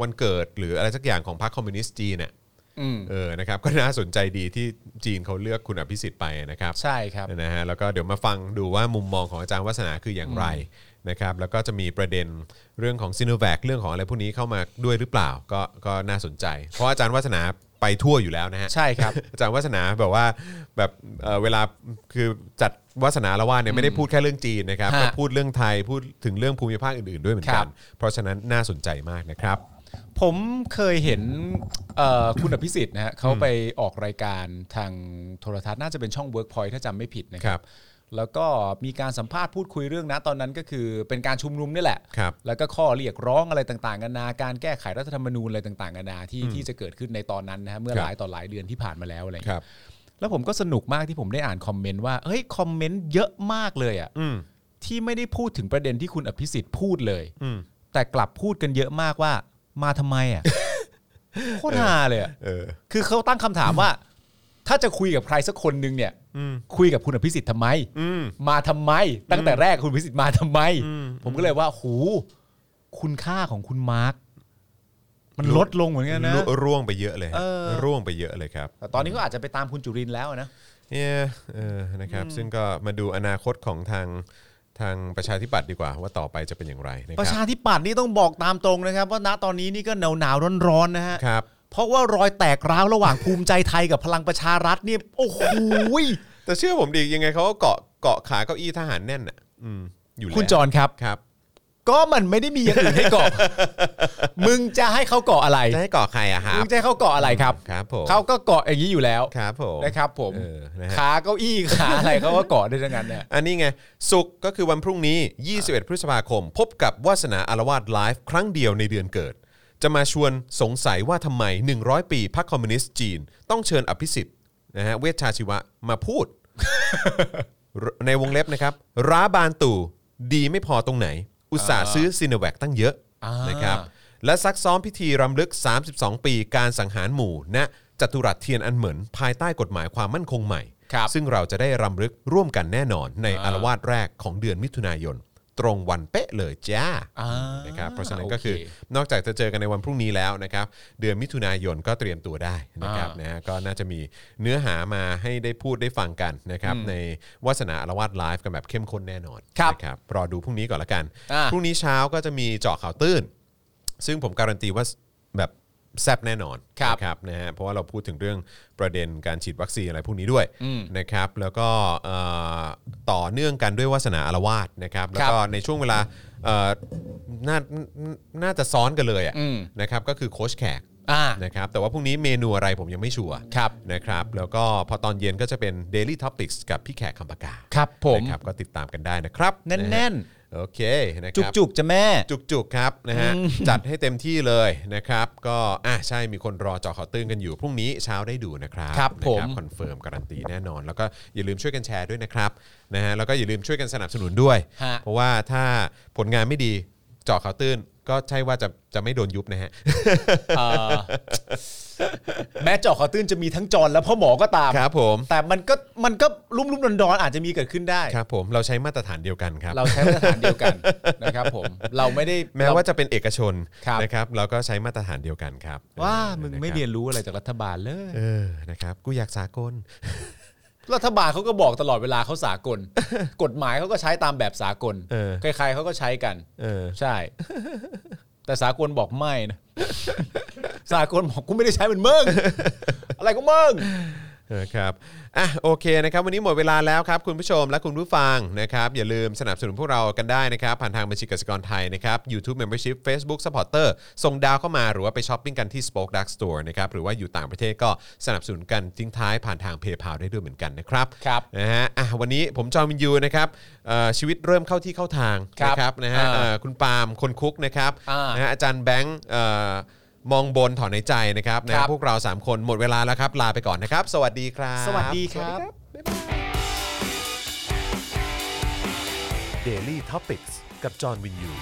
วันเกิด หรืออะไรสักอย่างของพรรคคอมมิวนิสต์จีนเนี่ย อืม เออ นะครับ [LAUGHS] ก็น่าสนใจดีที่จีนเขาเลือกคุณอภิสิทธิ์ไปนะครับ ใช่ครับ นะฮะ แล้วก็เดี๋ยวมาฟังดูว่ามุมมองของอาจารย์วัฒนาคืออย่างไรนะครับ แล้วก็จะมีประเด็นเรื่องของซีโนแวคเรื่องของอะไรพวกนี้เข้ามาด้วยหรือเปล่า ก็ ก็น่าสนใจ เพราะอาจารย์วัฒนาไปทั่วอยู่แล้วนะฮะ ใช่ครับ อาจารย์วัฒนาแบบว่าแบบเอ่อเวลาคือจัดวัฒนาละว่าเนี่ยไม่ได้พูดแค่เรื่องจีนนะครับ ฮะ ก็พูดเรื่องไทยพูดถึงเรื่องภูมิภาคอื่นๆด้วยเหมือน ค กั รั น บ เพราะฉะนั้นน่าสนใจมากนะครับ ผมเคยเห็นเอ่อคุณอภิสิทธิ์นะฮะเขาไปออกรายการทางโทรทัศน์น่าจะเป็นช่อง Workpoint ถ้าจำไม่ผิดนะค ครั รับ บ แล้วก็มีการสัมภาษณ์พูดคุยเรื่องนะตอนนั้นก็คือเป็นการชุมนุมนี่แหละ ครับ แล้วก็ข้อเรียกร้องอะไรต่างๆนานาการแก้ไขรัฐธรรมนูญอะไรต่างๆนานาที่ที่จะเกิดขึ้นในตอนนั้นนะฮะเมื่อ ครับ หลายต่อหลายเดือนที่ผ่านมาแล้วอะไรอย่าง ค เงี้ย รับ แล้วผมก็สนุกมากที่ผมได้อ่านคอมเมนต์ว่าเฮ้ยคอมเมนต์เยอะมากเลยอ่ะ อืม ที่ไม่ได้พูดถึงประเด็นที่คุณอภิสิทธิ์พูดเลย อืม แต่กลับพูดกันเยอะมากว่า มาทำไมอ่ะ โคตรฮาเลยอะ เออ คือเขาตั้งคำถามว่า ถ้าจะคุยกับใครสักคนหนึ่งเนี่ย อืม คุยกับคุณอภิสิทธิ์ทำไม อืม มาทำไม ตั้งแต่แรกคุณอภิสิทธิ์มาทำไม อืม ผมก็เลยว่าหูคุณค่าของคุณมาร์กมันลดลงเหมือนกันนะ ร่วร่วงไปเยอะเลยฮะ เออ ร่วงไปเยอะเลยครับ แต่ตอนนี้ก็อาจจะไปตามคุณจุรินทร์แล้วนะ เนี่ยเออนะครับซึ่งก็มาดูอนาคตของทางทางประชาธิปัตย์ดีกว่า ว่าต่อไปจะเป็นอย่างไรนะค ประ รั ชาธิปัตย์นี่ต้องบอกตามตรงนะครับ ว่าณตอนนี้นี่ก็หนาวหนาวร้อนร้อนๆนะฮะ ครับ เพราะว่ารอยแตกร้าวระหว่างภูมิใจไทยกับพลังประชารัฐเนี่ยโอ้โหย แต่เชื่อผมดิยังไงเขาก็เกาะเกาะขาเก้าอี้ทหารแน่นอ่ะอืมอยู่แล้ว คุณจรครับ ครับ ก็มันไม่ได้มีอย่างอื่นให้ [LAUGHS] เกาะ มึงจะให้เขาเกาะอะไร จะให้เกาะใครอะครับ มึงจะให้เขาเกาะอะไรครับ ครับผม เขาก็เกาะอย่างนี้อยู่แล้ว ครับผม นะครับ ผม เออนะฮะ ขาเก้าอี้ [LAUGHS] ขาอะไรเขาก็เกาะได้ทั้งนั้นเนี่ย อันนี้ไงสุกร์ก็คือวันพรุ่งนี้ 21 พฤษภาคม พบกับวาสนาอารวาสไลฟ์ครั้งเดียวในเดือนเกิด จะมาชวนสงสัยว่าทำไม 100 ปีพรรคคอมมิวนิสต์จีน ต้องเชิญอภิสิทธิ์นะฮะเวชชาชีวะมาพูด ในวงเล็บนะครับร้าบานตู่ดีไม่พอตรงไหน อุตส่าห์ซื้อซีโนแวคตั้งเยอะ อ่าน นะครับและซักซ้อมพิธีรำลึก 32 ปีการสังหารหมู่ณจัตุรัสเทียนอันเหมือนภายใต้กฎหมายความมั่นคงใหม่ ครับ ซึ่งเราจะได้รำลึกร่วมกันแน่นอนในอารวาสแรกของเดือนมิถุนายน ตรงวันเป๊ะเลยจ้า อ่า นะครับเพราะฉะนั้นก็ โเ คือนอกจากจะเจอกันในวันพรุ่งนี้แล้วนะครับ เดือนมิถุนายนก็เตรียมตัวได้นะครับ อ่าน นะฮะก็น่าจะมีเนื้อหามาให้ได้พูดได้ฟังกันนะครับ ในวาสนาอารวาสไลฟ์กันแบบเข้มข้นแน่นอน ครับ นะครับรอดูพรุ่งนี้ก่อนละกัน อ่า พรุ่งนี้เช้าก็จะมีเจาะข่าวตื้น ซึ่งผมการันตีว่าแบบแซบแน่นอน ครับ นะครับนะฮะเพราะว่าเราพูดถึงเรื่องประเด็นการฉีดวัคซีนอะไรพวกนี้ด้วย อืม นะครับ แล้วก็เอ่อต่อเนื่องกันด้วยวาสนาอารวาสนะครับ แล้วก็ในช่วงเวลาเอ่อน่าน่าจะซ้อนกันเลยอะ อืม นะครับก็คือโค้ชแขก อ่า นะครับแต่ว่าพรุ่งนี้เมนูอะไรผมยังไม่ชัวร์ ครับ นะครับแล้วก็พอตอนเย็นก็จะเป็น Daily Topics กับพี่แขกคำปากา ครับผม นะครับก็ติดตามกันได้นะครับ แน่นๆ ะฮะโอเคนะค จุก รับ จุกๆจะแม่ จุกๆครับนะฮะจัดให้เต็มที่เลยนะครับ ก็อ่ะใช่มีคนรอเจอข่าวตื้นกันอยู่ พรุ่งนี้เช้าได้ดูนะครับ ครับผม นะคอนเฟิร์มการันตีแน่นอน แล้วก็อย่าลืมช่วยกันแชร์ด้วยนะครับนะฮะแล้วก็อย่าลืมช่วยกันสนับสนุนด้วย ฮะ เพราะว่าถ้าผลงานไม่ดีเจอข่าวตื้น ก็ใช่ว่าจะจะไม่โดนยุบนะฮะ เอ่อ [LAUGHS] แม้เจาะข่าวตื้นจะมีทั้งจรและพ่อหมอก็ตาม ครับผม แต่มันก็มันก็ลุ่มลุ่มดอนดอนๆอาจจะมีเกิดขึ้นได้ ครับผมเราใช้มาตรฐานเดียวกันครับ เราใช้มาตรฐานเดียวกันนะครับผมเราไม่ได้ แม้ว่าจะเป็นเอกชน ครับ นะครับ เราก็ใช้มาตรฐานเดียวกันครับ ว่า อมึงอะคบ ไม่เรียนรู้อะไรจากรัฐบาลเลย เออนะครับกูอยากสากล รัฐบาลเขาก็บอกตลอดเวลาเขาสากล [LAUGHS] กฎหมายเขาก็ใช้ตามแบบสากล เออ ใครๆเขาก็ใช้กัน เออ ใช่ แต่สากลบอกไม่นะ [LAUGHS] สากลบอกกูไม่ได้ใช้เหมือนมึงอะไรก็มึง นะครับอ่ะโอเคนะครับ วันนี้หมดเวลาแล้วครับ คุณผู้ชมและคุณผู้ฟังนะครับ อย่าลืมสนับสนุนพวกเรากันได้นะครับ ผ่านทางบัญชีกสิกรไทยนะครับ YouTube Membership Facebook Supporter ส่งดาวเข้ามาหรือว่าไปช้อปปิ้งกันที่ Spoke Dark Store นะครับ หรือว่าอยู่ต่างประเทศก็สนับสนุนกันทิ้งท้ายผ่านทาง PayPal ได้ด้วยเหมือนกันนะครับ ครับ นะฮะอ่ะวันนี้ผมจอมินยูนะครับเอ่อชีวิตเริ่มเข้าที่เข้าทาง ครับ นะครับนะฮะ อ่า เอ่อคุณปาล์มคนคุกนะครับ อ่าน นะฮะอาจารย์แบงค์เอ่อมองบนถอนในใจนะครับนะ ค ฮะ รับ พวกเราสามคนหมดเวลาแล้วครับลาไปก่อนนะครับ สวัสดีครับ สวัสดีครับ Daily t o p i c กกับจอห์นวินยู